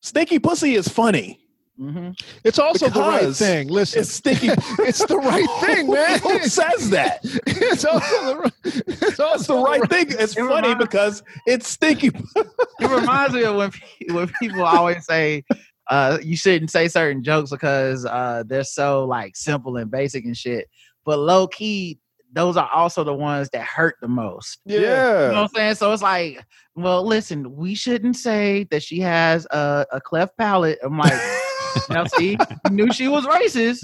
Speaker 5: Stinky pussy is funny.
Speaker 6: hmm
Speaker 3: It's also the right
Speaker 5: because
Speaker 3: thing. Listen,
Speaker 5: It's
Speaker 3: it's,
Speaker 5: stinky.
Speaker 3: the right thing, man.
Speaker 5: Who says that?
Speaker 3: it's also the right. It's
Speaker 5: That's
Speaker 3: also
Speaker 5: the right thing. It's
Speaker 6: Never
Speaker 5: funny
Speaker 6: mind.
Speaker 5: because it's stinky.
Speaker 6: It reminds me of when, pe- when people always say, uh, you shouldn't say certain jokes because uh, they're so like simple and basic and shit. But low key, those are also the ones that hurt the most.
Speaker 3: Yeah.
Speaker 6: You know what I'm saying? So it's like, well, listen, we shouldn't say that she has a, a cleft palate. I'm like, now see, you knew she was racist,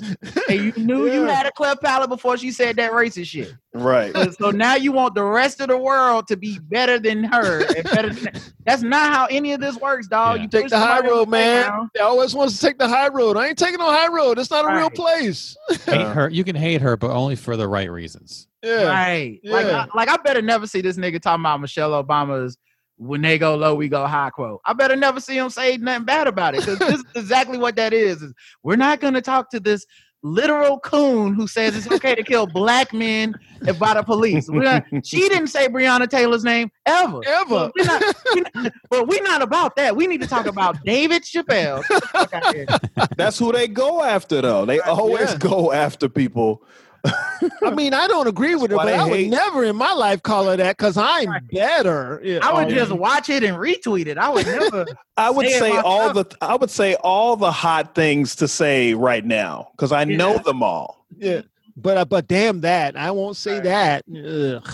Speaker 6: and you knew you
Speaker 3: Yeah.
Speaker 6: had a cleft palate before she said that racist shit.
Speaker 5: Right.
Speaker 6: So, so now you want the rest of the world to be better than her. And better than, that's not how any of this works, dog.
Speaker 4: Yeah.
Speaker 6: You
Speaker 3: Take
Speaker 6: push
Speaker 3: the high
Speaker 6: somebody
Speaker 3: road,
Speaker 6: over the
Speaker 3: man.
Speaker 6: playground.
Speaker 3: They always wants to take the high road. I ain't taking no high road. It's not a real
Speaker 6: Right.
Speaker 3: place.
Speaker 4: Hate her. You can hate her, but only for the right reasons.
Speaker 3: Yeah.
Speaker 6: Right. Like,
Speaker 3: Yeah.
Speaker 6: I, like I better never see this nigga talking about Michelle Obama's when they go low, we go high quote. I better never see him say nothing bad about it. Because this is exactly what that is, is We're not gonna talk to this literal coon who says it's okay to kill black men if by the police. We're not, she didn't say Breonna Taylor's name ever.
Speaker 3: Ever.
Speaker 6: But we're, not, we're not- but we're not about that. We need to talk about David Chappelle. Get the fuck out here.
Speaker 5: That's who they go after, though. They always
Speaker 3: Yeah.
Speaker 5: go after people.
Speaker 3: I mean, I don't agree with her,
Speaker 5: why
Speaker 3: but
Speaker 5: they
Speaker 3: I would
Speaker 5: hate-
Speaker 3: never in my life call her that because I'm
Speaker 6: Right.
Speaker 3: better. Yeah,
Speaker 6: I would
Speaker 3: oh,
Speaker 6: just watch it and retweet it. I would never.
Speaker 5: I would
Speaker 6: Say it
Speaker 5: say all the
Speaker 6: myself.
Speaker 5: I would say all the hot things to say right now because I know
Speaker 6: Yeah.
Speaker 5: them all.
Speaker 3: yeah. But uh, but damn that I won't say that. Ugh.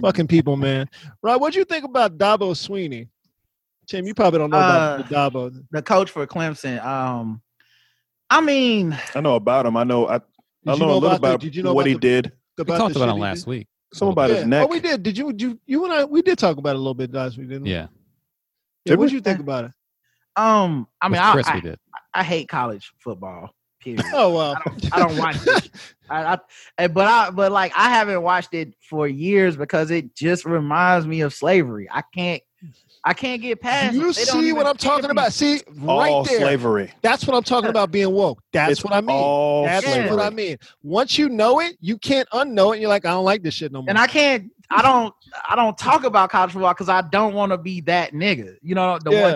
Speaker 3: Fucking people, man. Rob, what do you think about Dabo Sweeney? Tim, you probably don't know about Dabo.
Speaker 6: the coach for Clemson. Um, I mean,
Speaker 5: I know about him. I know I, I know,
Speaker 3: Did you know
Speaker 5: a little
Speaker 3: about the-
Speaker 5: about,
Speaker 3: did you know
Speaker 5: what
Speaker 3: about
Speaker 5: he
Speaker 3: the-
Speaker 5: did.
Speaker 4: We talked about him last week.
Speaker 5: Something about his
Speaker 3: Yeah.
Speaker 5: neck.
Speaker 3: Oh, we did. Did you? You you and I? We did talk about it a little bit last week, didn't we? yeah
Speaker 4: Yeah,
Speaker 5: Did
Speaker 3: what
Speaker 5: we?
Speaker 3: do you think about it?
Speaker 6: um, I mean,
Speaker 4: with
Speaker 6: I,
Speaker 4: Chris, we
Speaker 6: I,
Speaker 4: did.
Speaker 6: I hate college football. Period.
Speaker 3: Oh wow.
Speaker 6: I don't watch it. I, I, eh, but I, but like I haven't watched it for years because it just reminds me of slavery. I can't, I can't get past.
Speaker 3: You
Speaker 6: it. They don't
Speaker 3: see
Speaker 6: even
Speaker 3: what I'm
Speaker 6: think
Speaker 3: talking
Speaker 6: of
Speaker 3: about? See,
Speaker 5: all
Speaker 3: right there.
Speaker 5: slavery.
Speaker 3: That's what I'm talking about being woke. That's
Speaker 5: It's
Speaker 3: what I mean.
Speaker 5: All
Speaker 3: That's
Speaker 5: slavery.
Speaker 3: what I mean. Once you know it, you can't unknow it. You're like, I don't like this shit no more.
Speaker 6: and I can't. I don't. I don't talk about college football because I don't want to be that nigga. You know the
Speaker 3: Yeah.
Speaker 6: one.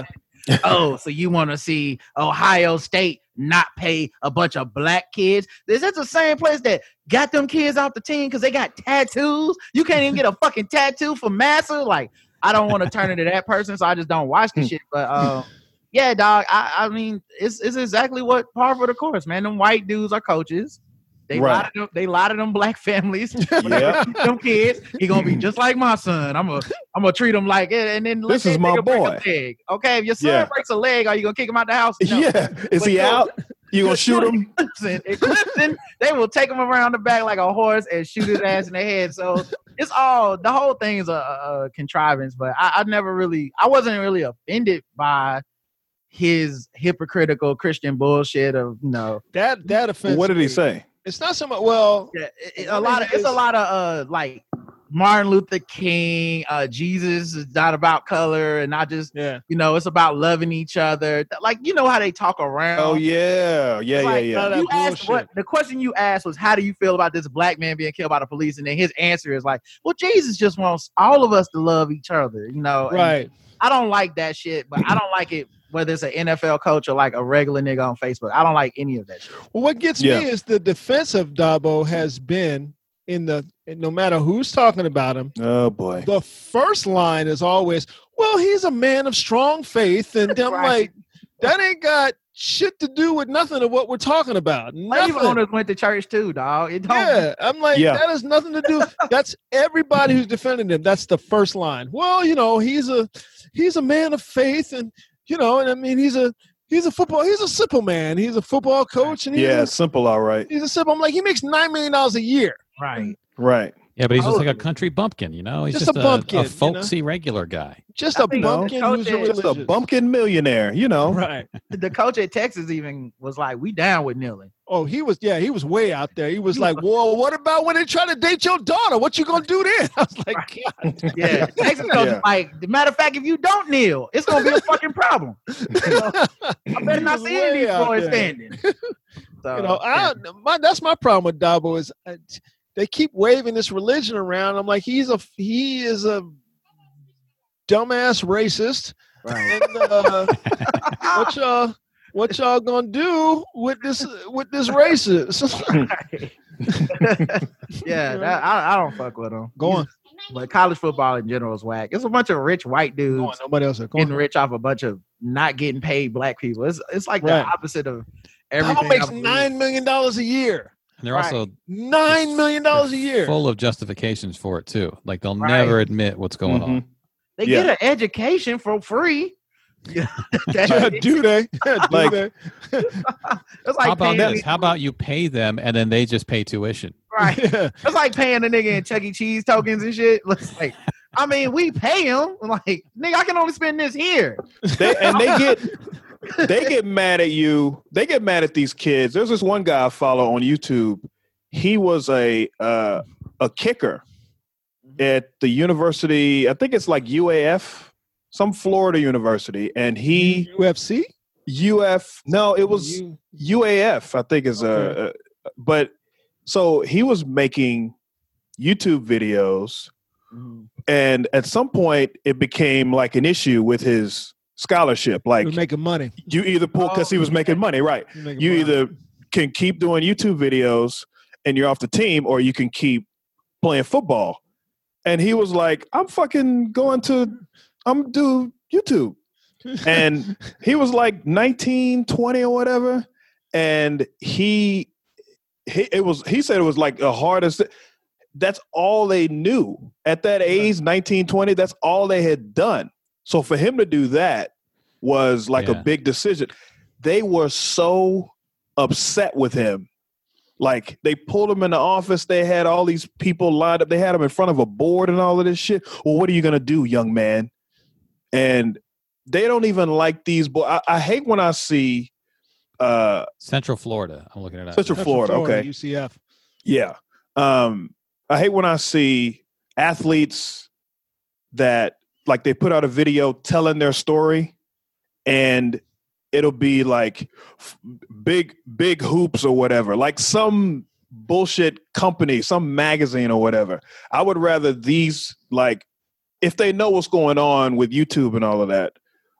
Speaker 6: that- oh, so you want to see Ohio State not pay a bunch of black kids? Is that the same place that got them kids off the team because they got tattoos? You can't even get a fucking tattoo for massa. Like I don't want to turn into that person, so I just don't watch the shit. But um, yeah, dog. I, I mean, it's it's exactly what par for the course, man. Them white dudes are coaches. They
Speaker 5: Right.
Speaker 6: lie to them, they lie to them black families
Speaker 5: Yeah.
Speaker 6: them kids. He gonna be just like my son. I'm gonna I'm gonna treat him like it, and then let
Speaker 5: This is
Speaker 6: that
Speaker 5: my
Speaker 6: nigga break
Speaker 5: boy.
Speaker 6: a leg. Okay, if your son
Speaker 5: Yeah.
Speaker 6: breaks a leg, are you gonna kick him out the house? No.
Speaker 5: Yeah. Is
Speaker 6: But
Speaker 5: he
Speaker 6: no.
Speaker 5: out? You gonna shoot him?
Speaker 6: Clemson, in Clemson, they will take him around the back like a horse and shoot his ass in the head. So it's all the whole thing is a, a, a contrivance. But I, I never really, I wasn't really offended by his hypocritical Christian bullshit of you know
Speaker 3: that that offends.
Speaker 5: What did he
Speaker 3: me.
Speaker 5: say?
Speaker 3: It's not so much. Well,
Speaker 6: Yeah, it- it- a
Speaker 3: What
Speaker 6: lot
Speaker 3: is
Speaker 6: of it's a
Speaker 3: this?
Speaker 6: lot of uh like Martin Luther King, uh Jesus is not about color and not just
Speaker 3: yeah.
Speaker 6: you know, it's about loving each other. Th- Like you know how they talk around.
Speaker 5: Oh yeah, yeah, yeah,
Speaker 6: Like,
Speaker 5: yeah.
Speaker 3: That
Speaker 6: You asked
Speaker 3: bullshit.
Speaker 6: what the question you asked was how do you feel about this black man being killed by the police? And then his answer is like, Well, Jesus just wants all of us to love each other, you know. and
Speaker 3: Right.
Speaker 6: I don't like that shit, but I don't like it whether it's an NFL coach or like a regular nigga on Facebook. I don't like any of that shit.
Speaker 3: Well, what gets
Speaker 5: Yeah.
Speaker 3: me is the defense of Dabo has been in the and no matter who's talking about him.
Speaker 5: Oh boy.
Speaker 3: The first line is always, "Well, he's a man of strong faith," and I'm
Speaker 6: Right.
Speaker 3: like, that ain't got shit to do with nothing of what we're talking about.
Speaker 6: Slave
Speaker 3: Nothing.
Speaker 6: owners went to church too, dog. It don't
Speaker 3: Yeah, I'm like
Speaker 5: Yeah.
Speaker 3: that has nothing to do. That's everybody who's defending him. That's the first line. Well, you know, he's a he's a man of faith, and you know, and I mean, he's a he's a football he's a simple man. He's a football coach, and he's,
Speaker 5: Yeah,
Speaker 3: yeah.
Speaker 5: simple. All right,
Speaker 3: he's a simple. I'm like, he makes nine million dollars a year.
Speaker 6: right.
Speaker 5: right.
Speaker 4: Yeah, but he's just like a
Speaker 6: Totally.
Speaker 4: country bumpkin, you know. He's
Speaker 3: Just
Speaker 4: just,
Speaker 3: a
Speaker 4: a,
Speaker 3: bumpkin, you
Speaker 4: a
Speaker 3: know?
Speaker 4: folksy regular guy.
Speaker 3: Just
Speaker 6: I
Speaker 3: a
Speaker 6: think
Speaker 3: bumpkin
Speaker 6: the
Speaker 3: who's
Speaker 6: coach is
Speaker 5: Just a
Speaker 3: religious.
Speaker 5: bumpkin millionaire, you know.
Speaker 3: Right.
Speaker 6: the coach at Texas even was like, "We down with kneeling."
Speaker 3: Oh, he was. Yeah, he was way out there. He was like, "Whoa, what about when they try to date your daughter? What you gonna do then?" I was like,
Speaker 6: Right.
Speaker 3: God.
Speaker 6: Yeah, Texas coach
Speaker 5: Yeah.
Speaker 6: is like, "The matter of fact, if you don't kneel, it's gonna be a fucking problem." You know? I better not
Speaker 3: He was
Speaker 6: see any of
Speaker 3: way
Speaker 6: these
Speaker 3: out
Speaker 6: boys
Speaker 3: there.
Speaker 6: standing. So, Oh,
Speaker 3: you know, I, my, that's my problem with Dabo is uh, t- they keep waving this religion around. I'm like, he's a he is a dumbass racist.
Speaker 6: right.
Speaker 3: And, uh, what y'all what y'all gonna do with this with this racist?
Speaker 6: yeah, that, I, I don't fuck with them.
Speaker 3: Go on.
Speaker 6: but college football in general is whack. It's a bunch of rich white dudes
Speaker 3: Go on, nobody else. Go
Speaker 6: getting
Speaker 3: on.
Speaker 6: rich off a bunch of not getting paid black people. It's it's like
Speaker 3: Right.
Speaker 6: the opposite of everything.
Speaker 3: Dabo makes
Speaker 6: I believe.
Speaker 3: nine million dollars a year.
Speaker 4: And they're
Speaker 6: Right.
Speaker 4: also
Speaker 3: Nine million dollars a year.
Speaker 4: full of justifications for it too. Like they'll
Speaker 6: Right.
Speaker 4: never admit what's going
Speaker 5: Mhm.
Speaker 4: on.
Speaker 6: They
Speaker 5: Yeah.
Speaker 6: get an education for free. Yeah,
Speaker 3: Yeah, do they? Yeah, do
Speaker 5: Like-
Speaker 3: they?
Speaker 6: It's like
Speaker 4: How about
Speaker 6: paying,
Speaker 4: this? How about you pay them and then they just pay tuition?
Speaker 6: Right.
Speaker 3: Yeah.
Speaker 6: It's like paying a nigga in Chuck E. Cheese tokens and shit. It's like, I mean, we pay him. Like, nigga, I can only spend this here.
Speaker 5: They, and they get they get mad at you. They get mad at these kids. There's this one guy I follow on YouTube. He was a uh, a kicker
Speaker 3: Mm-hmm.
Speaker 5: at the university. I think it's like UAF, some Florida university, and
Speaker 3: Mm-hmm.
Speaker 5: he
Speaker 3: UFC?
Speaker 5: UF. No, it was
Speaker 3: You-
Speaker 5: UAF, I think is a, a but so he was making YouTube videos
Speaker 3: Mm-hmm.
Speaker 5: and at some point it became like an issue with his scholarship like
Speaker 3: you're making money.
Speaker 5: you either pull cuz he was making money, right?
Speaker 3: You're making
Speaker 5: You
Speaker 3: money.
Speaker 5: either can keep doing YouTube videos and you're off the team or you can keep playing football. And he was like, "I'm fucking going to I'm do YouTube." and he was like 19 20 or whatever and he, he it was he said it was like the hardest that's all they knew at that age 19 20 that's all they had done so for him to do that was like
Speaker 4: Yeah.
Speaker 5: a big decision they were so upset with him like they pulled him in the office they had all these people lined up they had him in front of a board and all of this shit well what are you going to do young man and they don't even like these boys. I, I hate when I see uh,
Speaker 4: Central Florida. I'm looking it up.
Speaker 5: Central Florida, okay.
Speaker 3: UCF.
Speaker 5: Yeah. Um, I hate when I see athletes that like they put out a video telling their story and it'll be like f- big big hoops or whatever like some bullshit company some magazine or whatever i would rather these like if they know what's going on with youtube and all of that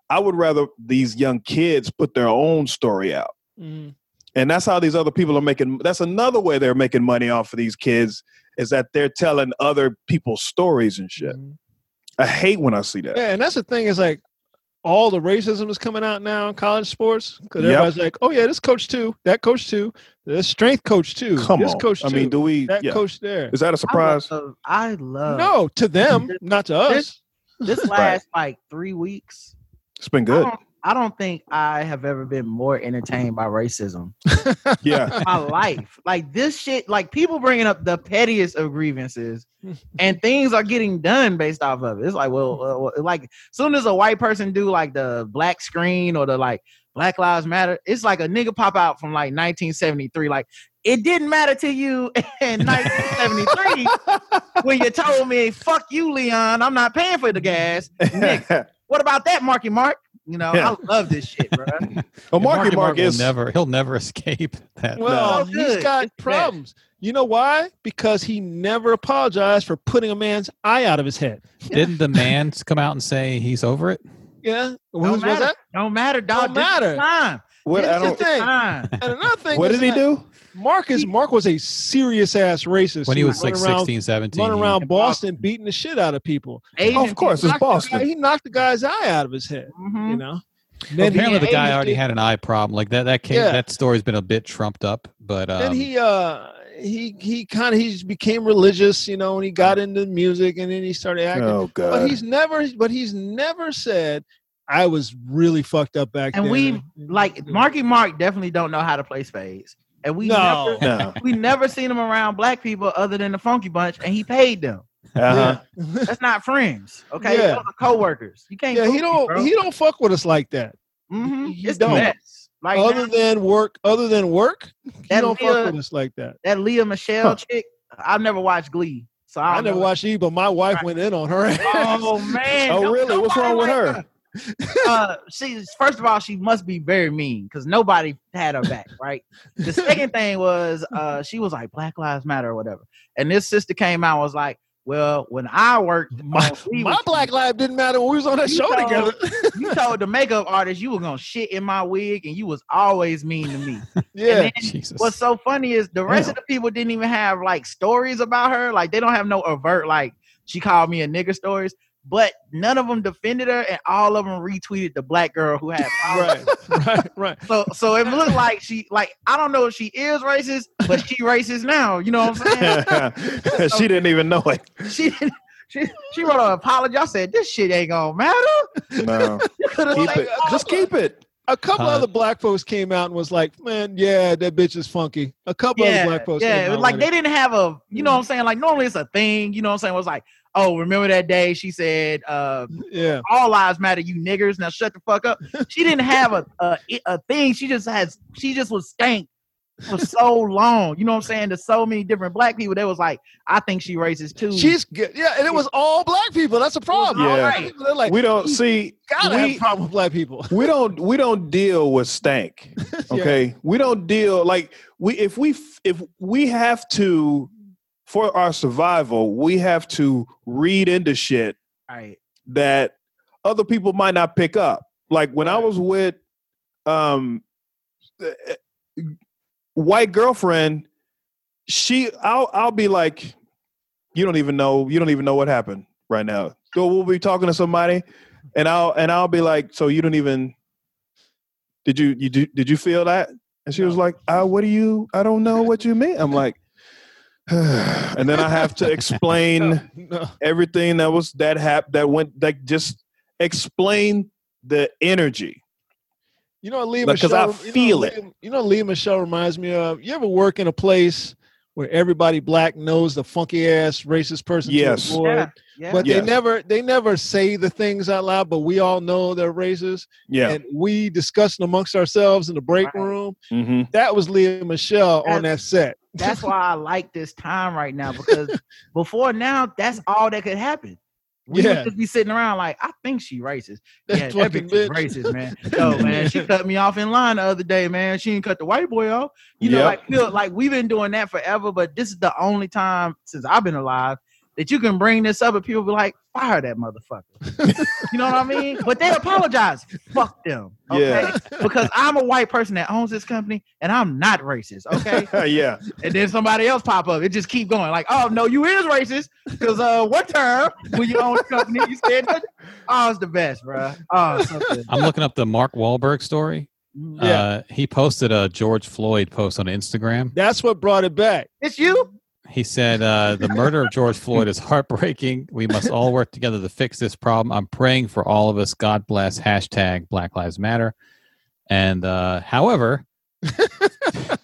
Speaker 5: i would rather these young kids put their own story out
Speaker 6: Mm-hmm.
Speaker 3: Mm.
Speaker 5: and that's how these other people are making that's another way they're making money off of these kids is that they're telling other people's stories and shit
Speaker 6: Mm-hmm.
Speaker 5: i hate when i see that
Speaker 3: Yeah, and that's the thing is like all the racism is coming out now in college sports because
Speaker 5: Yep.
Speaker 3: everybody's like, oh yeah, this coach too, that coach too, this strength coach too,
Speaker 5: come
Speaker 3: this
Speaker 5: on
Speaker 3: coach
Speaker 5: i
Speaker 3: too,
Speaker 5: mean do we
Speaker 3: that
Speaker 5: yeah. uh,
Speaker 3: coach there.
Speaker 5: is that a surprise
Speaker 6: I love. I love
Speaker 3: No, to them, not to us.
Speaker 6: This last like three weeks,
Speaker 5: it's been
Speaker 6: I
Speaker 5: good
Speaker 6: don't, I don't think I have ever been more entertained by racism.
Speaker 5: yeah
Speaker 6: my life. Like this shit, like people bringing up the pettiest of grievances and things are getting done based off of it. It's like, well, uh, well, like soon as a white person do like the black screen or the like Black Lives Matter, it's like a nigga pop out from like 1973. Like it didn't matter to you in 1973 when you told me, fuck you, Leon, I'm not paying for the gas. Nick, what about that, Marky Mark? You know,
Speaker 5: Yeah.
Speaker 6: I love this shit, bro.
Speaker 5: well, marky mark
Speaker 4: will
Speaker 5: is
Speaker 4: never he'll never escape that.
Speaker 3: Well,
Speaker 6: No.
Speaker 3: he's
Speaker 6: Good.
Speaker 3: got
Speaker 6: It's bad.
Speaker 3: problems. You know why? Because he never apologized for putting a man's eye out of his head.
Speaker 4: Didn't the man come out and say he's over it?
Speaker 3: Yeah, who's
Speaker 6: Don't
Speaker 3: was
Speaker 6: matter.
Speaker 3: that?
Speaker 6: Don't matter,
Speaker 3: Don't
Speaker 6: dog. This is
Speaker 3: matter.
Speaker 6: Time.
Speaker 5: what,
Speaker 3: Here's
Speaker 5: I
Speaker 3: the
Speaker 5: don't,
Speaker 3: thing.
Speaker 6: Time.
Speaker 3: And another thing,
Speaker 5: what
Speaker 3: is
Speaker 5: did he
Speaker 3: that
Speaker 5: do
Speaker 3: Mark is Mark was a serious ass racist
Speaker 4: When he was like
Speaker 3: running around,
Speaker 4: 16, 17.
Speaker 3: running around
Speaker 6: In
Speaker 3: Boston beating the shit out of people.
Speaker 6: Asian
Speaker 5: Oh, of course it's
Speaker 3: Knocked the guy-
Speaker 5: boston
Speaker 3: he knocked the guy's eye out of his head.
Speaker 6: people. Mhm.
Speaker 3: You know, And
Speaker 4: Well,
Speaker 3: then he-
Speaker 4: apparently the guy
Speaker 3: he-
Speaker 4: already had an eye problem. Like that that came,
Speaker 3: Yeah.
Speaker 4: that story's been a bit trumped up, but um,
Speaker 3: Then he uh he he kind of he just became religious, you know, and he got into music and then he started acting.
Speaker 5: oh
Speaker 3: But
Speaker 5: god
Speaker 3: he's never but he's never said I was really fucked up back
Speaker 6: And
Speaker 3: then.
Speaker 6: we like Marky Mark definitely don't know how to play spades. And we
Speaker 3: No.
Speaker 6: never
Speaker 5: no
Speaker 6: we never seen him around black people other than the funky bunch and he paid them.
Speaker 5: uh-huh.
Speaker 6: That's not friends. Okay.
Speaker 3: Yeah.
Speaker 6: Those are co-workers. You can't
Speaker 3: Yeah, he
Speaker 6: fool me,
Speaker 3: don't
Speaker 6: bro.
Speaker 3: he don't fuck with us like that.
Speaker 6: Mhm.
Speaker 3: he
Speaker 6: it's
Speaker 3: don't.
Speaker 6: a mess. Like now,
Speaker 3: other than work, other than work, he
Speaker 6: That
Speaker 3: don't
Speaker 6: Leah-
Speaker 3: fuck with us like that.
Speaker 6: that Leah Michelle
Speaker 5: Huh.
Speaker 6: chick, I've never watched Glee. So I,
Speaker 3: I
Speaker 6: don't
Speaker 3: never
Speaker 6: know.
Speaker 3: watched E, but my wife
Speaker 6: Right.
Speaker 3: went in on her. ass.
Speaker 6: Oh man.
Speaker 5: oh
Speaker 6: Don't-
Speaker 5: really what's
Speaker 6: nobody
Speaker 5: wrong with
Speaker 6: like
Speaker 5: her
Speaker 6: uh, she's first of all, she must be very mean because nobody had her back, right? The second thing was uh, she was like Black Lives Matter or whatever, and this sister came out and was like, "Well, when I worked,
Speaker 3: My,
Speaker 6: on Glee
Speaker 3: my
Speaker 6: with
Speaker 3: black life didn't matter when we was on that
Speaker 6: You
Speaker 3: show
Speaker 6: know-
Speaker 3: together.
Speaker 6: you, you told the makeup artist you were gonna shit in my wig, and you was always mean to me."
Speaker 3: yeah,
Speaker 6: And then
Speaker 4: Jesus.
Speaker 6: what's so funny is the rest of the people didn't even have like stories about her. Like they don't have no overt like she called me a nigger stories. But none of them defended her, and all of them retweeted the black girl who had
Speaker 3: right, right, right.
Speaker 6: So so it looked like she like I don't know if she is racist, but she racist now. You know what I'm saying?
Speaker 5: she didn't even know it
Speaker 6: she didn't- she she wrote an apology. I said this shit ain't gonna matter.
Speaker 5: no
Speaker 6: You could have
Speaker 5: keep
Speaker 6: like,
Speaker 5: it just keep it
Speaker 3: A couple
Speaker 4: Huh.
Speaker 3: other black folks came out and was like, "Man, yeah, that bitch is funky." A couple
Speaker 6: yeah,
Speaker 3: other black folks,
Speaker 6: yeah.
Speaker 3: came out
Speaker 6: Like
Speaker 3: with
Speaker 6: they
Speaker 3: it. Mm-hmm.
Speaker 6: didn't have a you know what I'm saying. Like normally it's a thing. You know what I'm saying. It was like oh remember that day she said uh
Speaker 3: yeah,
Speaker 6: all lives matter you niggers now shut the fuck up. She didn't have a a, a thing. She just has she just was stank. For so long, you know what I'm saying? To so many different black people, they was like, I think she racist too.
Speaker 3: she's good. Yeah, and it was all black people. That's a problem.
Speaker 5: all
Speaker 3: All
Speaker 5: Yeah.
Speaker 3: black people, They're like,
Speaker 5: we
Speaker 3: we
Speaker 5: don't see
Speaker 3: gotta have
Speaker 5: we,
Speaker 3: a problem with black people.
Speaker 5: we don't we don't deal with stank okay we don't deal like we if we f- if we have to for our survival we have to read into shit
Speaker 6: right.
Speaker 5: that other people might not pick up like when i was with um uh, white girlfriend she i'll i'll be like you don't even know you don't even know what happened right now so we'll be talking to somebody and i'll and i'll be like so you don't even did you you do, did you feel that and she was like uh, what do you i don't know what you mean i'm like and then i have to explain
Speaker 3: No, no.
Speaker 5: everything that was that hap that went that just explain the energy.
Speaker 3: You know, what Lee
Speaker 5: Like, 'cause
Speaker 3: Michelle.
Speaker 5: I
Speaker 3: you know what
Speaker 5: feel it.
Speaker 3: Lee- You know, what Lee Michelle reminds me of. You ever work in a place where everybody black knows the funky ass racist person. to
Speaker 5: Yes.
Speaker 3: avoid.
Speaker 6: yeah.
Speaker 3: But
Speaker 5: Yes.
Speaker 3: they never they never say the things out loud, but we all know they're racist.
Speaker 5: Yeah.
Speaker 3: And we discussing amongst ourselves in the break
Speaker 6: Right.
Speaker 3: room.
Speaker 5: hmm
Speaker 3: That was Leah and Michelle on that set.
Speaker 6: that's why I like this time right now because before now, that's all that could happen. We
Speaker 3: Yeah.
Speaker 6: would just be sitting around like, I think she racist.
Speaker 3: That
Speaker 6: yeah, that
Speaker 3: fucking
Speaker 6: bitch is
Speaker 3: bitch.
Speaker 6: racist, man. Yo, man, she cut me off in line the other day, man. She didn't cut the white boy off. You know,
Speaker 5: Yep.
Speaker 6: like feel like we've been doing that forever, but this is the only time since I've been alive that you can bring this up and people be like, fire that motherfucker. you know what I mean? But they apologize. Fuck them. Okay.
Speaker 5: Yeah.
Speaker 6: Because I'm a white person that owns this company and I'm not racist. Okay
Speaker 5: yeah.
Speaker 6: and then somebody else pop up. It just keep going. Like, oh no, you is racist because uh, one time when you own the company, you said that. Oh, it's the best, bro. Oh, so good.
Speaker 4: I'm looking up the Mark Wahlberg story.
Speaker 3: Yeah.
Speaker 4: Uh, he posted a George Floyd post on Instagram.
Speaker 3: That's what brought it back.
Speaker 6: it's you.
Speaker 4: He said, uh, The murder of George Floyd is heartbreaking. We must all work together to fix this problem. I'm praying for all of us. God bless. Hashtag Black Lives Matter. And uh, however,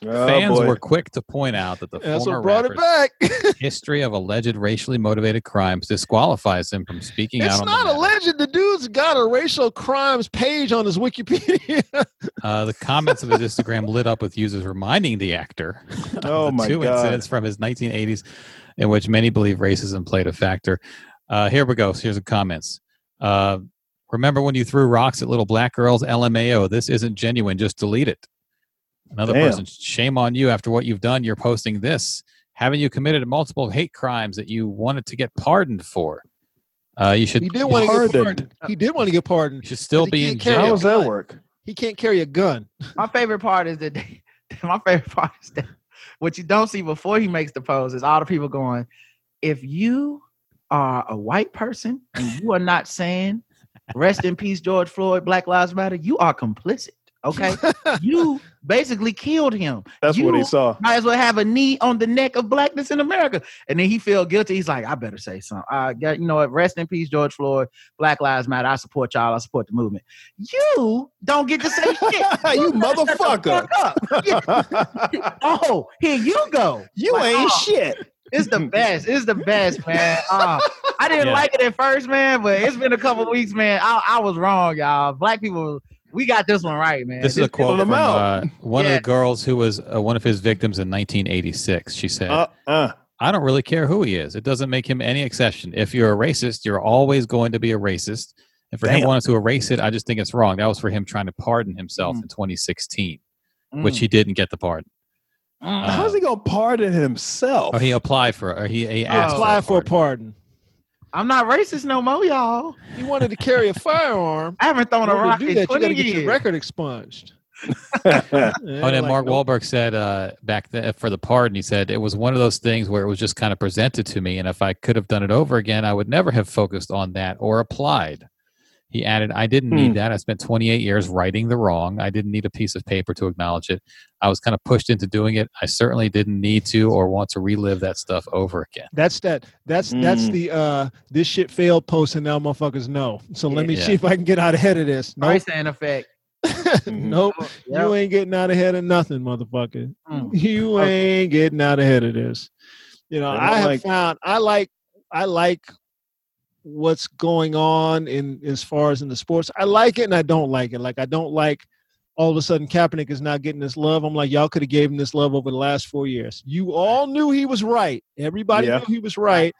Speaker 5: Oh,
Speaker 4: fans
Speaker 5: boy.
Speaker 4: were quick to point out that the
Speaker 3: That's
Speaker 4: former
Speaker 3: what brought it
Speaker 4: rapper's
Speaker 3: back.
Speaker 4: history of alleged racially motivated crimes disqualifies him from speaking out.
Speaker 3: It's
Speaker 4: on
Speaker 3: not
Speaker 4: the
Speaker 3: a
Speaker 4: matter.
Speaker 3: legend. The dude's got a racial crimes page on his Wikipedia.
Speaker 4: Uh, the comments of his Instagram lit up with users reminding the actor of
Speaker 5: Oh,
Speaker 4: the
Speaker 5: my
Speaker 4: two
Speaker 5: God.
Speaker 4: incidents from his 1980s in which many believe racism played a factor. Uh, here we go. Here's the comments. Uh, remember when you threw rocks at little black girls? LMAO. This isn't genuine. Just delete it. Another
Speaker 5: Damn.
Speaker 4: person. Shame on you. After what you've done, you're posting this. Haven't you committed multiple hate crimes that you wanted to get pardoned for? Uh, you should.
Speaker 3: He did want to get
Speaker 5: Pardoned.
Speaker 3: pardoned. He did want to get pardoned.
Speaker 4: You should still
Speaker 3: he
Speaker 4: be
Speaker 3: can't
Speaker 4: in
Speaker 3: carry
Speaker 4: jail.
Speaker 3: a
Speaker 5: How does
Speaker 3: gun.
Speaker 5: that work?
Speaker 3: He can't carry a gun.
Speaker 6: My favorite part is that they, my favorite part is that what you don't see before he makes the pose is all the people going, if you are a white person and you are not saying rest in peace, George Floyd, Black Lives Matter, you are complicit. Okay. you basically killed him.
Speaker 5: That's what he
Speaker 6: You
Speaker 5: saw.
Speaker 6: might as well have a knee on the neck of blackness in America. And then he feel guilty. He's like, I better say something. I got, you know what? Rest in peace, George Floyd. Black Lives Matter. I support y'all. I support the movement. You don't get to say shit.
Speaker 5: you
Speaker 6: better shut
Speaker 5: motherfucker.
Speaker 6: the fuck up. Oh, here you go.
Speaker 5: you
Speaker 6: Like,
Speaker 5: ain't
Speaker 6: oh.
Speaker 5: shit.
Speaker 6: It's the best. It's the best, man. Uh, I didn't
Speaker 4: Yeah.
Speaker 6: like it at first, man, but it's been a couple weeks, man. I, I was wrong, y'all. Black people, we got this one right, man.
Speaker 4: This is a quote
Speaker 5: them
Speaker 4: from
Speaker 5: out.
Speaker 4: uh, one of
Speaker 6: Yeah.
Speaker 4: the girls who was uh, one of his victims in 1986. She said,
Speaker 5: Uh, uh.
Speaker 4: "I don't really care who he is. It doesn't make him any exception. If you're a racist, you're always going to be a racist. And for him
Speaker 5: Damn.
Speaker 4: wanting to erase it, I just think it's wrong. That was for him trying to pardon himself in 2016,
Speaker 6: Mm,
Speaker 4: which he didn't get the pardon.
Speaker 6: mm.
Speaker 4: Uh,
Speaker 5: How's he gonna pardon himself?
Speaker 4: Or Oh, he applied for, or he, he asked
Speaker 3: Apply
Speaker 4: for
Speaker 3: for
Speaker 4: a
Speaker 3: a pardon.
Speaker 6: I'm not racist no more, y'all.
Speaker 3: He wanted to carry a firearm.
Speaker 6: I haven't thrown
Speaker 3: In
Speaker 6: a
Speaker 3: order to
Speaker 6: rock
Speaker 3: do
Speaker 6: in
Speaker 3: that, you
Speaker 6: 20
Speaker 3: got to get your
Speaker 6: years.
Speaker 3: record expunged.
Speaker 4: Oh, and then Mark Wahlberg said uh, back then for the pardon, he said it was one of those things where it was just kind of presented to me, and if I could have done it over again, I would never have focused on that or applied. He added, "I didn't need that. I spent 28 years righting the wrong. I didn't need a piece of paper to acknowledge it. I was kind of pushed into doing it. I certainly didn't need to or want to relive that stuff over again."
Speaker 3: That's that. That's that's
Speaker 5: Mm.
Speaker 3: the uh this shit failed post, and now motherfuckers know. So let me
Speaker 4: Yeah.
Speaker 3: see if I can get out ahead of this. Nope,
Speaker 6: Race and effect.
Speaker 3: nope. You
Speaker 6: Yep.
Speaker 3: ain't getting out ahead of nothing, motherfucker.
Speaker 6: Mm.
Speaker 3: You ain't getting out ahead of this. You know,
Speaker 5: I
Speaker 3: I
Speaker 5: don't
Speaker 3: have
Speaker 5: Oh. like-
Speaker 3: found I like I like what's going on in as far as in the sports. I like it and I don't like it. Like I don't like all of a sudden Kaepernick is not getting this love. I'm like, y'all could have gave him this love over the last four years. You all knew he was right. Everybody
Speaker 5: Yeah.
Speaker 3: knew he was right.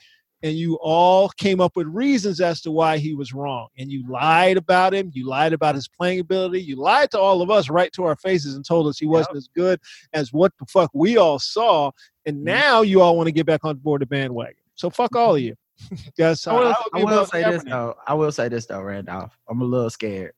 Speaker 3: And you all came up with reasons as to why he was wrong. And you lied about him. You lied about his playing ability. You lied to all of us right to our faces and told us he wasn't as good as what the fuck we all saw.
Speaker 6: Mm-hmm.
Speaker 3: And now you all want to get back on board the bandwagon. So fuck all of you. That's
Speaker 6: Mm-hmm. I
Speaker 3: how
Speaker 6: will,
Speaker 3: I would
Speaker 6: I
Speaker 3: be
Speaker 6: will
Speaker 3: about
Speaker 6: say this
Speaker 3: Kaepernick.
Speaker 6: though. I will say this though, Randolph. I'm a little scared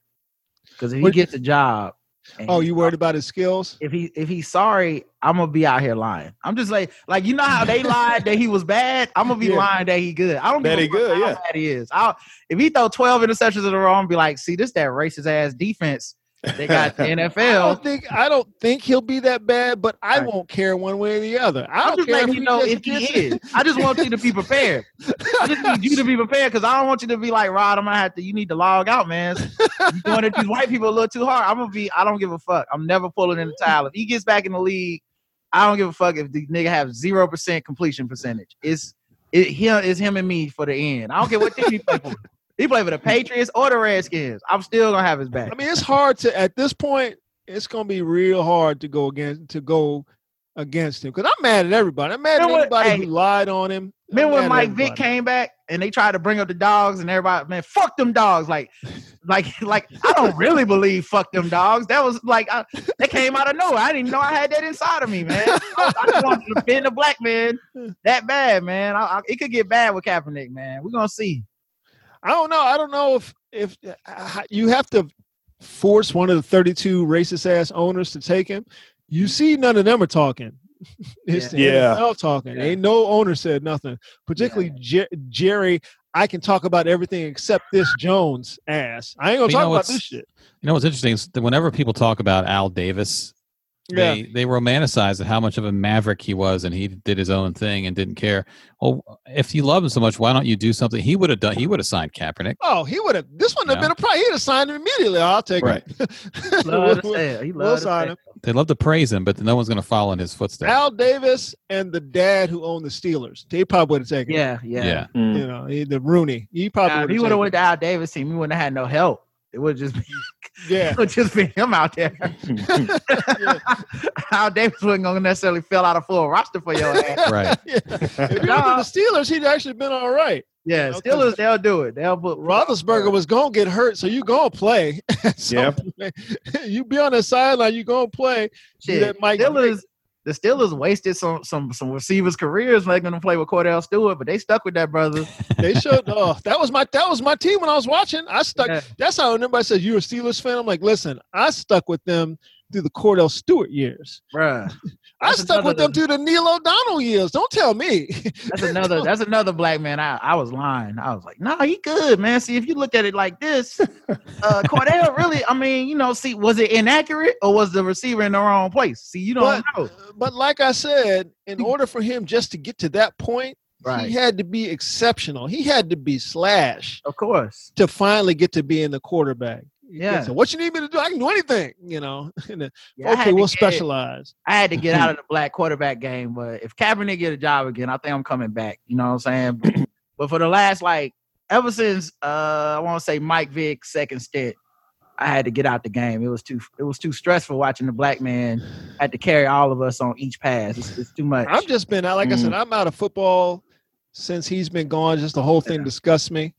Speaker 6: because if he
Speaker 3: What-
Speaker 6: gets a job, and
Speaker 3: Oh, you worried about his skills?
Speaker 6: If he if he's sorry, I'm gonna be out here lying. I'm just like like you know how they lied that he was bad. I'm gonna be
Speaker 3: Yeah.
Speaker 6: lying that he good. I don't
Speaker 5: That
Speaker 6: give
Speaker 5: he
Speaker 6: a fuck
Speaker 5: good,
Speaker 6: how
Speaker 5: yeah.
Speaker 6: bad he is. I'll, if he throw 12 interceptions in a row, I'm be like, see this that racist ass defense they got the
Speaker 3: I don't
Speaker 6: NFL.
Speaker 3: think I don't think he'll be that bad, but I
Speaker 6: Right.
Speaker 3: won't care one way or the other. I
Speaker 6: I'm
Speaker 3: don't
Speaker 6: just
Speaker 3: care
Speaker 6: letting you know if he
Speaker 3: gets
Speaker 6: is. I just want you to be prepared. I just need you to be prepared because I don't want you to be like Rod. I'm gonna have to. You need to log out, man. You doing it these white people a little too hard. I'm gonna be. I don't give a fuck. I'm never pulling in the towel. If he gets back in the league, I don't give a fuck if the nigga have zero percent completion percentage. It's it him it's him and me for the end. I don't care what team he play for. He play for the Patriots or the Redskins. I'm still gonna have his back.
Speaker 3: I mean, it's hard to at this point. It's gonna be real hard to go against to go against him because I'm mad at everybody. I'm mad at
Speaker 6: Remember when-
Speaker 3: anybody
Speaker 6: hey,
Speaker 3: who lied on him. I'm
Speaker 6: Remember when
Speaker 3: mad at
Speaker 6: Mike Vick
Speaker 3: everybody.
Speaker 6: came back and they tried to bring up the dogs and everybody, man, fuck them dogs. Like, like, like, I don't really believe fuck them dogs. That was like, I, that came out of nowhere. I didn't even know I had that inside of me, man. I, I just wanted to defend a black man that bad, man. I, I, it could get bad with Kaepernick, man. We're going to see.
Speaker 3: I don't know. I don't know if if uh, you have to force one of the 32 racist ass owners to take him. You see, none of them are talking. it's the
Speaker 5: Yeah. Yeah.
Speaker 3: NFL talking.
Speaker 6: Yeah.
Speaker 3: Ain't no owner said nothing. Particularly Jer- Jerry. I can talk about everything except this Jones ass. I ain't
Speaker 4: But
Speaker 3: gonna talk
Speaker 4: you know
Speaker 3: about
Speaker 4: what's-
Speaker 3: this shit.
Speaker 4: You know what's interesting is that whenever people talk about Al Davis, they they romanticize how much of a maverick he was, and he did his own thing and didn't care. Well, if you love him so much, why don't you do something? He would have done. He would have signed Kaepernick.
Speaker 3: Oh, he would have. This wouldn't have
Speaker 4: Yeah.
Speaker 3: been a problem. He'd have signed him immediately. I'll take
Speaker 5: Right.
Speaker 3: him.
Speaker 6: Love
Speaker 3: We'll-
Speaker 6: to say it. He
Speaker 3: we'll
Speaker 6: loved to
Speaker 3: sign
Speaker 6: say
Speaker 3: him.
Speaker 6: it.
Speaker 4: They love to praise him, but no one's going to follow in his footsteps.
Speaker 3: Al Davis and the dad who owned the Steelers. They probably would have taken. him.
Speaker 6: Yeah, yeah.
Speaker 4: yeah.
Speaker 3: You know, he- the Rooney. He probably
Speaker 6: Now, if
Speaker 3: would
Speaker 6: Mm-hmm. he
Speaker 3: have taken
Speaker 6: would have went
Speaker 3: him.
Speaker 6: to Al Davis team, we wouldn't have had no help. It would just be,
Speaker 3: Yeah.
Speaker 6: it would just be him out there. Al Davis wasn't gonna necessarily fill out a full roster for your ass.
Speaker 4: right.
Speaker 3: Yeah. If he was the Steelers, he'd actually been all right.
Speaker 6: Yeah,
Speaker 3: Okay.
Speaker 6: Steelers, they'll do it. They'll put
Speaker 3: Roethlisberger was gonna get hurt, so you gonna play. at some
Speaker 5: Yep.
Speaker 3: point. you be on the sideline, you gonna play.
Speaker 6: Shit.
Speaker 3: that Mike
Speaker 6: Steelers, the Steelers wasted some some some receivers' careers making them play with Cordell Stewart, but they stuck with that brother.
Speaker 3: They showed. Oh, that was my that was my team when I was watching. I stuck.
Speaker 6: Yeah.
Speaker 3: That's how everybody says you're a Steelers fan. I'm like, listen, I stuck with them through the Cordell Stewart years.
Speaker 6: Bruh.
Speaker 3: I
Speaker 6: That's
Speaker 3: stuck with them
Speaker 6: another-
Speaker 3: through the Neil O'Donnell years. Don't tell me.
Speaker 6: That's another that's another black man. I, I was lying. I was like, nah, he good, man. See, if you look at it like this, uh Cordell really, I mean, you know, see, was it inaccurate or was the receiver in the wrong place? See, you don't
Speaker 3: But-
Speaker 6: know.
Speaker 3: but like I said, in order for him just to get to that point,
Speaker 6: Right.
Speaker 3: he had to be exceptional. He had to be slash.
Speaker 6: Of course.
Speaker 3: to finally get to being the quarterback.
Speaker 6: Yeah.
Speaker 3: So what you need me to do? I can do anything, you know. And then,
Speaker 6: Yeah, I had
Speaker 3: okay,
Speaker 6: to
Speaker 3: we'll
Speaker 6: get-
Speaker 3: specialize.
Speaker 6: I had to get out of the black quarterback game, but if Kaepernick get a job again, I think I'm coming back. You know what I'm saying? but for the last like ever since uh I want to say Mike Vick's second stint, I had to get out the game. It was too it was too stressful watching the black man had to carry all of us on each pass. It's, it's too much.
Speaker 3: I've just been out, like I
Speaker 6: Mm.
Speaker 3: said, I'm out of football since he's been gone. Just the whole thing disgusts me.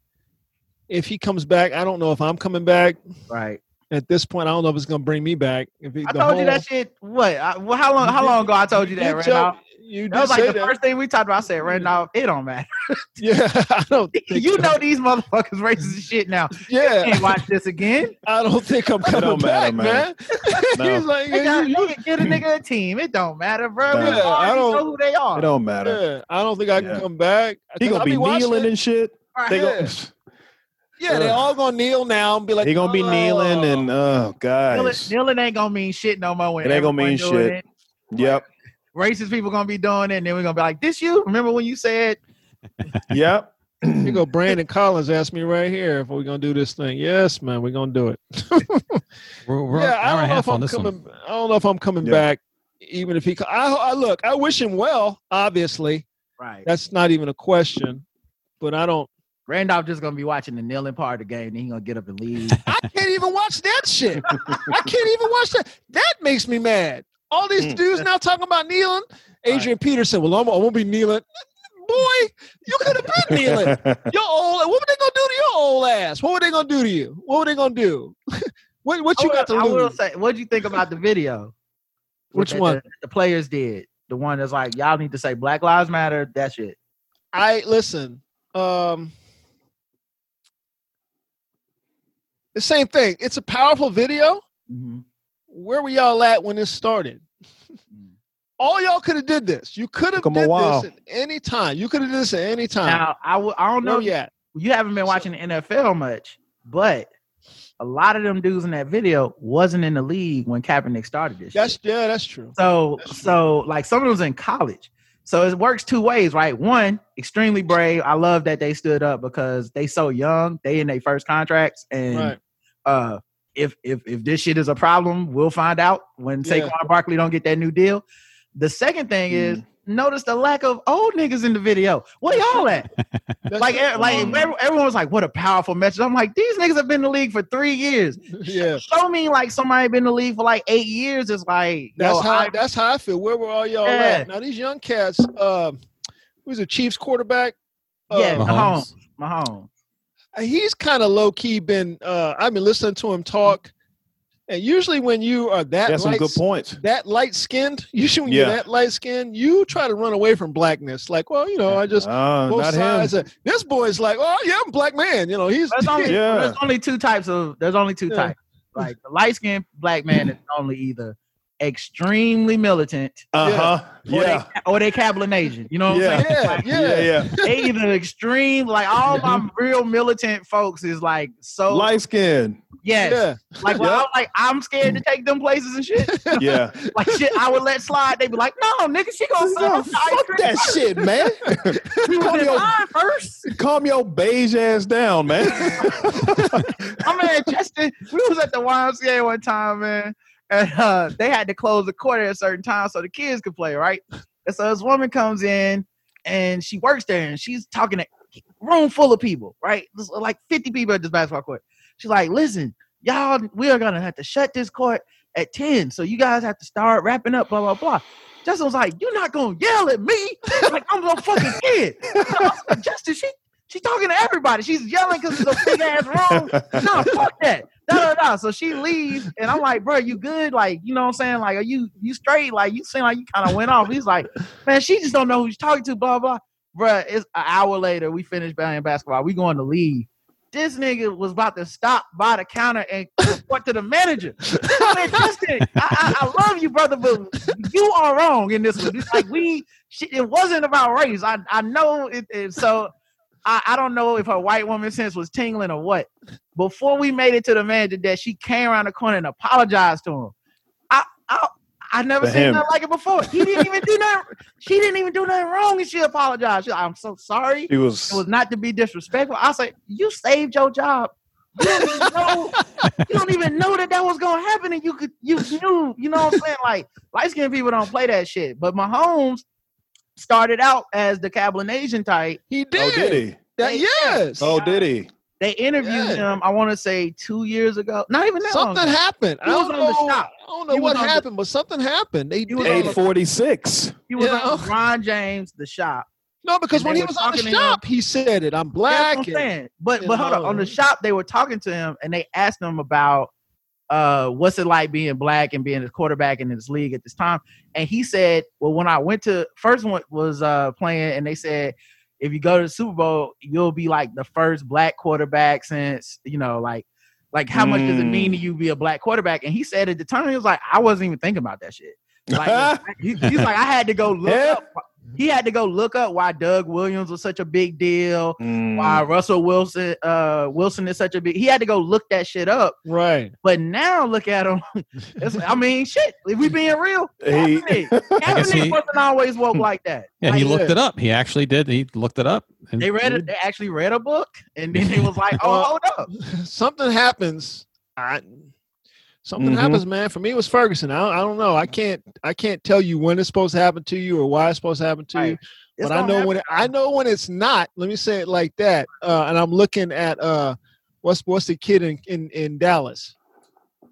Speaker 3: If he comes back, I don't know if I'm coming back.
Speaker 6: right.
Speaker 3: At this point, I don't know if it's gonna bring me back. If he,
Speaker 6: I
Speaker 3: the
Speaker 6: told you
Speaker 3: whole-
Speaker 6: that shit. What? I, well, how long? How long ago I told you that?
Speaker 3: did
Speaker 6: Right
Speaker 3: tell-
Speaker 6: now.
Speaker 3: you
Speaker 6: That
Speaker 3: did
Speaker 6: was
Speaker 3: say
Speaker 6: like the
Speaker 3: that.
Speaker 6: first thing we talked about. I said, Randolph, it don't matter.
Speaker 3: Yeah, I don't. Think
Speaker 6: you
Speaker 3: so.
Speaker 6: know these motherfuckers racist as shit now.
Speaker 3: Yeah,
Speaker 6: Can't watch this again.
Speaker 3: I don't think I'm coming
Speaker 5: don't matter,
Speaker 3: back, man.
Speaker 5: man. No.
Speaker 3: He's like,
Speaker 6: They
Speaker 3: yeah,
Speaker 6: got,
Speaker 3: you- you-
Speaker 6: they can get a nigga a team. It don't matter, bro.
Speaker 5: Nah.
Speaker 6: We
Speaker 5: Yeah,
Speaker 3: I
Speaker 6: already
Speaker 3: don't-
Speaker 6: know who they are.
Speaker 5: It don't matter.
Speaker 3: yeah, I don't think I can
Speaker 5: Yeah.
Speaker 3: come back.
Speaker 5: He gonna
Speaker 3: I'll
Speaker 5: be,
Speaker 3: watching
Speaker 5: kneeling
Speaker 3: it.
Speaker 5: and shit. They
Speaker 3: Yeah.
Speaker 5: gonna,
Speaker 3: Yeah, they
Speaker 5: Ugh.
Speaker 3: all gonna kneel now and be like,
Speaker 5: he gonna be kneeling and oh
Speaker 6: Kneeling,
Speaker 5: guys.
Speaker 6: kneeling ain't gonna mean shit no more. When
Speaker 5: It ain't gonna
Speaker 6: everyone
Speaker 5: mean
Speaker 6: doing
Speaker 5: shit.
Speaker 6: It.
Speaker 5: Yep.
Speaker 6: Racist people gonna be doing it, and then we're gonna be like, "This you? Remember when you said
Speaker 5: Yep.
Speaker 3: you go. Brandon Collins asked me right here if we're gonna do this thing. Yes, man, we're gonna do it.
Speaker 4: We're, we're
Speaker 3: yeah,
Speaker 4: an hour
Speaker 3: I
Speaker 4: and
Speaker 3: don't know
Speaker 4: a half
Speaker 3: if
Speaker 4: on
Speaker 3: I'm
Speaker 4: this
Speaker 3: coming.
Speaker 4: one.
Speaker 3: I don't know if I'm coming
Speaker 5: Yeah.
Speaker 3: back, even if he. co- I, I look. I wish him well. Obviously,
Speaker 6: right?"
Speaker 3: that's not even a question. But I don't.
Speaker 6: Randolph just gonna be watching the kneeling part of the game, then he gonna get up and leave.
Speaker 3: I can't even watch that shit. I can't even watch that. That makes me mad. All these
Speaker 5: Mm.
Speaker 3: dudes now talking about kneeling. Adrian Peterson. Well, I'm, I won't be kneeling. Boy, you could have been kneeling. your old what were they gonna do to your old ass? What were they gonna do to you? What were they gonna do? what what you
Speaker 6: I will,
Speaker 3: got to
Speaker 6: I
Speaker 3: lose?
Speaker 6: will say, what'd you think about the video?
Speaker 3: Which
Speaker 6: That
Speaker 3: one?
Speaker 6: The, the players did. The one that's like, y'all need to say Black Lives Matter. That shit.
Speaker 3: I listen. Um, the same thing. It's a powerful video. Mm-hmm. Where were y'all at when this started? All y'all could have did this. You could have
Speaker 5: Took 'em a
Speaker 3: did
Speaker 5: while.
Speaker 3: this at any time. You could have did this at any time.
Speaker 6: Now I w- I don't know
Speaker 3: Where we at?
Speaker 6: you haven't been
Speaker 3: So-
Speaker 6: watching the NFL much, but a lot of them dudes in that video wasn't in the league when Kaepernick started this.
Speaker 3: That's
Speaker 6: shit.
Speaker 3: yeah. That's true.
Speaker 6: so
Speaker 3: that's true.
Speaker 6: so like some of them's in college. So it works two ways, right? One, extremely brave. I love that they stood up because they so young, they in their first contracts, and
Speaker 3: Right.
Speaker 6: uh, if if if this shit is a problem, we'll find out when
Speaker 3: Yeah.
Speaker 6: Saquon Barkley don't get that new deal. The second thing is
Speaker 3: Mm.
Speaker 6: notice the lack of old niggas in the video. Where y'all at?
Speaker 3: That's
Speaker 6: like,
Speaker 3: it.
Speaker 6: e- like every- everyone was like, "What a powerful message!" I'm like, these niggas have been in the league for three years.
Speaker 3: yeah.
Speaker 6: Show me like somebody been in the league for like eight years. It's like
Speaker 3: That's
Speaker 6: yo,
Speaker 3: how
Speaker 6: I-
Speaker 3: that's how I feel. Where were all y'all
Speaker 6: Yeah.
Speaker 3: at? Now these young cats, um, who's a Chiefs quarterback?
Speaker 6: yeah,
Speaker 3: Uh,
Speaker 6: Mahomes. Mahomes.
Speaker 5: Uh-huh.
Speaker 3: he's kind of low key been. Uh, I've been listening to him talk, and usually when you are that
Speaker 5: That's some
Speaker 3: light,
Speaker 5: good points.
Speaker 3: that light skinned, usually when you're
Speaker 5: Yeah.
Speaker 3: that light skinned, you try to run away from blackness. Like, well, you know, I just
Speaker 5: Uh,
Speaker 3: both
Speaker 5: not him.
Speaker 3: sides. uh, This boy's like, oh yeah, I'm a black man. You know, he's
Speaker 6: There's only,
Speaker 5: Yeah.
Speaker 6: there's only two types of. There's only two
Speaker 3: Yeah.
Speaker 6: types. Like the light skinned black man is only either extremely militant
Speaker 5: Uh huh.
Speaker 6: or
Speaker 5: Yeah.
Speaker 6: they or they Kablan Asian. You know what
Speaker 5: Yeah.
Speaker 6: I'm saying?
Speaker 3: yeah,
Speaker 6: Like,
Speaker 5: Yeah.
Speaker 3: yeah,
Speaker 5: Yeah.
Speaker 6: they either extreme, like all
Speaker 3: Mm-hmm.
Speaker 6: my real militant folks is like so
Speaker 5: Light skin.
Speaker 6: yes.
Speaker 3: yeah,
Speaker 6: Like when
Speaker 5: Yeah.
Speaker 6: I'm like I'm scared to take them places and shit.
Speaker 5: Yeah.
Speaker 6: Like shit, I would let slide. They be like, no, nigga, she gonna sell us the ice
Speaker 5: Fuck
Speaker 6: cream
Speaker 5: that
Speaker 6: first.
Speaker 5: shit, man.
Speaker 6: We was
Speaker 5: Calm
Speaker 6: in
Speaker 5: your-
Speaker 6: line first.
Speaker 5: Calm your beige ass down, man.
Speaker 6: My man Justin, we was at the YMCA one time, man, and uh, they had to close the court at a certain time so the kids could play, right? And so this woman comes in and she works there and she's talking to a room full of people, right? There's like 50 people at this basketball court. She's like, listen, y'all, we are gonna have to shut this court at 10. So you guys have to start wrapping up, blah, blah, blah. Justin was like, You're not gonna yell at me like I'm a fucking kid. I was like, Justin, she she's talking to everybody. She's yelling because it's a big ass room. No, fuck that. Da, da, da. So she leaves, and I'm like, bro, you good? Like, you know what I'm saying? Like, are you you straight? Like, you seem like you kind of went off. He's like, man, she just don't know who she's talking to, blah, blah. Bruh, it's an hour later. We finished playing basketball. We going to leave. This nigga was about to stop by the counter and report to the manager. Man, Justin, I, I, I love you, brother, but you are wrong in this one. It's like we, she, it wasn't about race. I, I know it, it so I, I don't know if her white woman sense was tingling or what. Before we made it to the manager that she came around the corner and apologized to him. I I, I never
Speaker 5: For
Speaker 6: seen
Speaker 5: him.
Speaker 6: nothing like it before. He didn't even do nothing. She didn't even do nothing wrong, and she apologized. She's like, I'm so sorry.
Speaker 5: He was. Oh,
Speaker 6: It was not to be disrespectful. I said, you saved your job. You don't even know, you don't even know that that was gonna happen, and you could you knew. You know what I'm saying? Like light skinned people don't play that shit. But Mahomes started out as the Kablan Asian type.
Speaker 3: he did.
Speaker 5: Oh, did he?
Speaker 3: That, yes,
Speaker 5: Oh, did he?
Speaker 6: They interviewed
Speaker 3: Yeah.
Speaker 6: him. I want to say two years ago. Not even that long.
Speaker 3: something
Speaker 6: ago.
Speaker 3: happened. I
Speaker 6: He was
Speaker 3: don't,
Speaker 6: on the
Speaker 3: know, I
Speaker 6: shop.
Speaker 3: don't know
Speaker 6: He was
Speaker 3: what
Speaker 6: on the-
Speaker 3: happened, but something happened. They
Speaker 6: He was on
Speaker 5: Eight
Speaker 6: the-
Speaker 5: forty six.
Speaker 6: He was
Speaker 3: Yeah.
Speaker 6: on Ron James, the shop.
Speaker 3: No, because
Speaker 6: And
Speaker 3: when
Speaker 6: they
Speaker 3: he
Speaker 6: were
Speaker 3: was on the
Speaker 6: talking to him.
Speaker 3: shop, he said it. I'm black.
Speaker 6: That's what I'm
Speaker 3: and-
Speaker 6: saying. But
Speaker 3: and
Speaker 6: but hold on.
Speaker 3: all
Speaker 6: On the
Speaker 3: that.
Speaker 6: shop, they were talking to him and they asked him about uh what's it like being black and being a quarterback in this league at this time. And he said, Well, when I went to first one was uh playing and they said if you go to the Super Bowl, you'll be like the first black quarterback since, you know, like like how much does it
Speaker 5: Mm.
Speaker 6: mean to you be a black quarterback? And he said at the time, he was like, I wasn't even thinking about that shit. Like, he- he's like, I had to go look
Speaker 5: Yeah.
Speaker 6: up. He had to go look up why Doug Williams was such a big deal why
Speaker 5: Mm.
Speaker 6: Russell Wilson uh Wilson is such a big he had to go look that shit up.
Speaker 3: Right.
Speaker 6: But now look at him. It's- I mean shit, if we being real,
Speaker 5: He-
Speaker 6: Kaepernick,
Speaker 4: guess
Speaker 6: Kaepernick
Speaker 4: he-
Speaker 6: wasn't always woke like that.
Speaker 4: Yeah, he
Speaker 6: Like,
Speaker 4: looked
Speaker 3: yeah.
Speaker 4: it up. He actually did. He looked it up. and-
Speaker 6: they read it, they actually read a book and then they was like, Oh,
Speaker 3: Well-
Speaker 6: hold up.
Speaker 3: something happens. I, something
Speaker 6: Mm-hmm.
Speaker 5: Mhm.
Speaker 3: happens, man. For me, it was Ferguson. I, I don't know. I can't. I can't tell you when it's supposed to happen to you or why it's supposed to happen to you.
Speaker 6: Right. It's
Speaker 3: but I
Speaker 6: gonna
Speaker 3: know
Speaker 6: happen.
Speaker 3: when it, I know when it's not. Let me say it like that. Uh, and I'm looking at uh, what's what's the kid in in, in Dallas?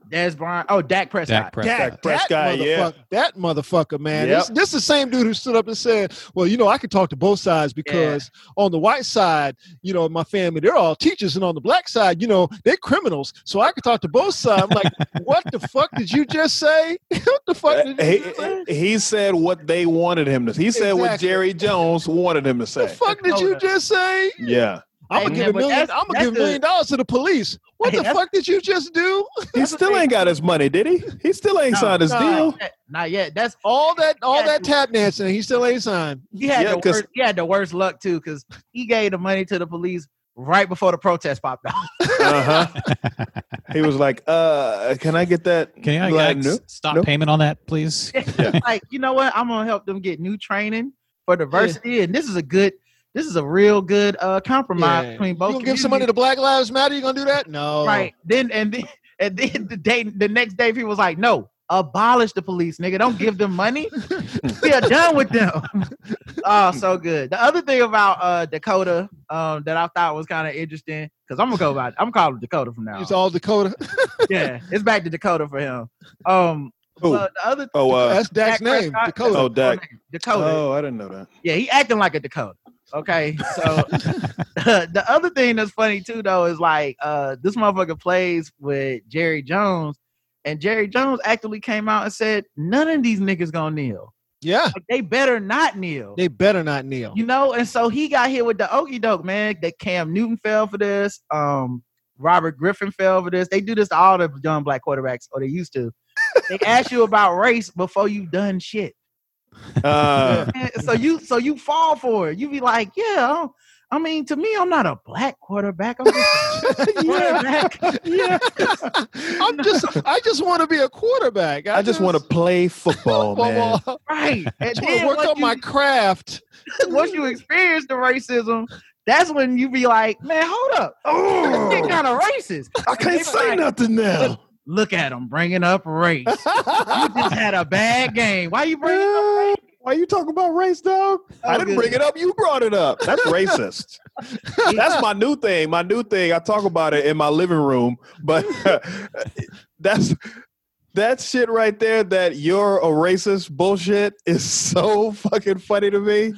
Speaker 6: Des Bryant. Oh, Dak Prescott.
Speaker 4: Dak Prescott.
Speaker 5: Dak Prescott,
Speaker 3: motherfucker,
Speaker 5: yeah.
Speaker 3: that motherfucker, man.
Speaker 5: Yep.
Speaker 3: This, this the same dude who stood up and said, "Well, you know, I could talk to both sides because on the white side, you know, my family they're all teachers, and on the black side, you know, they're criminals, so I could talk to both sides." I'm like, "What the fuck did you just say? what the fuck did you
Speaker 5: He,
Speaker 3: just say?
Speaker 5: he said what they wanted him to. He said what
Speaker 3: Exactly.
Speaker 5: Jerry Jones wanted him to
Speaker 3: The
Speaker 5: say.
Speaker 3: fuck did you just say?"
Speaker 5: Yeah,
Speaker 3: I'm gonna
Speaker 6: Hey, man,
Speaker 3: give a
Speaker 6: but
Speaker 3: million.
Speaker 6: that's-
Speaker 3: I'm gonna
Speaker 6: that's
Speaker 3: give a
Speaker 6: the-
Speaker 3: million dollars to the police. What
Speaker 6: Hey,
Speaker 3: the
Speaker 6: that's-
Speaker 3: fuck did you just do?
Speaker 5: he still ain't got his money, did he? He still ain't
Speaker 6: No,
Speaker 5: signed his
Speaker 3: no.
Speaker 5: deal.
Speaker 6: Not yet. That's
Speaker 3: All that, all
Speaker 6: Yeah.
Speaker 3: that tap dancing. He still ain't signed.
Speaker 6: he had
Speaker 5: Yeah,
Speaker 6: the
Speaker 5: 'cause-
Speaker 6: worst he had the worst luck too, because he gave the money to the police right before the protest popped out.
Speaker 4: Uh-huh.
Speaker 5: Uh huh. he was like, "Uh, can I get that?"
Speaker 4: Can I,
Speaker 5: Like,
Speaker 4: can I
Speaker 5: no.
Speaker 4: s- stop
Speaker 5: nope.
Speaker 4: payment on that, please?
Speaker 6: like you know what i'm gonna help them get new training for diversity and this is a good this is a real good uh compromise
Speaker 3: Yeah.
Speaker 6: between
Speaker 3: You
Speaker 6: both
Speaker 3: gonna give some money to Black Lives Matter? You gonna do that? No.
Speaker 6: communities. right then and then and then the day the next day people was like no Abolish the police, nigga. Don't give them money. we are done with them. oh, so good. The other thing about uh, Dakota um, that I thought was kind of interesting, because I'm gonna go about I'm calling Dakota from now.
Speaker 3: It's
Speaker 6: on.
Speaker 3: all Dakota.
Speaker 6: yeah, it's back to Dakota for him. Um,
Speaker 5: Who?
Speaker 6: but the other
Speaker 5: Oh, uh,
Speaker 3: That's Dak's
Speaker 6: Dak
Speaker 3: name.
Speaker 6: Prescott-
Speaker 3: Dakota.
Speaker 5: Oh, Dak.
Speaker 6: Dakota.
Speaker 5: oh, I didn't know that.
Speaker 6: Yeah, he acting like a Dakota. Okay, so the other thing that's funny too, though, is like uh, this motherfucker plays with Jerry Jones, and Jerry Jones actively came out and said none of these niggas gonna kneel.
Speaker 3: Yeah.
Speaker 6: Like, they better not kneel.
Speaker 3: They better not kneel.
Speaker 6: You know, and so he got hit with the okey doke, man. That Cam Newton fell for this. Um, Robert Griffin fell for this. They do this to all the young black quarterbacks, or they used to. they ask you about race before you've done shit.
Speaker 5: Uh,
Speaker 6: And so you so you fall for it. You be like, yeah. I don't- I mean, to me, I'm not a black quarterback. I'm just a quarterback.
Speaker 5: yeah.
Speaker 3: I'm just I just want to be a quarterback.
Speaker 5: I just want to play football, man.
Speaker 3: to
Speaker 6: right. And then
Speaker 3: work
Speaker 6: once
Speaker 3: on
Speaker 6: you,
Speaker 3: my craft.
Speaker 6: once you experience the racism, that's when you be like, man, hold up. This
Speaker 5: Oh,
Speaker 6: kind of racist.
Speaker 5: I can't say nothing now.
Speaker 6: Look at him bringing up race. you just had a bad game. Why you bringing up
Speaker 5: Why you talking about race, dog? I didn't
Speaker 6: good.
Speaker 5: bring it up. You brought it up. That's racist. that's my new thing. My new thing. I talk about it in my living room, but that's that shit right there. That you're a racist bullshit is so fucking funny to me,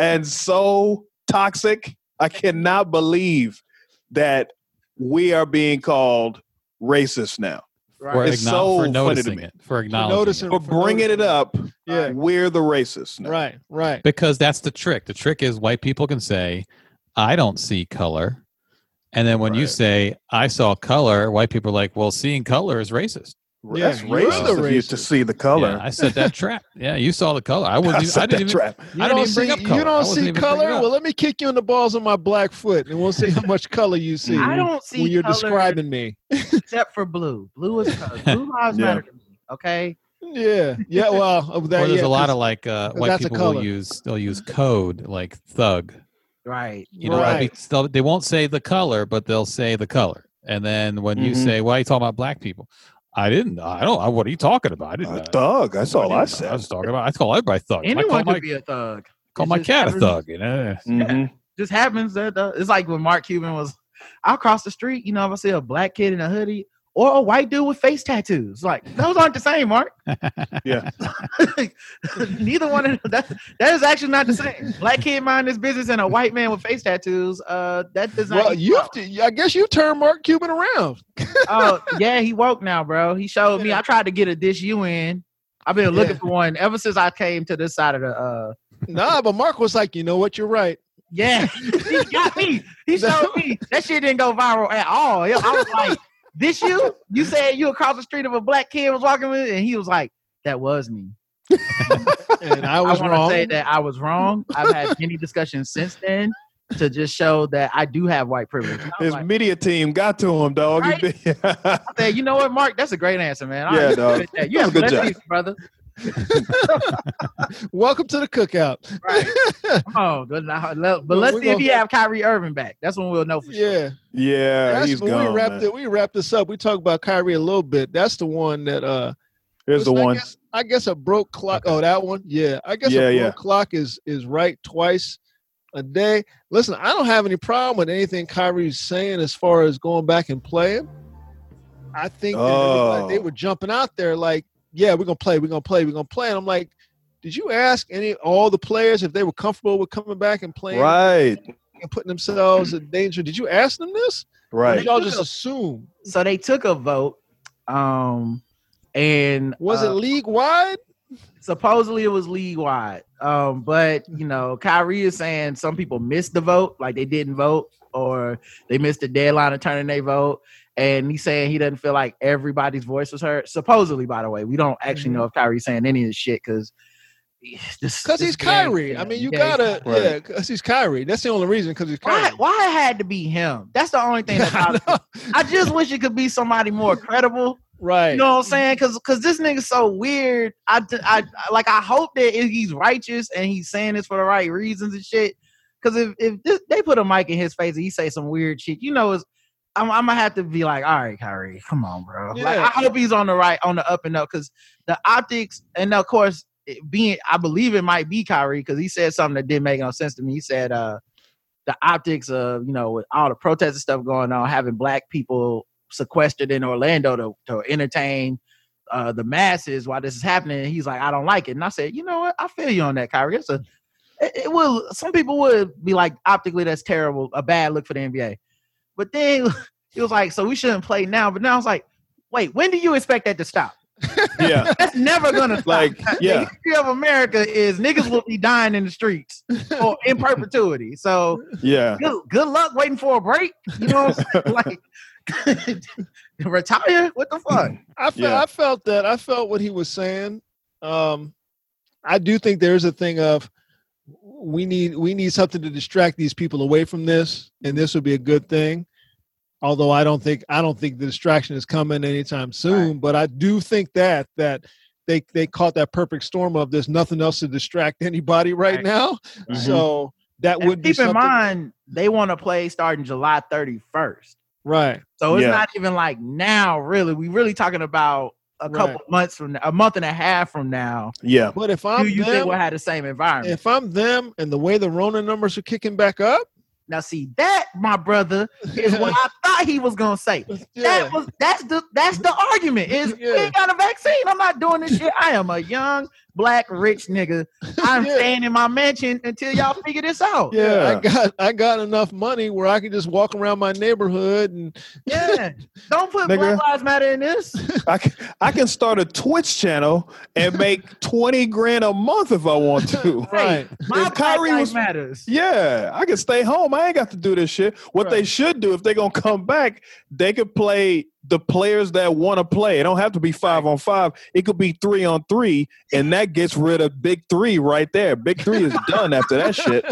Speaker 5: and so toxic. I cannot believe that we are being called racist now
Speaker 4: for,
Speaker 5: It's
Speaker 4: acknow-
Speaker 5: so
Speaker 4: for
Speaker 5: funny to
Speaker 4: noticing
Speaker 5: me.
Speaker 4: it, for acknowledging
Speaker 3: noticing
Speaker 4: it.
Speaker 5: for bringing it up.
Speaker 3: Yeah.
Speaker 5: We're the racists now.
Speaker 3: Right, right.
Speaker 4: because that's the trick. The trick is white people can say, "I don't see color," and then when you
Speaker 5: Right.
Speaker 4: say, "I saw color," white people are like, "Well, seeing color is racist."
Speaker 3: Yeah,
Speaker 5: That's
Speaker 3: you're
Speaker 5: racist.
Speaker 3: the
Speaker 5: if you used to
Speaker 3: racist.
Speaker 5: see the color.
Speaker 4: Yeah, I said that trap. Yeah, you saw the color. I wasn't.
Speaker 5: I
Speaker 4: Even, I didn't
Speaker 5: said that
Speaker 4: even.
Speaker 5: trap.
Speaker 4: you
Speaker 3: I
Speaker 4: didn't
Speaker 3: don't
Speaker 4: even bring
Speaker 3: see
Speaker 4: up
Speaker 3: you
Speaker 4: color. I
Speaker 3: don't
Speaker 4: wasn't
Speaker 3: see
Speaker 4: even bringing
Speaker 3: color.
Speaker 4: it up.
Speaker 3: Well, let me kick you in the balls with my black foot, and we'll see how much color you see.
Speaker 6: I don't see
Speaker 3: when you're
Speaker 6: color
Speaker 3: describing me.
Speaker 6: except for blue. Blue is color. Blue lives
Speaker 5: Yeah.
Speaker 6: matter to me. Okay.
Speaker 3: Yeah, yeah. Well, of that,
Speaker 4: or there's
Speaker 3: yeah,
Speaker 4: a lot
Speaker 3: 'cause-
Speaker 4: of like uh,
Speaker 3: 'cause
Speaker 4: white
Speaker 3: that's a
Speaker 4: people
Speaker 3: color.
Speaker 4: will use they'll use code like thug.
Speaker 6: Right.
Speaker 4: You know, they'll be,
Speaker 3: Right.
Speaker 4: they'll, they won't say the color, but they'll say the color. And then when you
Speaker 5: Mhm.
Speaker 4: say, "Why are you talking about black people?" I didn't. I don't. I, what are you talking about? I didn't.
Speaker 5: A
Speaker 4: know.
Speaker 5: thug. That's all I
Speaker 4: didn't know. I
Speaker 5: said.
Speaker 4: was talking about. I call everybody thug. I
Speaker 6: Anyone
Speaker 4: call
Speaker 6: could
Speaker 4: my,
Speaker 6: be a thug.
Speaker 4: call
Speaker 6: It
Speaker 4: my
Speaker 6: just
Speaker 4: cat a
Speaker 6: happens-
Speaker 4: thug. You know.
Speaker 5: Mhm.
Speaker 6: Just happens that uh, it's like when Mark Cuban was, I'll cross the street. You know, if I see a black kid in a hoodie or a white dude with face tattoos, like those aren't the same, Mark.
Speaker 5: Yeah.
Speaker 6: Neither one of that, that is actually not the same. Black kid mind his business and a white man with face tattoos. Uh, that does not.
Speaker 3: Well, you have to. I guess you turned Mark Cuban around.
Speaker 6: oh yeah, he woke now, bro. He showed me. I tried to get a dish you in. I've been looking
Speaker 3: Yeah.
Speaker 6: for one ever since I came to this side of the. uh
Speaker 3: Nah, but Mark was like, you know what? You're right.
Speaker 6: Yeah, he got me. He showed me that shit didn't go viral at all. I was like, "This you? You said you across the street of a black kid was walking with?" And he was like, "That was me."
Speaker 3: And I
Speaker 6: I
Speaker 3: was
Speaker 6: want to
Speaker 3: wrong.
Speaker 6: say that I was wrong. I've had many discussions since then to just show that I do have white privilege. And I was
Speaker 5: His
Speaker 6: like,
Speaker 5: media team got to him, dog. He
Speaker 6: Right?
Speaker 5: been-
Speaker 6: I said, you know what, Mark? That's a great answer, man. I
Speaker 5: Yeah,
Speaker 6: appreciate
Speaker 5: dog.
Speaker 6: that. You
Speaker 5: That's
Speaker 6: have
Speaker 5: a
Speaker 6: a
Speaker 5: good
Speaker 6: good
Speaker 5: job.
Speaker 6: evening, brother.
Speaker 3: Welcome to the cookout.
Speaker 6: Right. Come on, but, now- let- but
Speaker 3: Well,
Speaker 6: let's
Speaker 3: we
Speaker 6: see if he
Speaker 3: gonna-
Speaker 6: have Kyrie Irving back. That's when we'll know for sure.
Speaker 3: Yeah.
Speaker 5: yeah,
Speaker 3: That's
Speaker 5: he's
Speaker 3: when
Speaker 5: gone.
Speaker 3: we wrapped
Speaker 5: man.
Speaker 3: it. We wrapped this up. We talked about Kyrie a little bit. That's the one that uh
Speaker 5: Here's the
Speaker 3: Listen, I
Speaker 5: one.
Speaker 3: guess- I guess a broke clock. Oh, that one. Yeah, I guess
Speaker 5: Yeah,
Speaker 3: a broke
Speaker 5: yeah.
Speaker 3: clock is is right twice a day. Listen, I don't have any problem with anything Kyrie's saying as far as going back and playing. I think that everybody- they
Speaker 5: Oh.
Speaker 3: were jumping out there like, "Yeah, we're gonna play. We're gonna play. We're gonna play." And I'm like, "Did you ask any all the players if they were comfortable with coming back and playing
Speaker 5: Right.
Speaker 3: and putting themselves in danger? Did you ask them this? Or did
Speaker 5: Right.
Speaker 3: y'all just assume?
Speaker 6: So they took a vote, um, and
Speaker 3: Was it
Speaker 6: uh,
Speaker 3: league wide?
Speaker 6: supposedly it was league wide. Um, but you
Speaker 3: Mm-hmm.
Speaker 6: know, Kyrie is saying some people missed the vote, like they didn't vote or they missed the deadline of turning their vote. And he's saying he doesn't feel like everybody's voice was heard. Supposedly, by the way, we don't actually
Speaker 3: Mm-hmm.
Speaker 6: know if Kyrie's saying any of this shit because
Speaker 3: Because
Speaker 6: because
Speaker 3: he's Kyrie. I mean, you gotta,
Speaker 5: Right.
Speaker 3: yeah, because he's Kyrie. That's the only reason, because he's
Speaker 6: Why,
Speaker 3: Kyrie.
Speaker 6: why it had to be him? That's the only thing that bothers me.
Speaker 3: I
Speaker 6: I just wish it could be somebody more credible.
Speaker 3: right.
Speaker 6: You know what I'm saying? Cause, cause this nigga's so weird. I, d- I- I- like, I hope that if he's righteous and he's saying this for the right reasons and shit. Cause if, if this, they put a mic in his face and he say some weird shit, you know, it's, I'm, I'm gonna have to be like, all right, Kyrie, come on, bro. Like,
Speaker 3: Yeah.
Speaker 6: I hope he's on the right, on the up and up, because the optics, and of course, it being, I believe it might be Kyrie, because he said something that didn't make no sense to me. He said, uh, the optics of you know, with all the protests and stuff going on, having black people sequestered in Orlando to to entertain uh the masses while this is happening. And he's like, I don't like it, and I said, you know what, I feel you on that, Kyrie. It's a it, it will. Some people would be like, optically, that's terrible, a bad look for the NBA. But then he was like, so we shouldn't play now. But now I was like, wait, when do you expect that to stop?
Speaker 5: yeah,
Speaker 6: That's never gonna stop.
Speaker 5: like
Speaker 6: The
Speaker 5: yeah,
Speaker 6: history of America is niggas will be dying in the streets or in perpetuity. So
Speaker 5: yeah.
Speaker 6: good, good luck waiting for a break. You know what I'm saying? Like retire? What the fuck?
Speaker 3: I felt
Speaker 5: Yeah.
Speaker 3: I felt that I felt what he was saying. Um, I do think there is a thing of we need we need something to distract these people away from this, and this would be a good thing. Although I don't think I don't think the distraction is coming anytime soon, but I do think that that they they caught that perfect storm of there's nothing else to distract anybody right,
Speaker 6: Right.
Speaker 3: now.
Speaker 5: Mm-hmm.
Speaker 3: So that
Speaker 6: Mm-hmm. And
Speaker 3: would be
Speaker 6: keep in
Speaker 3: something-
Speaker 6: mind they want to play starting July 31st.
Speaker 3: right?
Speaker 6: So it's
Speaker 5: Yeah.
Speaker 6: not even like now, really. We really talking about a couple
Speaker 3: Right.
Speaker 6: months from now, a month and a half from now.
Speaker 5: Yeah.
Speaker 3: But if
Speaker 6: Do
Speaker 3: I'm
Speaker 6: you think
Speaker 3: them,
Speaker 6: we'll have the same environment?
Speaker 3: if I'm them, and the way the Rona numbers are kicking back up,
Speaker 6: now, see that, my brother, is what I thought he was gonna say.
Speaker 3: yeah.
Speaker 6: That was that's the that's the argument. Is we
Speaker 3: Yeah.
Speaker 6: ain't got a vaccine. I'm not doing this shit. I am a young black rich nigga. I'm
Speaker 3: Yeah.
Speaker 6: staying in my mansion until y'all figure this out. Yeah.
Speaker 3: yeah,
Speaker 5: Yeah.
Speaker 3: I got I got enough money where I can just walk around my neighborhood and
Speaker 6: Don't put
Speaker 5: Nigga.
Speaker 6: Black Lives Matter in this.
Speaker 5: I can, I can start a Twitch channel and make 20 grand a month if I want to.
Speaker 3: right.
Speaker 6: My
Speaker 5: If
Speaker 6: Black
Speaker 5: Kyrie
Speaker 6: Lives
Speaker 5: was-
Speaker 6: matters.
Speaker 5: Yeah, I can stay home. I ain't got to do this shit. What they
Speaker 3: Right.
Speaker 5: should do if they're gonna come back, they could play the players that want to play. It don't have to be five on five. It could be three on three, and that gets rid of big three right there. Big three is done after that shit.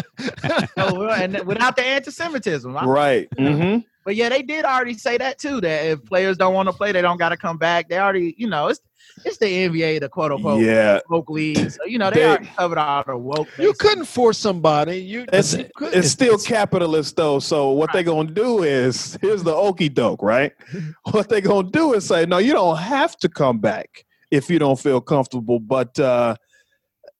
Speaker 6: Oh, well, and without the anti-Semitism. I-
Speaker 5: Right. Mm-hmm.
Speaker 6: But yeah, they did already say that too. That if players don't want to play, they don't got to come back. They already, you know, it's it's the NBA, the quote unquote
Speaker 5: Yeah.
Speaker 6: woke league. So you know they,
Speaker 5: They-
Speaker 6: already covered all the woke.
Speaker 3: You
Speaker 6: bases.
Speaker 3: couldn't force somebody. You,
Speaker 5: It's
Speaker 3: you couldn't.
Speaker 5: it's still capitalist though. So what they gonna do is here's the okey doke, right? What they gonna do is say, no, you don't have to come back if you don't feel comfortable, but uh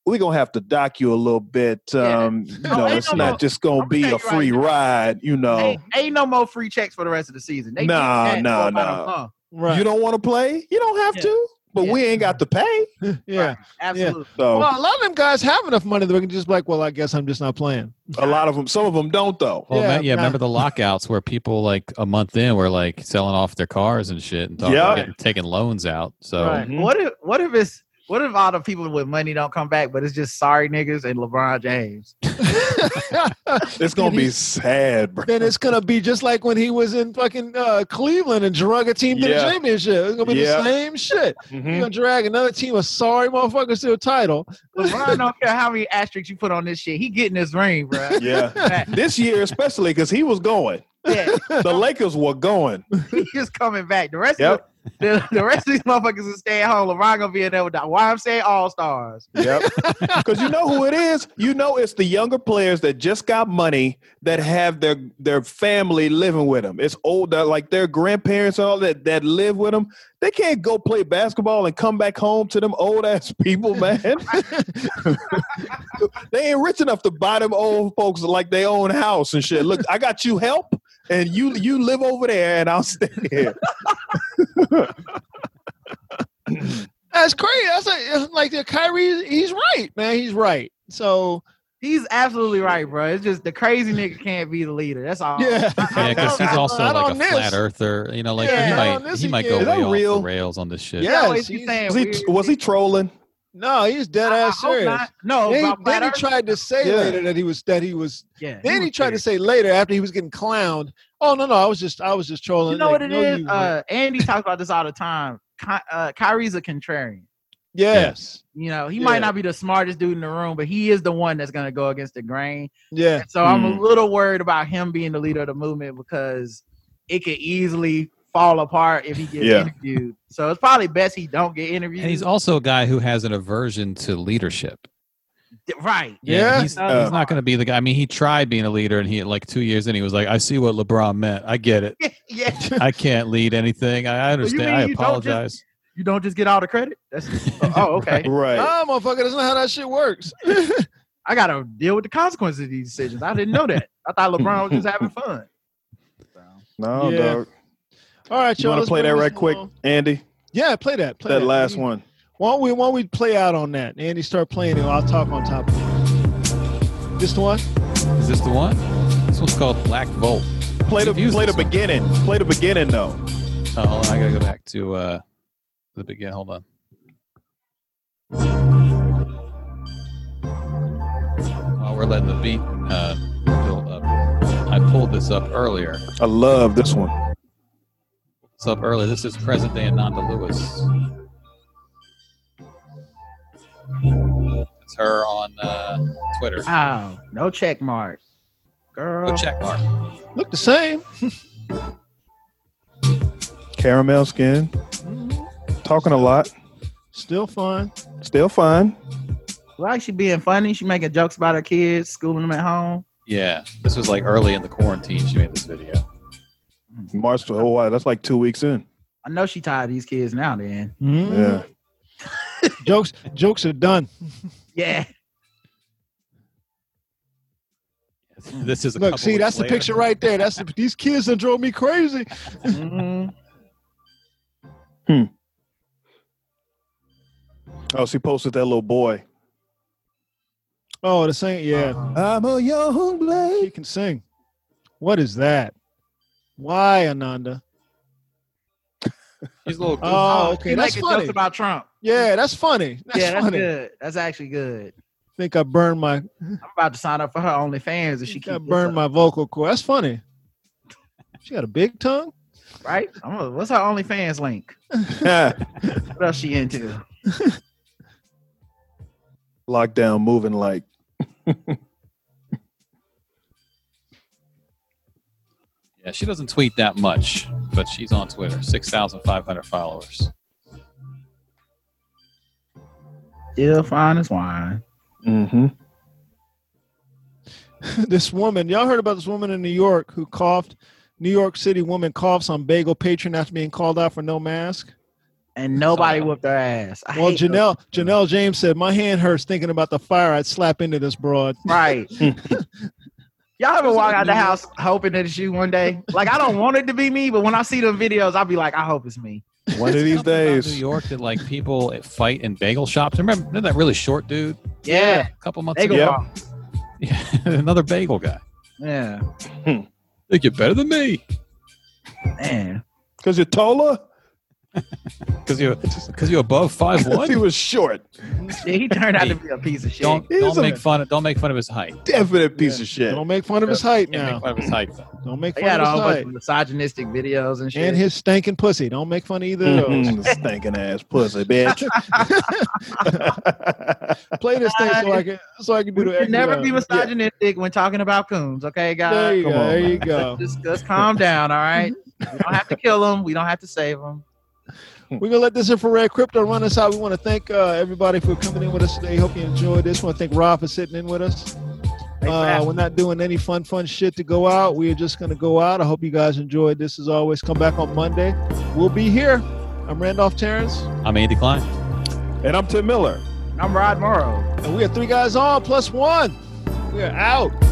Speaker 5: we're gonna have to dock you a little bit.
Speaker 6: Yeah.
Speaker 5: Um you
Speaker 6: No,
Speaker 5: know,
Speaker 6: ain't
Speaker 5: it's
Speaker 6: no
Speaker 5: not
Speaker 6: more-
Speaker 5: just gonna
Speaker 6: I'm
Speaker 5: be
Speaker 6: gonna
Speaker 5: a
Speaker 6: tell you
Speaker 5: free
Speaker 6: right now.
Speaker 5: ride, you know.
Speaker 6: ain't, ain't no more free checks for the rest of the season. They
Speaker 5: Nah,
Speaker 6: did that
Speaker 5: nah,
Speaker 6: for about a
Speaker 5: nah.
Speaker 6: month.
Speaker 3: right.
Speaker 5: You don't wanna play? You don't have
Speaker 6: Yeah.
Speaker 5: to, but we ain't got to pay.
Speaker 3: yeah.
Speaker 6: Absolutely.
Speaker 5: So
Speaker 3: Well, a lot of them guys have enough money that we can just be like, well, I guess I'm just not playing.
Speaker 5: a lot of them some of them don't though.
Speaker 4: Well,
Speaker 3: Yeah,
Speaker 4: yeah, yeah
Speaker 3: nah.
Speaker 4: remember the lockouts where people like a month in were like selling off their cars and shit and talking,
Speaker 5: Yeah.
Speaker 4: getting, taking loans out. So
Speaker 3: Right.
Speaker 5: Mhm.
Speaker 6: What if what if it's what if all the people with money don't come back, but it's just sorry niggas and LeBron James?
Speaker 5: It's gonna be sad, bro.
Speaker 3: then it's gonna be just like when he was in fucking uh, Cleveland and drug a team to
Speaker 5: Yeah.
Speaker 3: the championship. It's gonna be
Speaker 5: Yeah.
Speaker 3: the same shit.
Speaker 5: Mhm.
Speaker 6: Hmm.
Speaker 3: You're gonna drag another team of sorry motherfuckers to a title.
Speaker 6: LeBron don't care how many asterisks you put on this shit. He getting this ring, bro.
Speaker 5: Yeah. This year especially because he was going.
Speaker 6: Yeah,
Speaker 5: The Lakers were going.
Speaker 6: he just coming back. The rest
Speaker 5: Yep.
Speaker 6: of the, the rest of these motherfuckers will stay at home. LeBron gonna be in there with the YMCA All Stars.
Speaker 5: Yep. Because you know who it is. You know it's the younger players that just got money that have their their family living with them. It's older, like their grandparents and all that that live with them. They can't go play basketball and come back home to them old ass people, man. they ain't rich enough to buy them old folks like they own house and shit. Look, I got you help, and you you live over there, and I'll stay here.
Speaker 3: That's crazy. That's like, like the Kyrie. He's right, man. He's right. So
Speaker 6: He's absolutely right, bro. It's just the crazy nigga can't be the leader. That's all.
Speaker 3: yeah,
Speaker 4: yeah, because he's
Speaker 3: Not
Speaker 4: also
Speaker 3: on
Speaker 4: like a
Speaker 3: this.
Speaker 4: flat earther. You know, like
Speaker 3: Yeah, not
Speaker 4: he
Speaker 3: on
Speaker 4: might
Speaker 3: this
Speaker 4: he might
Speaker 3: again.
Speaker 4: go
Speaker 5: Is that
Speaker 4: way
Speaker 5: real?
Speaker 4: off the rails on this shit.
Speaker 6: You
Speaker 3: Yes,
Speaker 6: always be
Speaker 3: he's-
Speaker 6: saying
Speaker 5: Was he
Speaker 6: weird
Speaker 5: was he trolling?
Speaker 3: No, he's dead
Speaker 6: I- I
Speaker 3: ass
Speaker 6: hope
Speaker 3: serious.
Speaker 6: not. No,
Speaker 3: Then, he,
Speaker 6: about
Speaker 3: then he
Speaker 6: Blatter?
Speaker 3: tried to say
Speaker 5: Yeah.
Speaker 3: later that he was that he was.
Speaker 6: Yeah,
Speaker 3: Then he tried to say later after he was getting clowned. Oh no, no, I was just I was just trolling.
Speaker 6: You know
Speaker 3: Like,
Speaker 6: what it
Speaker 3: no,
Speaker 6: is?
Speaker 3: you weren't.
Speaker 6: Uh, Andy talks about this all the time. Ky- uh, Kyrie's a contrarian.
Speaker 3: yes,
Speaker 6: You know, he
Speaker 3: Yeah.
Speaker 6: might not be the smartest dude in the room, but he is the one that's going to go against the grain.
Speaker 3: yeah,
Speaker 6: So I'm
Speaker 5: Hmm.
Speaker 6: a little worried about him being the leader of the movement because it could easily fall apart if he gets
Speaker 5: Yeah.
Speaker 6: interviewed. So it's probably best he don't get interviewed.
Speaker 4: And he's also a guy who has an aversion to leadership.
Speaker 6: right.
Speaker 5: Yeah.
Speaker 4: he's,
Speaker 6: Uh,
Speaker 4: he's not going to be the guy. I mean, he tried being a leader, and he like two years in, he was like, "I see what LeBron meant. I get it.
Speaker 6: yeah.
Speaker 4: I can't lead anything. I I understand.
Speaker 6: mean
Speaker 4: I
Speaker 6: you don't just-
Speaker 4: apologize."
Speaker 6: You don't just get all the credit. That's oh okay.
Speaker 5: Right.
Speaker 3: Ah, motherfucker, that's not how that shit works.
Speaker 6: I gotta deal with the consequences of these decisions. I didn't know that. I thought LeBron was just having fun.
Speaker 5: No,
Speaker 3: Yeah.
Speaker 5: dog.
Speaker 3: All right,
Speaker 5: You
Speaker 3: y'all.
Speaker 5: want to
Speaker 3: let's
Speaker 5: play
Speaker 3: bring
Speaker 5: that
Speaker 3: this
Speaker 5: right quick,
Speaker 3: along.
Speaker 5: Andy?
Speaker 3: Yeah, play that. Play
Speaker 5: That last
Speaker 3: one.
Speaker 5: one.
Speaker 3: Why don't we why don't we play out on that? Andy start playing it. I'll talk on top of it. This one?
Speaker 4: Is this the one? This one's called Black Bolt.
Speaker 5: Play the
Speaker 4: We've used
Speaker 5: play the
Speaker 4: this one.
Speaker 5: beginning. Play the beginning though.
Speaker 4: Oh, hold on, I gotta go back to uh, the beginning. Hold on. While we're letting the beat uh, build up, I pulled this up earlier.
Speaker 5: I love this one.
Speaker 4: It's up earlier. This is present day Ananda Lewis. It's her on uh, Twitter.
Speaker 6: Oh, no check mark. Girl.
Speaker 4: Go check mark.
Speaker 3: Look the same.
Speaker 5: Caramel skin. Talking a lot.
Speaker 3: Still fun.
Speaker 5: Still fine.
Speaker 6: Like she being funny. She making jokes about her kids, schooling them at home.
Speaker 4: Yeah, this was like early in the quarantine. She made this video.
Speaker 5: March to oh wow, that's like two weeks in.
Speaker 6: I know she tired of these kids now then.
Speaker 5: Yeah.
Speaker 3: Jokes jokes are done.
Speaker 6: Yeah.
Speaker 4: This is a
Speaker 3: Look,
Speaker 4: couple
Speaker 3: see,
Speaker 4: weeks
Speaker 3: that's
Speaker 4: later.
Speaker 3: the picture right there. That's the, these kids that drove me crazy.
Speaker 6: Mhm.
Speaker 5: Oh, she posted that little boy.
Speaker 3: Oh, the same. Yeah.
Speaker 5: I'm a young
Speaker 3: He
Speaker 5: blade.
Speaker 3: can sing. What is that? Why, Ananda?
Speaker 4: She's a little.
Speaker 3: Oh,
Speaker 6: she
Speaker 3: okay. That's
Speaker 6: making
Speaker 3: funny.
Speaker 6: jokes about Trump.
Speaker 3: Yeah, that's funny. That's
Speaker 6: yeah, that's
Speaker 3: funny. I
Speaker 6: good. That's actually good.
Speaker 3: think I burned my
Speaker 6: I'm about to sign up for her OnlyFans if she
Speaker 3: I
Speaker 6: keeps
Speaker 3: burned my vocal cord. That's funny. She got a big tongue.
Speaker 6: right. I'm gonna, what's her OnlyFans link? What else she into?
Speaker 5: Lockdown moving like
Speaker 4: Yeah, she doesn't tweet that much, but she's on Twitter. Six thousand five hundred followers.
Speaker 6: Still fine as wine.
Speaker 5: mm-hmm.
Speaker 3: this woman, y'all heard about this woman in New York who coughed. New York City woman coughs on bagel patron after being called out for no mask.
Speaker 6: And nobody
Speaker 4: Uh,
Speaker 6: whooped her ass. I
Speaker 3: Well,
Speaker 6: hate those-
Speaker 3: Janelle Janelle James said, "My hand hurts thinking about the fire I'd slap into this broad."
Speaker 6: Right. Y'all ever
Speaker 3: That's
Speaker 6: walk
Speaker 3: what
Speaker 6: out the
Speaker 3: you want.
Speaker 6: house hoping that it's you one day? Like I don't want it to be me, but when I see them videos, I'll be like, I hope it's me.
Speaker 5: One of
Speaker 4: Something
Speaker 5: these
Speaker 4: about New
Speaker 5: days.
Speaker 4: York that like people fight in bagel shops. Remember, remember that really short dude
Speaker 6: Yeah.
Speaker 4: a couple months
Speaker 6: They go
Speaker 4: ago?
Speaker 5: Yeah.
Speaker 6: walk.
Speaker 4: Yeah, another bagel guy.
Speaker 6: Yeah.
Speaker 4: Think you're better than me
Speaker 6: Man.
Speaker 5: Cause you're taller?
Speaker 4: because you because you're above five
Speaker 5: Cause he
Speaker 4: one.
Speaker 5: was short.
Speaker 6: Yeah, he turned out to be a piece of shit.
Speaker 4: Don't
Speaker 5: He is
Speaker 4: don't
Speaker 5: a-
Speaker 4: make fun of don't make fun of his height.
Speaker 5: Definite piece of shit.
Speaker 3: Don't make fun of his height
Speaker 4: Can't
Speaker 3: now.
Speaker 4: make fun of his height. Though.
Speaker 3: Don't make
Speaker 6: They
Speaker 3: fun
Speaker 6: had a
Speaker 3: of his
Speaker 6: whole bunch
Speaker 3: height
Speaker 6: of misogynistic videos and shit. Mm-hmm.
Speaker 3: and his stinking pussy. Don't make fun of either of those.
Speaker 5: Mhm, Stinking ass pussy, bitch.
Speaker 3: Play this thing so I can so I can do
Speaker 6: we
Speaker 3: the.
Speaker 6: should
Speaker 3: extra
Speaker 6: never
Speaker 3: out.
Speaker 6: be
Speaker 3: Yeah.
Speaker 6: misogynistic when talking about coons, okay,
Speaker 3: There
Speaker 6: guys?
Speaker 3: you
Speaker 5: Come
Speaker 3: go.
Speaker 5: on,
Speaker 3: there you
Speaker 5: man.
Speaker 3: go.
Speaker 6: Just, just calm down, all right? We don't have to kill them. We don't have to save them.
Speaker 3: We're gonna let this infrared crypto run us out. We want to thank uh, everybody for coming in with us today. Hope you enjoyed this. Want to thank Rob for sitting in with us.
Speaker 6: Thanks for
Speaker 3: Uh,
Speaker 6: having
Speaker 3: we're not doing any fun, fun shit to go out. We are just gonna go out. I hope you guys enjoyed this. As always, come back on Monday. We'll be here. I'm Randolph Terrence,
Speaker 4: I'm Andy Klein.
Speaker 5: and I'm Tim Miller.
Speaker 6: I'm Rod Morrow.
Speaker 3: and we are three guys on plus one. We are out.